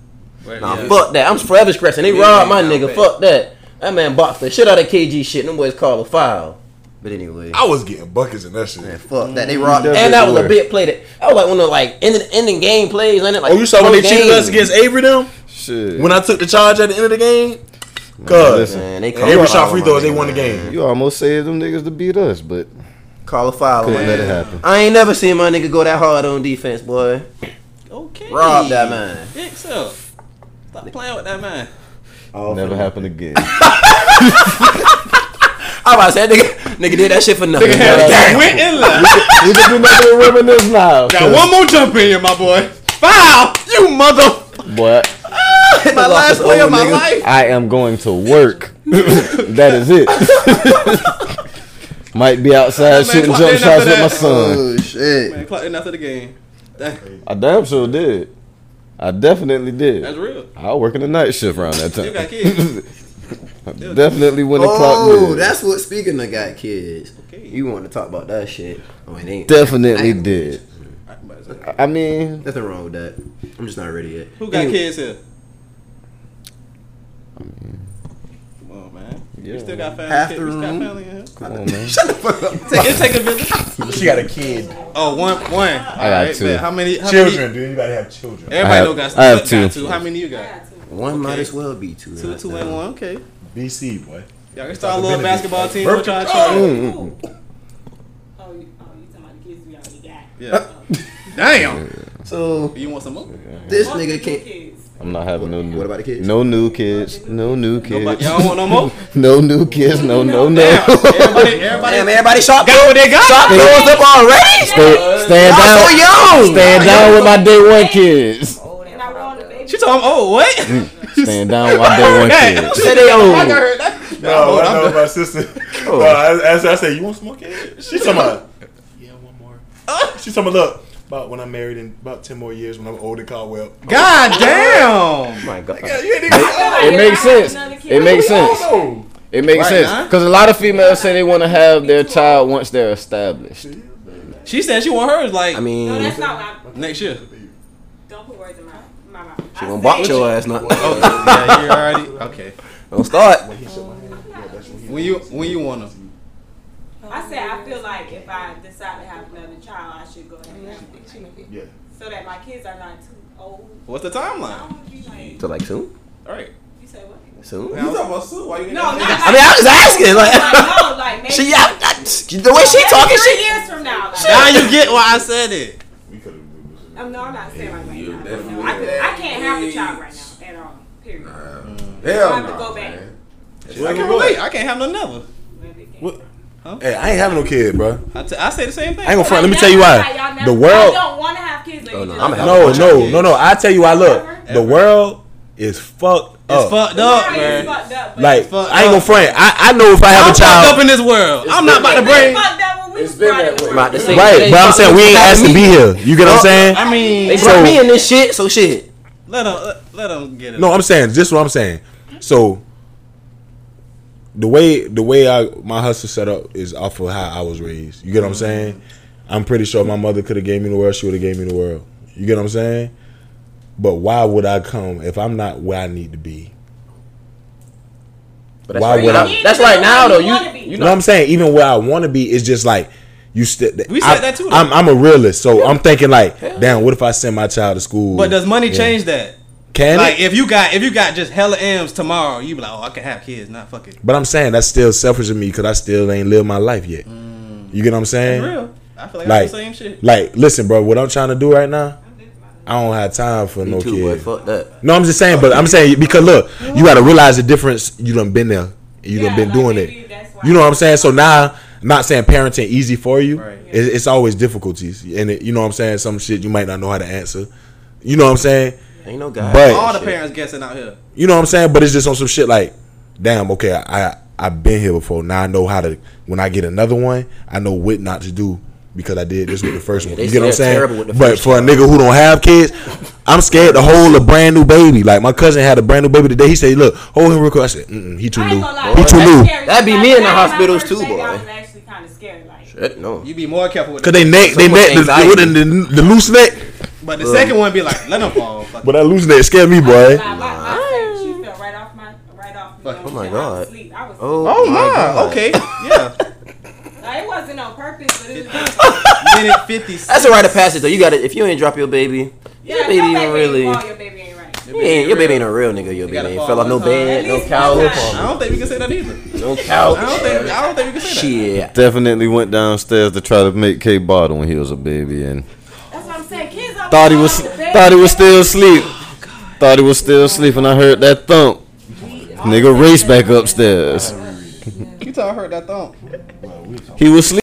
Speaker 3: Wait,
Speaker 2: nah,
Speaker 3: yeah.
Speaker 2: fuck that. I'm forever scratching. They
Speaker 3: Yeah, yeah,
Speaker 2: robbed my
Speaker 3: yeah, I
Speaker 2: nigga.
Speaker 3: bet.
Speaker 2: Fuck that. That man boxed the shit out of KG shit. and Them boys call a foul. But anyway.
Speaker 7: I Mm. was getting buckets in that shit.
Speaker 2: Man, fuck that. They robbed,
Speaker 4: Definitely
Speaker 2: and that was a
Speaker 4: were.
Speaker 2: bit played. That I was like one of like ending ending game plays. Ending, like
Speaker 7: Oh, you saw when they
Speaker 2: close
Speaker 7: cheated
Speaker 2: game.
Speaker 7: us against Avery them?
Speaker 4: shit.
Speaker 7: When I took the charge at the end of the game? Cuz.
Speaker 2: Man, they call
Speaker 7: Avery
Speaker 2: a
Speaker 7: shot
Speaker 2: foul
Speaker 7: free
Speaker 2: on
Speaker 7: throws.
Speaker 2: my
Speaker 7: They won the
Speaker 2: nigga, man.
Speaker 7: game.
Speaker 4: you almost saved them niggas to beat us, but
Speaker 2: Call a foul. on
Speaker 4: couldn't
Speaker 2: my
Speaker 4: let it
Speaker 2: nigga.
Speaker 4: happen.
Speaker 2: I ain't never seen my nigga go that hard on defense, boy.
Speaker 3: Okay.
Speaker 2: Rob that man.
Speaker 3: Dicks up. Stop playing with that man.
Speaker 4: Never happened again.
Speaker 2: I about to say, that nigga, nigga did that shit for nothing. boy.
Speaker 3: Went in line.
Speaker 4: we can do nothing with reminisce now.
Speaker 3: Got one more jump in here, my boy. Foul! You mother.
Speaker 4: But
Speaker 3: My last play of my
Speaker 2: Nigga.
Speaker 3: life.
Speaker 4: I am going to work. that is it. Might be outside
Speaker 3: That man
Speaker 4: shooting
Speaker 3: clocked
Speaker 4: jump
Speaker 3: in
Speaker 4: shots
Speaker 3: after
Speaker 4: with my
Speaker 3: that.
Speaker 4: son.
Speaker 2: Oh shit.
Speaker 3: Man, clocked in after the game. That-
Speaker 4: I damn sure did. I definitely
Speaker 3: that's
Speaker 4: did.
Speaker 3: real.
Speaker 4: I was working the night shift around that
Speaker 3: You got
Speaker 4: time.
Speaker 3: kids.
Speaker 4: definitely when the clock
Speaker 2: Oh,
Speaker 4: moved.
Speaker 2: that's what. Speaking of got kids,
Speaker 3: Okay.
Speaker 2: you want to talk about that shit? I mean, ain't
Speaker 4: Definitely
Speaker 2: ain't-
Speaker 4: did. I mean,
Speaker 2: Nothing wrong with that. I'm just not ready yet.
Speaker 3: Who got
Speaker 2: Anyway,
Speaker 3: kids here? Come on, man.
Speaker 4: Yeah,
Speaker 3: you still got family.
Speaker 2: Half
Speaker 3: kid-
Speaker 2: the
Speaker 3: you still got
Speaker 2: room.
Speaker 3: family in here.
Speaker 4: come on, man.
Speaker 3: Take it. Take a visit.
Speaker 7: She got a kid.
Speaker 3: Oh, one, one. I got
Speaker 4: two.
Speaker 3: How many? How Many,
Speaker 7: Children, dude. You gotta have children.
Speaker 3: everybody
Speaker 4: I have-
Speaker 3: know got.
Speaker 4: I have
Speaker 3: got two.
Speaker 4: two.
Speaker 3: How many you
Speaker 5: I
Speaker 3: got?
Speaker 5: got two.
Speaker 2: One might
Speaker 3: Okay.
Speaker 2: as well be two.
Speaker 3: Two,
Speaker 2: right
Speaker 3: two,
Speaker 2: now.
Speaker 3: and one. Okay.
Speaker 7: BC, boy.
Speaker 3: Y'all can start a little basketball team.
Speaker 7: Burp.
Speaker 3: We'll try to try.
Speaker 5: Ooh. Oh, you, oh, you talking about the kids we already got?
Speaker 3: Yeah. Oh. Damn.
Speaker 2: So
Speaker 3: You want some more?
Speaker 2: this
Speaker 5: Fuck
Speaker 2: nigga
Speaker 5: these
Speaker 2: can't.
Speaker 5: kids.
Speaker 4: I'm not having no new.
Speaker 2: What about the kids?
Speaker 4: No new kids. No new kids.
Speaker 3: Nobody, y'all want no more?
Speaker 4: No new kids. No, no,
Speaker 3: Damn.
Speaker 4: no.
Speaker 3: Everybody, everybody
Speaker 2: Damn, everybody shot.
Speaker 3: got what they got.
Speaker 2: Shot doors up already.
Speaker 4: Stand, stand
Speaker 2: Y'all so
Speaker 4: down.
Speaker 2: young.
Speaker 4: Stand down with my day one kids.
Speaker 5: And I want a baby.
Speaker 3: She told him, oh, what?
Speaker 4: Stand down with my day one
Speaker 3: Hey,
Speaker 4: kids.
Speaker 2: Say they
Speaker 3: I
Speaker 2: old.
Speaker 3: heard that.
Speaker 7: No, I know my sister. No, I, I, said- I said, you want some more kids? She talking about, yeah, one more. She talking about, look, about when I'm married in about 10 more years when I'm old and Caldwell.
Speaker 3: God damn.
Speaker 2: My God.
Speaker 7: Yeah, you ain't even old.
Speaker 4: It makes sense.
Speaker 5: Another kid.
Speaker 4: It makes sense.
Speaker 7: Oh,
Speaker 4: It makes
Speaker 3: Right,
Speaker 4: sense
Speaker 3: huh?
Speaker 4: because a lot of females say they want to have their child once they're established.
Speaker 3: She said she want hers like
Speaker 2: I
Speaker 5: No,
Speaker 2: mean,
Speaker 5: that's not what I.
Speaker 3: next year.
Speaker 5: Don't put words in my, my mouth.
Speaker 2: Mm-hmm. she gonna box your ass. Not.
Speaker 3: yeah, you already okay.
Speaker 2: Don't start.
Speaker 3: When you when you want them,
Speaker 5: I said I feel like if I decide to have another child, I should go ahead and have one.
Speaker 7: Yeah.
Speaker 5: So that my kids are not too old.
Speaker 3: what's the
Speaker 5: I
Speaker 3: timeline?
Speaker 5: don't wanna be like,
Speaker 2: So like soon.
Speaker 3: All right.
Speaker 5: you say what?
Speaker 2: Soon.
Speaker 6: You talking about Sue? Why you
Speaker 5: No, not
Speaker 2: I mean, I'm just asking. Like,
Speaker 5: like, no, like maybe
Speaker 2: she, I, I, she- the way she
Speaker 5: maybe
Speaker 2: talking,
Speaker 5: three
Speaker 2: she.
Speaker 5: years from now. Like,
Speaker 2: Shit.
Speaker 8: Now you get why I said it.
Speaker 6: We could have.
Speaker 5: I'm, no, I'm not saying like right
Speaker 6: You
Speaker 5: now.
Speaker 6: definitely
Speaker 5: No, I, could, I can't have a child right
Speaker 6: is.
Speaker 5: now at all. Period.
Speaker 6: Hell
Speaker 5: I have to
Speaker 6: nah,
Speaker 5: go back.
Speaker 6: man.
Speaker 3: I can relate. I can't have no never.
Speaker 5: Let me think.
Speaker 7: What? Hey, I ain't having no kid, bro.
Speaker 3: I, t- I say the same thing.
Speaker 7: I ain't gonna front. Let me
Speaker 5: Y'all
Speaker 7: tell you
Speaker 5: never-
Speaker 7: why.
Speaker 5: y'all never-
Speaker 7: The world-
Speaker 5: I don't want to have kids. Like,
Speaker 2: Oh,
Speaker 5: you
Speaker 2: no,
Speaker 5: just-
Speaker 2: I'm gonna have
Speaker 7: No, no, no, no. I tell you, I look. The world is fucked
Speaker 3: it's
Speaker 7: up.
Speaker 3: fucked
Speaker 5: Sorry,
Speaker 3: up,
Speaker 5: it's
Speaker 3: man.
Speaker 5: fucked up, but
Speaker 7: Like
Speaker 5: it's
Speaker 3: fucked
Speaker 7: I ain't gonna
Speaker 3: up.
Speaker 7: front. I, I know if I have
Speaker 3: I'm
Speaker 7: a
Speaker 3: fucked up
Speaker 7: child,
Speaker 3: in this world. I'm not about to bring.
Speaker 5: fucked up when we
Speaker 9: It's
Speaker 5: was
Speaker 9: been
Speaker 5: growing
Speaker 9: that
Speaker 5: up.
Speaker 9: way.
Speaker 2: About to say,
Speaker 7: right?
Speaker 2: they
Speaker 7: But I'm
Speaker 2: fucking
Speaker 7: saying we ain't
Speaker 2: got
Speaker 7: asked to
Speaker 2: me.
Speaker 7: be here. You get what I'm saying?
Speaker 3: I mean,
Speaker 2: They brought me in this shit, so shit.
Speaker 3: let them let them get it.
Speaker 7: No, I'm saying just what I'm saying. So the way the way I my hustle set up is off of how I was raised. You get what I'm saying? I'm pretty sure my mother could have gave me the world. She would have gave me the world. You get what I'm saying? But why would I come if I'm not where I need to be?
Speaker 2: But that's
Speaker 7: Why
Speaker 2: right
Speaker 7: would
Speaker 2: now-
Speaker 7: I-
Speaker 5: You
Speaker 2: That's
Speaker 5: need to
Speaker 2: right
Speaker 5: know
Speaker 2: now, though.
Speaker 5: where you
Speaker 2: You,
Speaker 5: wanna be.
Speaker 2: you know,
Speaker 7: You know what I'm saying? Even where I want to be, it's just like you still.
Speaker 3: We said
Speaker 7: I-
Speaker 3: that too, though.
Speaker 7: I'm, I'm a realist, so I'm thinking like, damn, what if I send my child to school?
Speaker 3: But does money
Speaker 7: Yeah.
Speaker 3: change that?
Speaker 7: Can
Speaker 3: like
Speaker 7: it?
Speaker 3: if you got if you got just hella M's tomorrow, you be like, oh, I can have kids. Not fuck it.
Speaker 7: But I'm saying that's still selfish of me because I still ain't lived my life yet.
Speaker 5: Mm.
Speaker 7: You get what I'm saying?
Speaker 3: It's real. I feel like,
Speaker 7: Like-
Speaker 3: I'm the same shit.
Speaker 7: Like, listen, bro, what I'm trying to do right now, I don't have time for no
Speaker 2: me too, boy.
Speaker 7: kid.
Speaker 2: Fuck that.
Speaker 7: No, I'm just saying, but I'm saying because look, you gotta realize the difference. You done been there. You
Speaker 5: Yeah,
Speaker 7: done been
Speaker 5: like,
Speaker 7: doing
Speaker 5: maybe
Speaker 7: it.
Speaker 5: that's why-
Speaker 7: You know what I'm saying? So now, not saying parenting easy for you.
Speaker 3: Right.
Speaker 7: It, it's always difficulties, and it, you know what I'm saying. Some shit you might not know how to answer. You know what I'm saying?
Speaker 2: Ain't no guy.
Speaker 7: But-
Speaker 3: All the
Speaker 2: Shit.
Speaker 3: parents guessing out here.
Speaker 7: You know what I'm saying? But it's just on some shit like, damn, okay, I I've been here before. Now I know how to. When I get another one, I know what not to do because I did this with the first one.
Speaker 2: they
Speaker 7: You get what I'm
Speaker 2: say they're terrible
Speaker 7: saying?
Speaker 2: with the
Speaker 7: But
Speaker 2: first
Speaker 7: for a nigga who don't have kids, I'm scared to hold a brand new baby. Like my cousin had a brand new baby today. He said, "Look, hold him real quick." I said, Mm-mm, "He too
Speaker 5: I ain't
Speaker 7: new.
Speaker 5: gonna lie,
Speaker 7: He
Speaker 5: that's
Speaker 7: too new."
Speaker 5: scary.
Speaker 2: That'd be
Speaker 5: Like,
Speaker 2: me in the
Speaker 5: when I had my
Speaker 2: hospitals
Speaker 5: first
Speaker 2: too,
Speaker 5: baby, I
Speaker 2: boy.
Speaker 5: was actually kind of scared. Like,
Speaker 2: Shit, Uh, no.
Speaker 3: You be more careful with
Speaker 7: Cause
Speaker 3: that.
Speaker 7: they neck, they
Speaker 2: So
Speaker 7: neck,
Speaker 2: much
Speaker 7: the,
Speaker 2: anxiety.
Speaker 7: the, the, the loose neck.
Speaker 3: but the second one be like, let them fall. Fuck
Speaker 7: But
Speaker 3: it.
Speaker 7: that loose neck scared me,
Speaker 5: I
Speaker 7: boy.
Speaker 5: ain't gonna lie, my- my second, she fell right off my, right off. me.
Speaker 3: Oh
Speaker 2: my
Speaker 5: I was
Speaker 2: God.
Speaker 5: asleep. I was
Speaker 2: Oh,
Speaker 3: Oh
Speaker 2: my
Speaker 3: my,
Speaker 2: God.
Speaker 3: okay, yeah.
Speaker 5: Like, it wasn't on purpose, but it was.
Speaker 3: Minute fifty.
Speaker 2: That's a rite of passage, though. You got to If you ain't drop your baby,
Speaker 5: Yeah,
Speaker 2: your
Speaker 5: if
Speaker 2: baby
Speaker 5: your
Speaker 2: ain't really.
Speaker 5: ain't raw, your baby ain't right.
Speaker 2: Your baby ain't, your baby ain't a real nigga. Your
Speaker 3: gotta
Speaker 2: baby ain't
Speaker 3: fall
Speaker 2: fell off no
Speaker 3: one time.
Speaker 2: bed,
Speaker 5: At
Speaker 2: no
Speaker 5: least one
Speaker 2: couch,
Speaker 5: time.
Speaker 3: I don't think we can say that either.
Speaker 2: no
Speaker 3: I
Speaker 2: couch.
Speaker 3: don't think I don't think we can say that.
Speaker 2: Shit.
Speaker 4: Definitely went downstairs to try to make K bottle when he was a baby and
Speaker 5: That's what I'm saying. Kids always
Speaker 4: thought he
Speaker 5: fall
Speaker 4: was
Speaker 5: off the bed.
Speaker 4: thought he was still asleep. Thought he was still asleep and I heard that thump. Nigga raced back upstairs.
Speaker 3: You thought I heard that thump?
Speaker 4: He was sleep.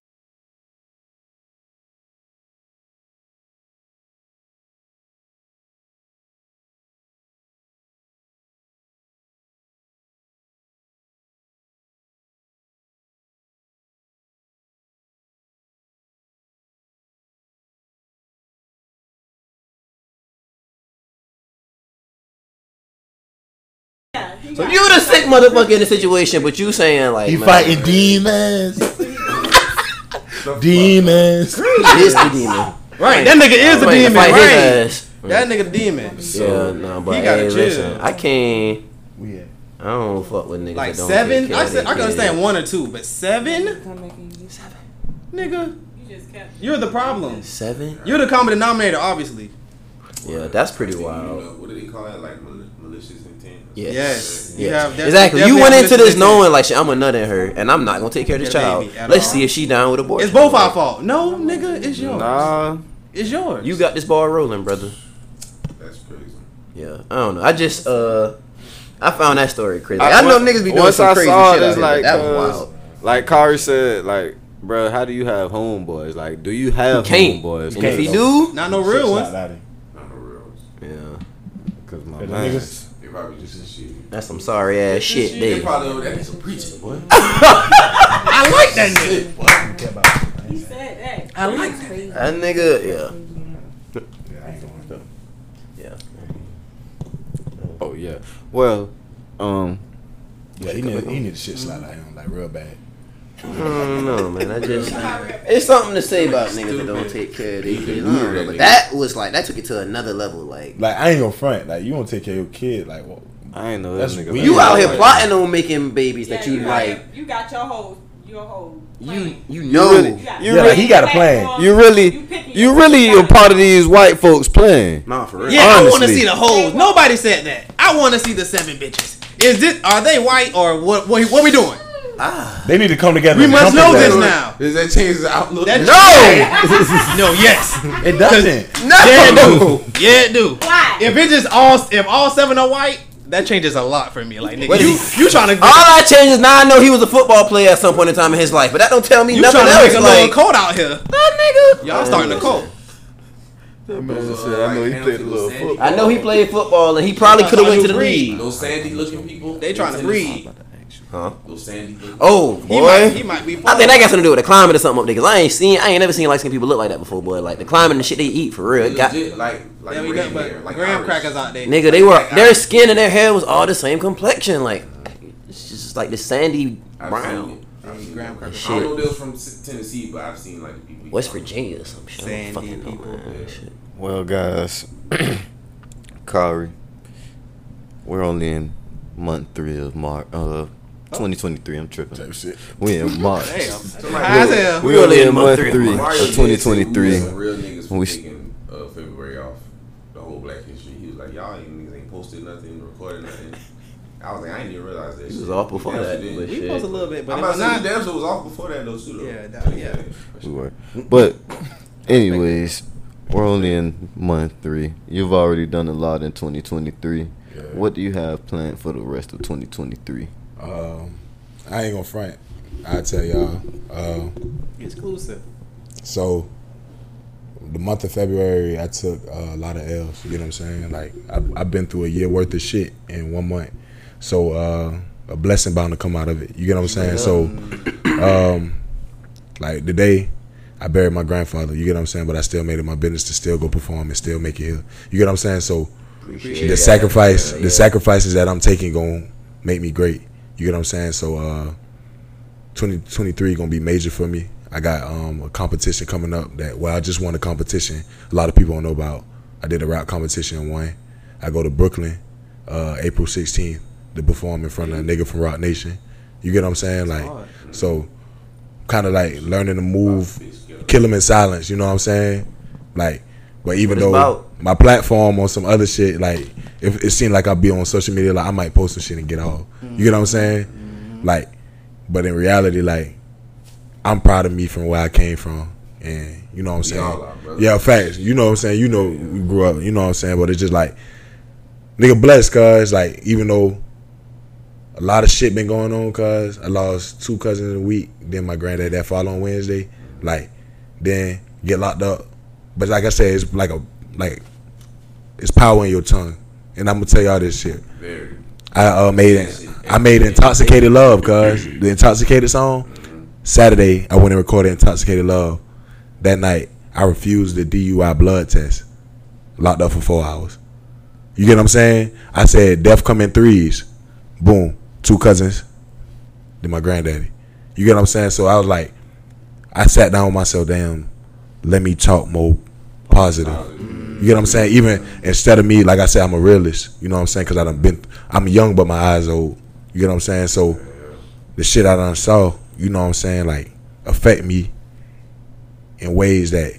Speaker 5: Yeah, he
Speaker 2: So
Speaker 5: got-
Speaker 2: you the sick motherfucker in the situation, but you saying like
Speaker 7: He
Speaker 2: man,
Speaker 7: fighting demons. demons.
Speaker 2: This the demon.
Speaker 3: Right, that nigga is a
Speaker 2: Fighting
Speaker 3: demon.
Speaker 2: to fight
Speaker 3: Right,
Speaker 2: his ass.
Speaker 3: that nigga demon.
Speaker 2: yeah, no, but
Speaker 3: gotta
Speaker 2: hey,
Speaker 3: chill.
Speaker 2: listen, I can't.
Speaker 7: Yeah.
Speaker 2: I don't fuck with niggas.
Speaker 3: Like
Speaker 2: that don't take
Speaker 3: seven,
Speaker 2: care
Speaker 3: I
Speaker 2: of
Speaker 3: said I
Speaker 2: their
Speaker 3: can understand
Speaker 2: kids.
Speaker 3: one or two, but seven, nigga,
Speaker 5: You just kept.
Speaker 3: you're the problem.
Speaker 2: Seven?
Speaker 3: You're the common denominator, obviously.
Speaker 2: Yeah, that's pretty
Speaker 6: You know,
Speaker 2: wild.
Speaker 6: what do they call that? Like mali- malicious intent. or
Speaker 2: Yes.
Speaker 3: Yes, you
Speaker 2: Yes.
Speaker 3: have def-
Speaker 2: exactly. You
Speaker 3: definitely
Speaker 2: went
Speaker 3: have
Speaker 2: into this
Speaker 3: malicious
Speaker 2: knowing like shit, I'm a nut in her, and I'm not gonna take care of this
Speaker 3: Your
Speaker 2: child.
Speaker 3: baby at
Speaker 2: Let's
Speaker 3: all.
Speaker 2: see if she down with abortion.
Speaker 3: It's both our fault. No, nigga, it's yours.
Speaker 4: Nah.
Speaker 3: It's yours.
Speaker 2: You got this ball rolling, brother.
Speaker 6: something. That's crazy.
Speaker 2: Yeah, I don't know. I just uh, I found that story crazy. I,
Speaker 4: I-
Speaker 2: know
Speaker 4: once-
Speaker 2: niggas be doing
Speaker 4: once
Speaker 2: some
Speaker 4: I
Speaker 2: crazy shit.
Speaker 4: saw it,
Speaker 2: Out here,
Speaker 4: it's
Speaker 2: but
Speaker 4: like,
Speaker 2: that
Speaker 4: cuz-
Speaker 2: was wild.
Speaker 4: Like Kari said, like, bruh, how do you have homeboys? Like, do you have
Speaker 2: Can't.
Speaker 4: homeboys?
Speaker 2: and if he
Speaker 7: though.
Speaker 2: do,
Speaker 3: Not no real ones.
Speaker 6: Not no real.
Speaker 2: yeah,
Speaker 4: Because my
Speaker 9: Hey, the
Speaker 4: man.
Speaker 9: niggas-
Speaker 6: They probably just some shit.
Speaker 2: that's some sorry ass shit.
Speaker 6: They
Speaker 2: There.
Speaker 6: probably over there be some preaching, boy.
Speaker 3: I like that nigga.
Speaker 5: He said that.
Speaker 3: I like that.
Speaker 2: That nigga, yeah, yeah.
Speaker 4: Oh, yeah. Well, um,
Speaker 7: Yeah, he need, he need the shit slide out him like real bad.
Speaker 2: I don't know, man. I just it's something to say about niggas that don't take care of their kids. I don't know, but that was like that took it to another level. Like
Speaker 7: Like I ain't gonna front. Like you don't take care of your kid. Like what?
Speaker 4: I ain't know
Speaker 7: That's
Speaker 4: this nigga. like
Speaker 7: weird.
Speaker 2: you
Speaker 4: that.
Speaker 2: out here plotting on making babies that
Speaker 5: Yeah,
Speaker 2: you like.
Speaker 5: got- You got your whole. Your whole.
Speaker 2: You
Speaker 5: plan.
Speaker 2: you know
Speaker 4: really-
Speaker 5: You got
Speaker 4: You
Speaker 5: your
Speaker 4: really-
Speaker 7: he got a
Speaker 5: platform,
Speaker 7: plan.
Speaker 4: You
Speaker 5: you
Speaker 4: really,
Speaker 5: picking
Speaker 4: you
Speaker 5: your-
Speaker 4: really are part of these white folks playing.
Speaker 2: Nah, for real.
Speaker 3: Yeah, I want to
Speaker 4: Honestly.
Speaker 3: see the hoes. Nobody said that. I want to see the seven bitches. Is this are they white or what? What, what we doing?
Speaker 7: They need to come together.
Speaker 3: We
Speaker 7: and
Speaker 3: must
Speaker 7: jump
Speaker 3: know
Speaker 7: at
Speaker 3: this
Speaker 7: that.
Speaker 3: now.
Speaker 6: Does that change the outlook?
Speaker 3: That- no, yes,
Speaker 7: It doesn't.
Speaker 3: yeah, it do. Yeah, it do.
Speaker 5: Why?
Speaker 3: If it's just all, if all seven are white, that changes a lot for me. Like nigga, you, you trying to
Speaker 2: All I changed is now I know he was a football player at some point in time in his life, but that don't tell me
Speaker 3: you
Speaker 2: nothing
Speaker 3: trying to
Speaker 2: else.
Speaker 3: make a little
Speaker 2: Like,
Speaker 3: cold out here?
Speaker 2: nigga.
Speaker 3: Y'all starting to cold.
Speaker 4: That man just said, I know he played a little football.
Speaker 2: I know he played football and he probably could have went to the league.
Speaker 6: Those sandy looking people.
Speaker 3: They trying to breed.
Speaker 6: Those sandy looking
Speaker 2: Oh
Speaker 3: He might,
Speaker 2: boy.
Speaker 3: he might be.
Speaker 2: I think that got something to do with the climate or something up there. Cause I ain't seen, I ain't never seen light skinned people look like that before, boy. Like the climate and the shit they eat for real. It got,
Speaker 6: Legit, like like
Speaker 3: Yeah, we
Speaker 6: graham,
Speaker 3: got
Speaker 6: bear,
Speaker 3: but
Speaker 6: like
Speaker 3: graham
Speaker 6: Irish.
Speaker 3: crackers out there.
Speaker 2: nigga, they were their skin and their hair was all the same complexion. Like it's just like the sandy
Speaker 6: I've
Speaker 2: brown.
Speaker 6: seen it. I've seen graham crackers.
Speaker 2: Shit.
Speaker 6: I don't know if they're from S- Tennessee, but I've seen like the people.
Speaker 2: West Virginia or some shit. I
Speaker 3: Sandy
Speaker 2: don't fucking know,
Speaker 3: people,
Speaker 2: man.
Speaker 6: yeah.
Speaker 2: Shit.
Speaker 4: Well, guys, Kyrie, we're only in month three of March, uh, 2023. I'm tripping.
Speaker 7: Type shit.
Speaker 4: We in March.
Speaker 3: Damn. High as hell.
Speaker 4: We only in month three of
Speaker 6: Mario said we was
Speaker 4: 2023.
Speaker 6: some Real niggas
Speaker 4: We
Speaker 6: for
Speaker 4: s-
Speaker 6: taking uh, February off. The whole Black History. He was like, y'all ain't niggas ain't posted nothing, recorded nothing. I was like, I didn't even realize that.
Speaker 2: It was
Speaker 6: shit.
Speaker 2: off before
Speaker 6: Damn,
Speaker 2: that,
Speaker 6: shit
Speaker 2: but
Speaker 6: did.
Speaker 3: We was a
Speaker 2: shit.
Speaker 3: little bit, but
Speaker 6: I'm
Speaker 3: it
Speaker 6: not
Speaker 3: was not.
Speaker 6: saying damn sure was off before that though too though.
Speaker 3: Yeah, that- yeah.
Speaker 4: We were. But, anyways, we're only in month three. You've already done a lot in 2023. What do you have planned for the rest of 2023?
Speaker 7: Um, I ain't gonna front. I tell y'all. Uh,
Speaker 3: Exclusive.
Speaker 7: so the month of February, I took uh, a lot of L's. You know what I'm saying? Like I've, I've been through a year worth of shit in one month. So uh, a blessing bound to come out of it. You get what I'm saying? So, um, like today, I buried my grandfather. You get what I'm saying? But I still made it my business to still go perform and still make it here. You get what I'm saying? So the sacrifice, the sacrifices that I'm taking gonna make me great. You get what I'm saying? So uh 2023 gonna be major for me. I got um a competition coming up that well I just won a competition. A lot of people don't know about. I did a rap competition and won. I go to Brooklyn, uh April 16th to perform in front of a nigga from Rock Nation. You get what I'm saying? Like so kind of like learning to move, kill him in silence, you know what I'm saying? Like but even
Speaker 2: What it's
Speaker 7: though
Speaker 2: about.
Speaker 7: my platform on some other shit. Like if it seemed like I'd be on social media, like I might post some shit and get off. You get what I'm saying?
Speaker 2: Mm-hmm.
Speaker 7: Like, but in reality, like I'm proud of me from where I came from, and you know what I'm saying.
Speaker 6: all are, brother.
Speaker 7: yeah, facts. You know what I'm saying. You know we grew up. You know what I'm saying. But it's just like nigga blessed, cause like even though. A lot of shit been going on, cuz I lost two cousins in a week. Then my granddad that fall on Wednesday, like then get locked up. But like I said, it's like a like it's power in your tongue. And I'm gonna tell y'all this shit.
Speaker 6: Very.
Speaker 7: I uh, made it. I made "Intoxicated Love" cause the "Intoxicated" song. Saturday, I went and recorded "Intoxicated Love." That night, I refused the DUI blood test. Locked up for four hours. You get what I'm saying? I said, "Death come in threes. Boom, two cousins, then my granddaddy. You get what I'm saying? So I was like, I sat down with myself. Damn, let me talk more positive. You get what I'm saying? Even instead of me, like I said, I'm a realist. You know what I'm saying? Because I done been, I'm young, but my eyes old. You get what I'm saying? So the shit I done saw, you know what I'm saying, like affect me in ways that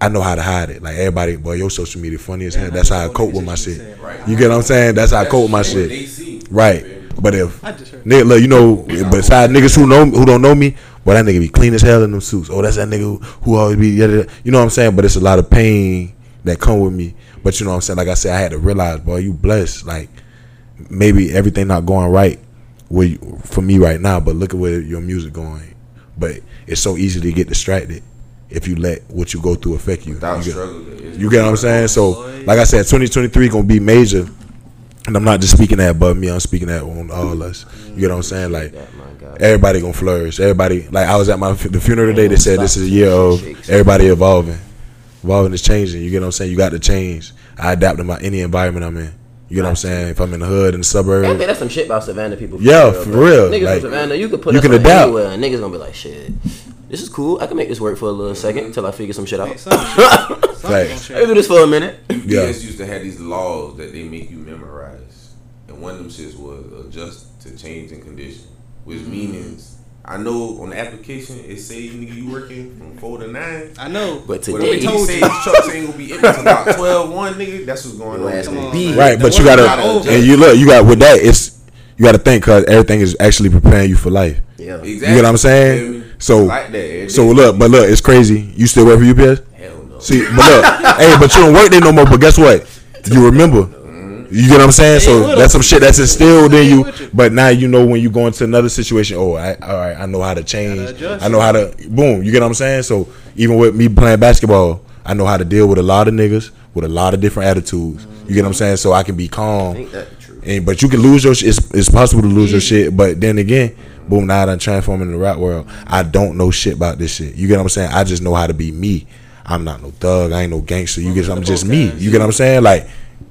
Speaker 7: I know how to hide it. Like everybody, boy, your social media funny as hell. That's how I cope with my shit.
Speaker 6: Right.
Speaker 7: You get what I'm saying? That's how I
Speaker 6: That's
Speaker 7: cope with my
Speaker 6: what
Speaker 7: shit.
Speaker 6: They see.
Speaker 7: Right.
Speaker 6: Very.
Speaker 7: But if
Speaker 3: I just heard.
Speaker 7: nigga, look, you know, besides niggas who know who don't know me, well that nigga be clean as hell in them suits. Oh, that's that nigga who, who always be yada, yada. you know what I'm saying? But it's a lot of pain that come with me. But you know what I'm saying? Like I said, I had to realize, boy, you blessed. Like maybe everything not going right with for me right now, but look at where your music going. But it's so easy to get distracted if you let what you go through affect you.
Speaker 6: Without
Speaker 7: You get-
Speaker 6: struggle.
Speaker 7: you get what I'm saying? So, like I said, 2023 gonna be major, and I'm not just speaking that above me. I'm speaking that on all us. You get what I'm saying? Like everybody gonna flourish. Everybody. Like I was at my the funeral today. They said this is a year of everybody evolving. Evolving is changing. You get what I'm saying? You got to change. I adapt to my any environment I'm in. You get what I'm saying? If I'm in the hood in
Speaker 2: I think
Speaker 7: the suburbs,
Speaker 2: that's some shit about Savannah people.
Speaker 7: Yeah, for
Speaker 2: bro.
Speaker 7: real,
Speaker 2: Niggas
Speaker 7: like,
Speaker 2: from Savannah, you could put
Speaker 7: you
Speaker 2: us
Speaker 7: can
Speaker 2: on
Speaker 7: adapt.
Speaker 2: anywhere, and niggas gonna be like, shit, this is cool. I can make this work for a little second until I figure some shit out.
Speaker 3: Some shit. Some
Speaker 7: Facts.
Speaker 3: shit.
Speaker 2: Let me do this for a minute.
Speaker 7: Yeah.
Speaker 6: PS used to have these laws that they make you
Speaker 3: Mm.
Speaker 6: memorize, and one of them shits was adjust to change in condition, which means I know on the application it say nigga you working from four to nine.
Speaker 3: I know.
Speaker 2: But
Speaker 6: But if
Speaker 2: today,
Speaker 6: they say his trucks ain't gonna be empty until about 12, 1, nigga, that's what's going
Speaker 2: your
Speaker 6: on.
Speaker 2: ass
Speaker 6: today.
Speaker 2: gonna
Speaker 3: on,
Speaker 2: be
Speaker 3: man.
Speaker 7: Right, but
Speaker 3: The
Speaker 7: you
Speaker 3: world
Speaker 7: gotta
Speaker 3: got over.
Speaker 7: and you look, you got with that. It's you gotta think because everything is actually preparing you for life.
Speaker 2: yeah.
Speaker 6: Exactly.
Speaker 7: You get what I'm saying?
Speaker 6: Feel me?
Speaker 7: So-
Speaker 6: like that.
Speaker 7: So look, but look, it's crazy. You still work for UPS?
Speaker 6: hell no.
Speaker 7: See, but look, hey, but you don't work there no more. But guess what? You remember. You get what I'm saying? So that's some shit that's instilled in you. But now you know when you go into another situation. Oh, I, all right, I know how to change.
Speaker 3: adjust.
Speaker 7: I know how to boom. You get what I'm saying? So even with me playing basketball, I know how to deal with a lot of niggas with a lot of different attitudes. You get what I'm saying? So I can be calm.
Speaker 2: Ain't that true?
Speaker 7: And, but you can lose your shit. It's, it's possible to lose your shit. But then again, boom, now I'm transforming in the rap world. I don't know shit about this shit. You get what I'm saying? I just know how to be me. I'm not no thug. I ain't no gangster. You get? I'm just me. You get what I'm saying? Like,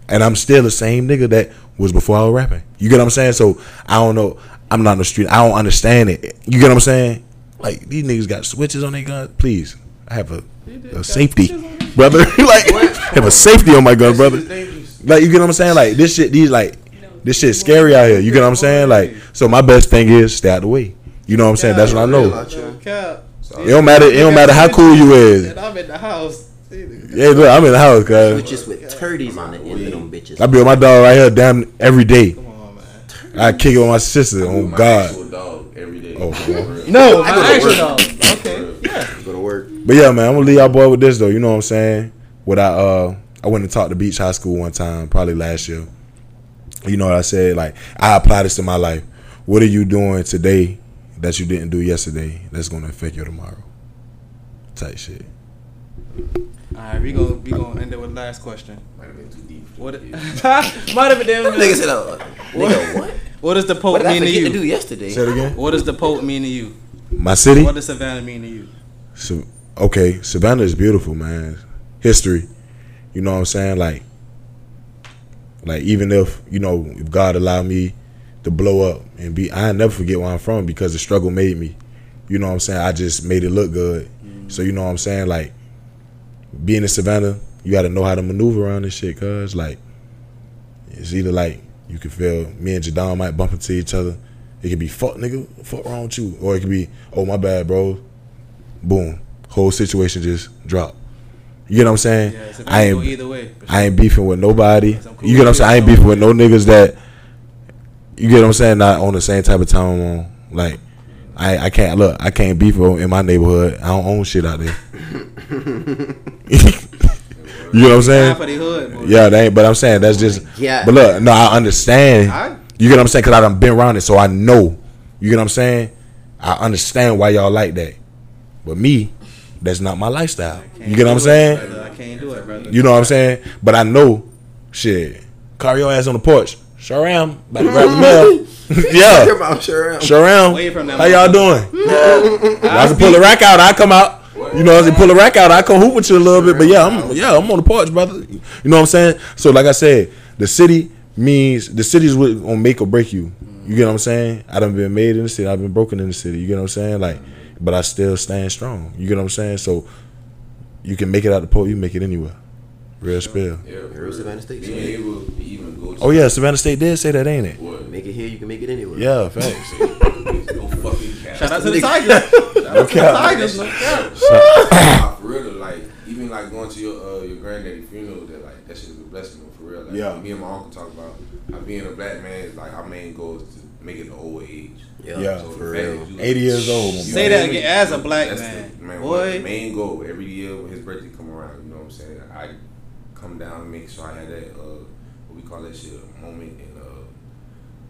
Speaker 7: and I'm still the same nigga that was before I was rapping. You get what I'm saying? So I don't know. I'm not in the street. I don't understand it. You get what I'm saying? Like these niggas got switches on their guns. Please, I have a, a safety, brother. like, have a safety on my gun, brother. Like you get what I'm saying? Like this shit, these like this shit scary out here. You get what I'm saying? Like so, my best thing is stay out the way. You know what I'm saying? That's what I know.
Speaker 3: Cap.
Speaker 7: It don't matter. It don't matter how cool you is.
Speaker 3: And I'm in the house.
Speaker 7: Yeah, look, I'm in the house,
Speaker 2: Which
Speaker 7: cuz
Speaker 2: is with turdies on the end of them bitches.
Speaker 7: I be with my dog right here, damn every day.
Speaker 3: Come on, man.
Speaker 7: I kick it with my sister. Oh
Speaker 6: My
Speaker 7: God.
Speaker 6: actual dog every day.
Speaker 7: Oh,
Speaker 3: No, my
Speaker 2: I go to
Speaker 3: actual
Speaker 2: work.
Speaker 3: dog. Okay.
Speaker 2: Go to work.
Speaker 7: But yeah, man, I'm gonna leave y'all boy with this though. You know what I'm saying? What I uh I went and talked to Beach High School one time, probably last year. You know what I said? Like I apply this to my life. What are you doing today that you didn't do yesterday that's gonna affect your tomorrow? Type shit.
Speaker 3: All right, we gonna we gonna end it with the last question.
Speaker 6: Might have been too deep.
Speaker 3: What? Might have been damn
Speaker 2: Nigga
Speaker 3: good.
Speaker 2: said, uh, nigga, what?
Speaker 3: What does the
Speaker 2: What
Speaker 3: Pope
Speaker 2: did I
Speaker 3: mean to
Speaker 2: forget to do
Speaker 3: you?
Speaker 2: yesterday?
Speaker 7: Say it again.
Speaker 3: What does the Pope mean to you?
Speaker 7: My city?
Speaker 3: What does Savannah mean to you?
Speaker 7: Sa- okay, Savannah is beautiful, man. History, you know what I'm saying? Like, like even if you know if God allowed me to blow up and be, I never forget where I'm from because the struggle made me. You know what I'm saying? I just made it look good.
Speaker 3: Mm-hmm.
Speaker 7: So you know what I'm saying? Like, being in Savannah, you got to know how to maneuver around this shit, cause like, it's either like you can feel me and Jadon might bump into each other. It could be fuck nigga, fuck wrong with you, or it could be oh my bad, bro boom, whole situation just drop. You get what I'm saying?
Speaker 3: Yeah, Savannah
Speaker 7: I
Speaker 3: go
Speaker 7: ain't
Speaker 3: either way.
Speaker 7: I ain't beefing with nobody.
Speaker 3: I'm cool
Speaker 7: You get what I'm
Speaker 3: with
Speaker 7: saying?
Speaker 3: you.
Speaker 7: I ain't beefing with no niggas that you get what I'm saying. Not on the same type of time I'm on. Like I I can't look. I can't beef with in my neighborhood. I don't own shit out there. you know what I'm
Speaker 3: Time
Speaker 7: saying?
Speaker 3: for the hood, boy.
Speaker 7: Yeah, they ain't, but I'm saying that's just.
Speaker 2: Yeah.
Speaker 7: But look, no, I understand.
Speaker 3: I-
Speaker 7: you get what I'm saying? Cause I done been around it, so I know. You get what I'm saying? I understand why y'all like that. But me, that's not my lifestyle. You get what I'm saying?
Speaker 3: Brother, I can't do it, brother.
Speaker 7: You know what I'm saying? But I know, shit. Car your ass on the porch. Sure am. About to grab the mail. yeah.
Speaker 2: I'm sure. I'm
Speaker 7: Sure am.
Speaker 3: Away from that
Speaker 7: How y'all doing? I can pull the rack out. I come out. You know, as they pull the rack out, I come hoop with you a little bit. But yeah, I'm yeah, I'm on the porch, brother. You know what I'm saying? So like I said, the city means the city's what gonna make or break you. You get what I'm saying? I done been made in the city. I've been broken in the city. You get what I'm saying? Like, but I still stand strong. You get what I'm saying? So you can make it out the pole. You can make it anywhere. Real spell.
Speaker 6: Yeah,
Speaker 2: Heroes of Savannah State.
Speaker 6: Being able to even go to
Speaker 7: Oh yeah, Savannah State did say that, ain't it?
Speaker 2: Make it here, you can make it anywhere.
Speaker 7: Yeah, facts.
Speaker 6: no fucking cap.
Speaker 3: Shout out to the Tigers. Tigers, no cap.
Speaker 6: Nah, for real, though, like even like going to your uh, your granddaddy funeral, that like that shit is a blessing though, for real. Like,
Speaker 7: Yeah.
Speaker 6: Me and my uncle talk about like, being a black man. is, Like our main goal is to make it to old age.
Speaker 7: Yeah,
Speaker 6: the
Speaker 2: for
Speaker 6: fact
Speaker 2: real.
Speaker 6: that you-
Speaker 7: Eighty years old. my
Speaker 3: Say
Speaker 7: boy.
Speaker 3: that again, as a black
Speaker 6: That's
Speaker 3: man.
Speaker 6: the, man
Speaker 3: Boy.
Speaker 6: boy. The main goal every year when his birthday come around, you know what I'm saying? I come down and make sure I had that uh, what we call that shit a moment and uh,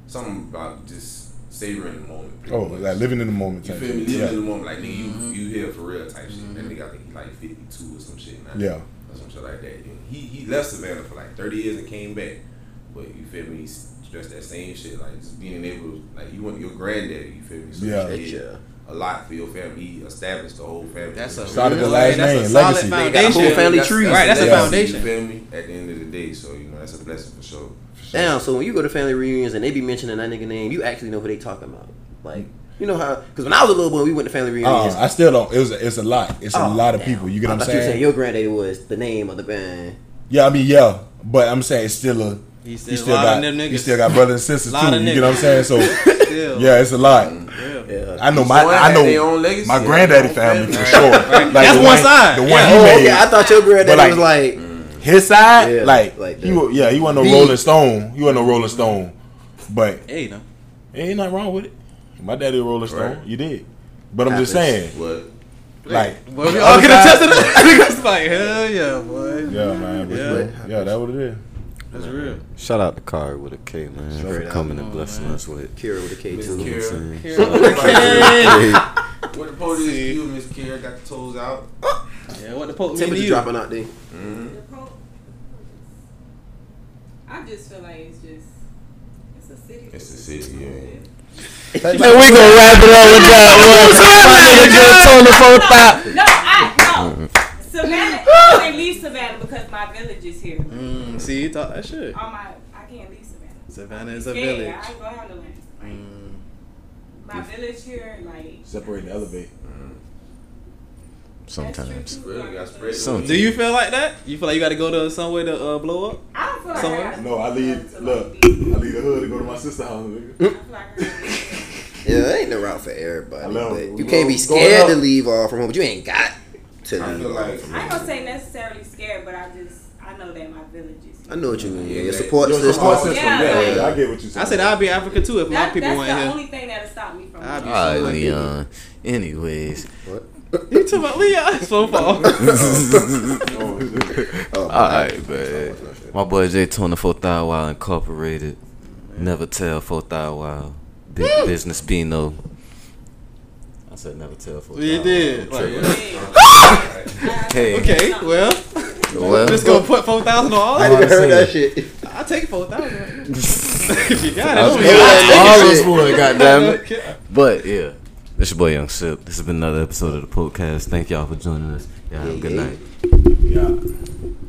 Speaker 6: something about just savoring the moment. pretty
Speaker 7: Oh,
Speaker 6: much.
Speaker 7: like living in the moment.
Speaker 6: You
Speaker 7: type
Speaker 6: feel me?
Speaker 7: shit.
Speaker 6: Living in the moment, like nigga,
Speaker 3: Mm-hmm.
Speaker 6: you you here for real type shit. That nigga, I think he like fifty two or some shit now.
Speaker 7: Yeah.
Speaker 6: or some shit like that. And he he left Savannah for like thirty years and came back, but you feel me? He stressed that same shit, like just being able, to, like you want your granddaddy. You feel me? So
Speaker 7: Yeah.
Speaker 6: you did
Speaker 2: Yeah.
Speaker 6: a lot for your family. He established the whole family.
Speaker 3: That's a
Speaker 7: Started the
Speaker 3: real-
Speaker 7: last
Speaker 3: that's
Speaker 7: name,
Speaker 3: a solid
Speaker 7: legacy. They
Speaker 2: got a whole
Speaker 3: foundation.
Speaker 2: family tree.
Speaker 3: Right, that's a
Speaker 7: Yeah.
Speaker 3: foundation.
Speaker 6: You feel me? At the end of the day, so you know that's a blessing for sure. For sure.
Speaker 2: Damn, so when you go to family reunions and they be mentioning that nigga name, you actually know who they talking about. Like, you know how? Because when I was a little boy, we went to family reunions.
Speaker 7: Uh, I still don't. It was. It's a lot. It's a
Speaker 2: Oh,
Speaker 7: lot of
Speaker 2: damn.
Speaker 7: people. You get
Speaker 2: I
Speaker 7: what I'm
Speaker 2: thought you were
Speaker 7: saying?
Speaker 2: Your granddaddy was the name of the band.
Speaker 7: yeah, I mean, yeah, but I'm saying it's still a.
Speaker 3: He said
Speaker 7: You still
Speaker 3: a lot
Speaker 7: got.
Speaker 3: of them niggas.
Speaker 7: You still got brothers and sisters
Speaker 3: Lot
Speaker 7: too.
Speaker 3: of Mm.
Speaker 7: You get what I'm saying? So
Speaker 3: Still,
Speaker 7: Yeah, it's a lot. I know my
Speaker 10: Someone
Speaker 7: I
Speaker 10: had
Speaker 7: know
Speaker 10: their own legacy.
Speaker 7: my granddaddy family for sure. Like
Speaker 3: That's
Speaker 7: the
Speaker 3: one side.
Speaker 7: The one
Speaker 3: Yeah.
Speaker 7: he
Speaker 2: Oh,
Speaker 7: made.
Speaker 2: okay. I thought your granddaddy
Speaker 7: But, like,
Speaker 2: was like,
Speaker 7: His side,
Speaker 2: Yeah,
Speaker 7: like,
Speaker 2: like
Speaker 7: he
Speaker 2: that.
Speaker 7: wa- yeah, he wasn't no
Speaker 2: Beat.
Speaker 7: Rolling Stone. He wasn't no Rolling Stone, but
Speaker 3: Hey, you know.
Speaker 7: ain't nothing wrong with it. My daddy a Rolling Stone.
Speaker 10: Right.
Speaker 7: You did, but I'm just saying,
Speaker 10: What?
Speaker 7: like,
Speaker 3: Well, we
Speaker 7: the
Speaker 3: all
Speaker 7: other
Speaker 3: could have tested
Speaker 7: side-
Speaker 3: it. I think it's like, hell yeah, boy.
Speaker 7: Yeah, man. Yeah, yeah, that what it is.
Speaker 3: That's real.
Speaker 4: Shout out to Car with a K, man, for coming and blessing us with.
Speaker 2: Kira with a K
Speaker 4: You know
Speaker 2: too.
Speaker 4: what I'm saying?
Speaker 6: Where the podium is, you Miss Kira got the toes out.
Speaker 3: Yeah, what the Pope mean to
Speaker 2: Temperature
Speaker 3: you?
Speaker 2: dropping out there.
Speaker 5: The pro- I just feel like it's just it's a city.
Speaker 6: It's the city, yeah.
Speaker 9: And we gonna wrap it up with that one. My nigga just told the phone stop.
Speaker 5: No, I no. Savannah, I can't leave Savannah because my village is here.
Speaker 3: Mm, see, you thought that shit.
Speaker 5: All my, I can't leave Savannah.
Speaker 3: Savannah is a
Speaker 5: Yeah,
Speaker 3: village.
Speaker 5: I ain't gonna have no land. Like,
Speaker 3: Mm.
Speaker 5: my village here, like
Speaker 7: Separate the elevate.
Speaker 5: Sometimes.
Speaker 6: Really got spread.
Speaker 8: Some-
Speaker 6: Some.
Speaker 3: Do you feel like that? You feel like you got to go to somewhere to uh, blow up?
Speaker 5: I don't feel like
Speaker 3: Somewhere?
Speaker 5: I gotta
Speaker 7: No, I
Speaker 5: go
Speaker 7: leave.
Speaker 5: to,
Speaker 7: Look,
Speaker 5: like, be-
Speaker 7: I leave the hood to go to my sister's house. Nigga.
Speaker 5: I feel like I gotta-
Speaker 2: Yeah, that ain't the route for
Speaker 7: I
Speaker 2: everybody.
Speaker 7: know.
Speaker 2: But
Speaker 7: We
Speaker 2: you can't be
Speaker 7: all going
Speaker 2: scared to
Speaker 7: up.
Speaker 2: leave all from home, but you ain't got to
Speaker 6: I
Speaker 2: leave.
Speaker 6: feel like
Speaker 5: I ain't gonna say necessarily scared, but I just I know that my village is
Speaker 2: I
Speaker 5: here.
Speaker 2: know what you mean.
Speaker 6: Yeah,
Speaker 2: Your support
Speaker 7: Yo,
Speaker 2: system.
Speaker 7: support system, Yeah,
Speaker 5: Yeah.
Speaker 7: yeah, I get what you said.
Speaker 3: I said I'll be Africa too if my
Speaker 5: That,
Speaker 3: people
Speaker 5: that's the
Speaker 3: ain't here.
Speaker 5: only thing that'll stop me from.
Speaker 3: I'll be
Speaker 8: All right,
Speaker 3: somewhere.
Speaker 8: Leon. Anyways,
Speaker 3: You talking about Leon? So far.
Speaker 2: Oh,
Speaker 8: all right, man. My boy J Tony for Thigh Wild Incorporated. Never tell for Thigh Wild. Big business Bino. I said never tell for
Speaker 3: you did. Like, yeah.
Speaker 8: Hey,
Speaker 3: Okay, well,
Speaker 8: well,
Speaker 3: just gonna put 4000 on all
Speaker 2: I
Speaker 3: of
Speaker 2: ain't
Speaker 3: it.
Speaker 2: even heard that shit.
Speaker 3: I'll take 4000 If you got it, Um, don't
Speaker 2: Yeah,
Speaker 3: you?
Speaker 8: all
Speaker 2: that
Speaker 8: those boys, goddamn it.
Speaker 3: Okay.
Speaker 8: But yeah, this your boy Young Sip. This has been another episode of the podcast. Thank y'all for joining us. Y'all have a good night.
Speaker 7: Yeah.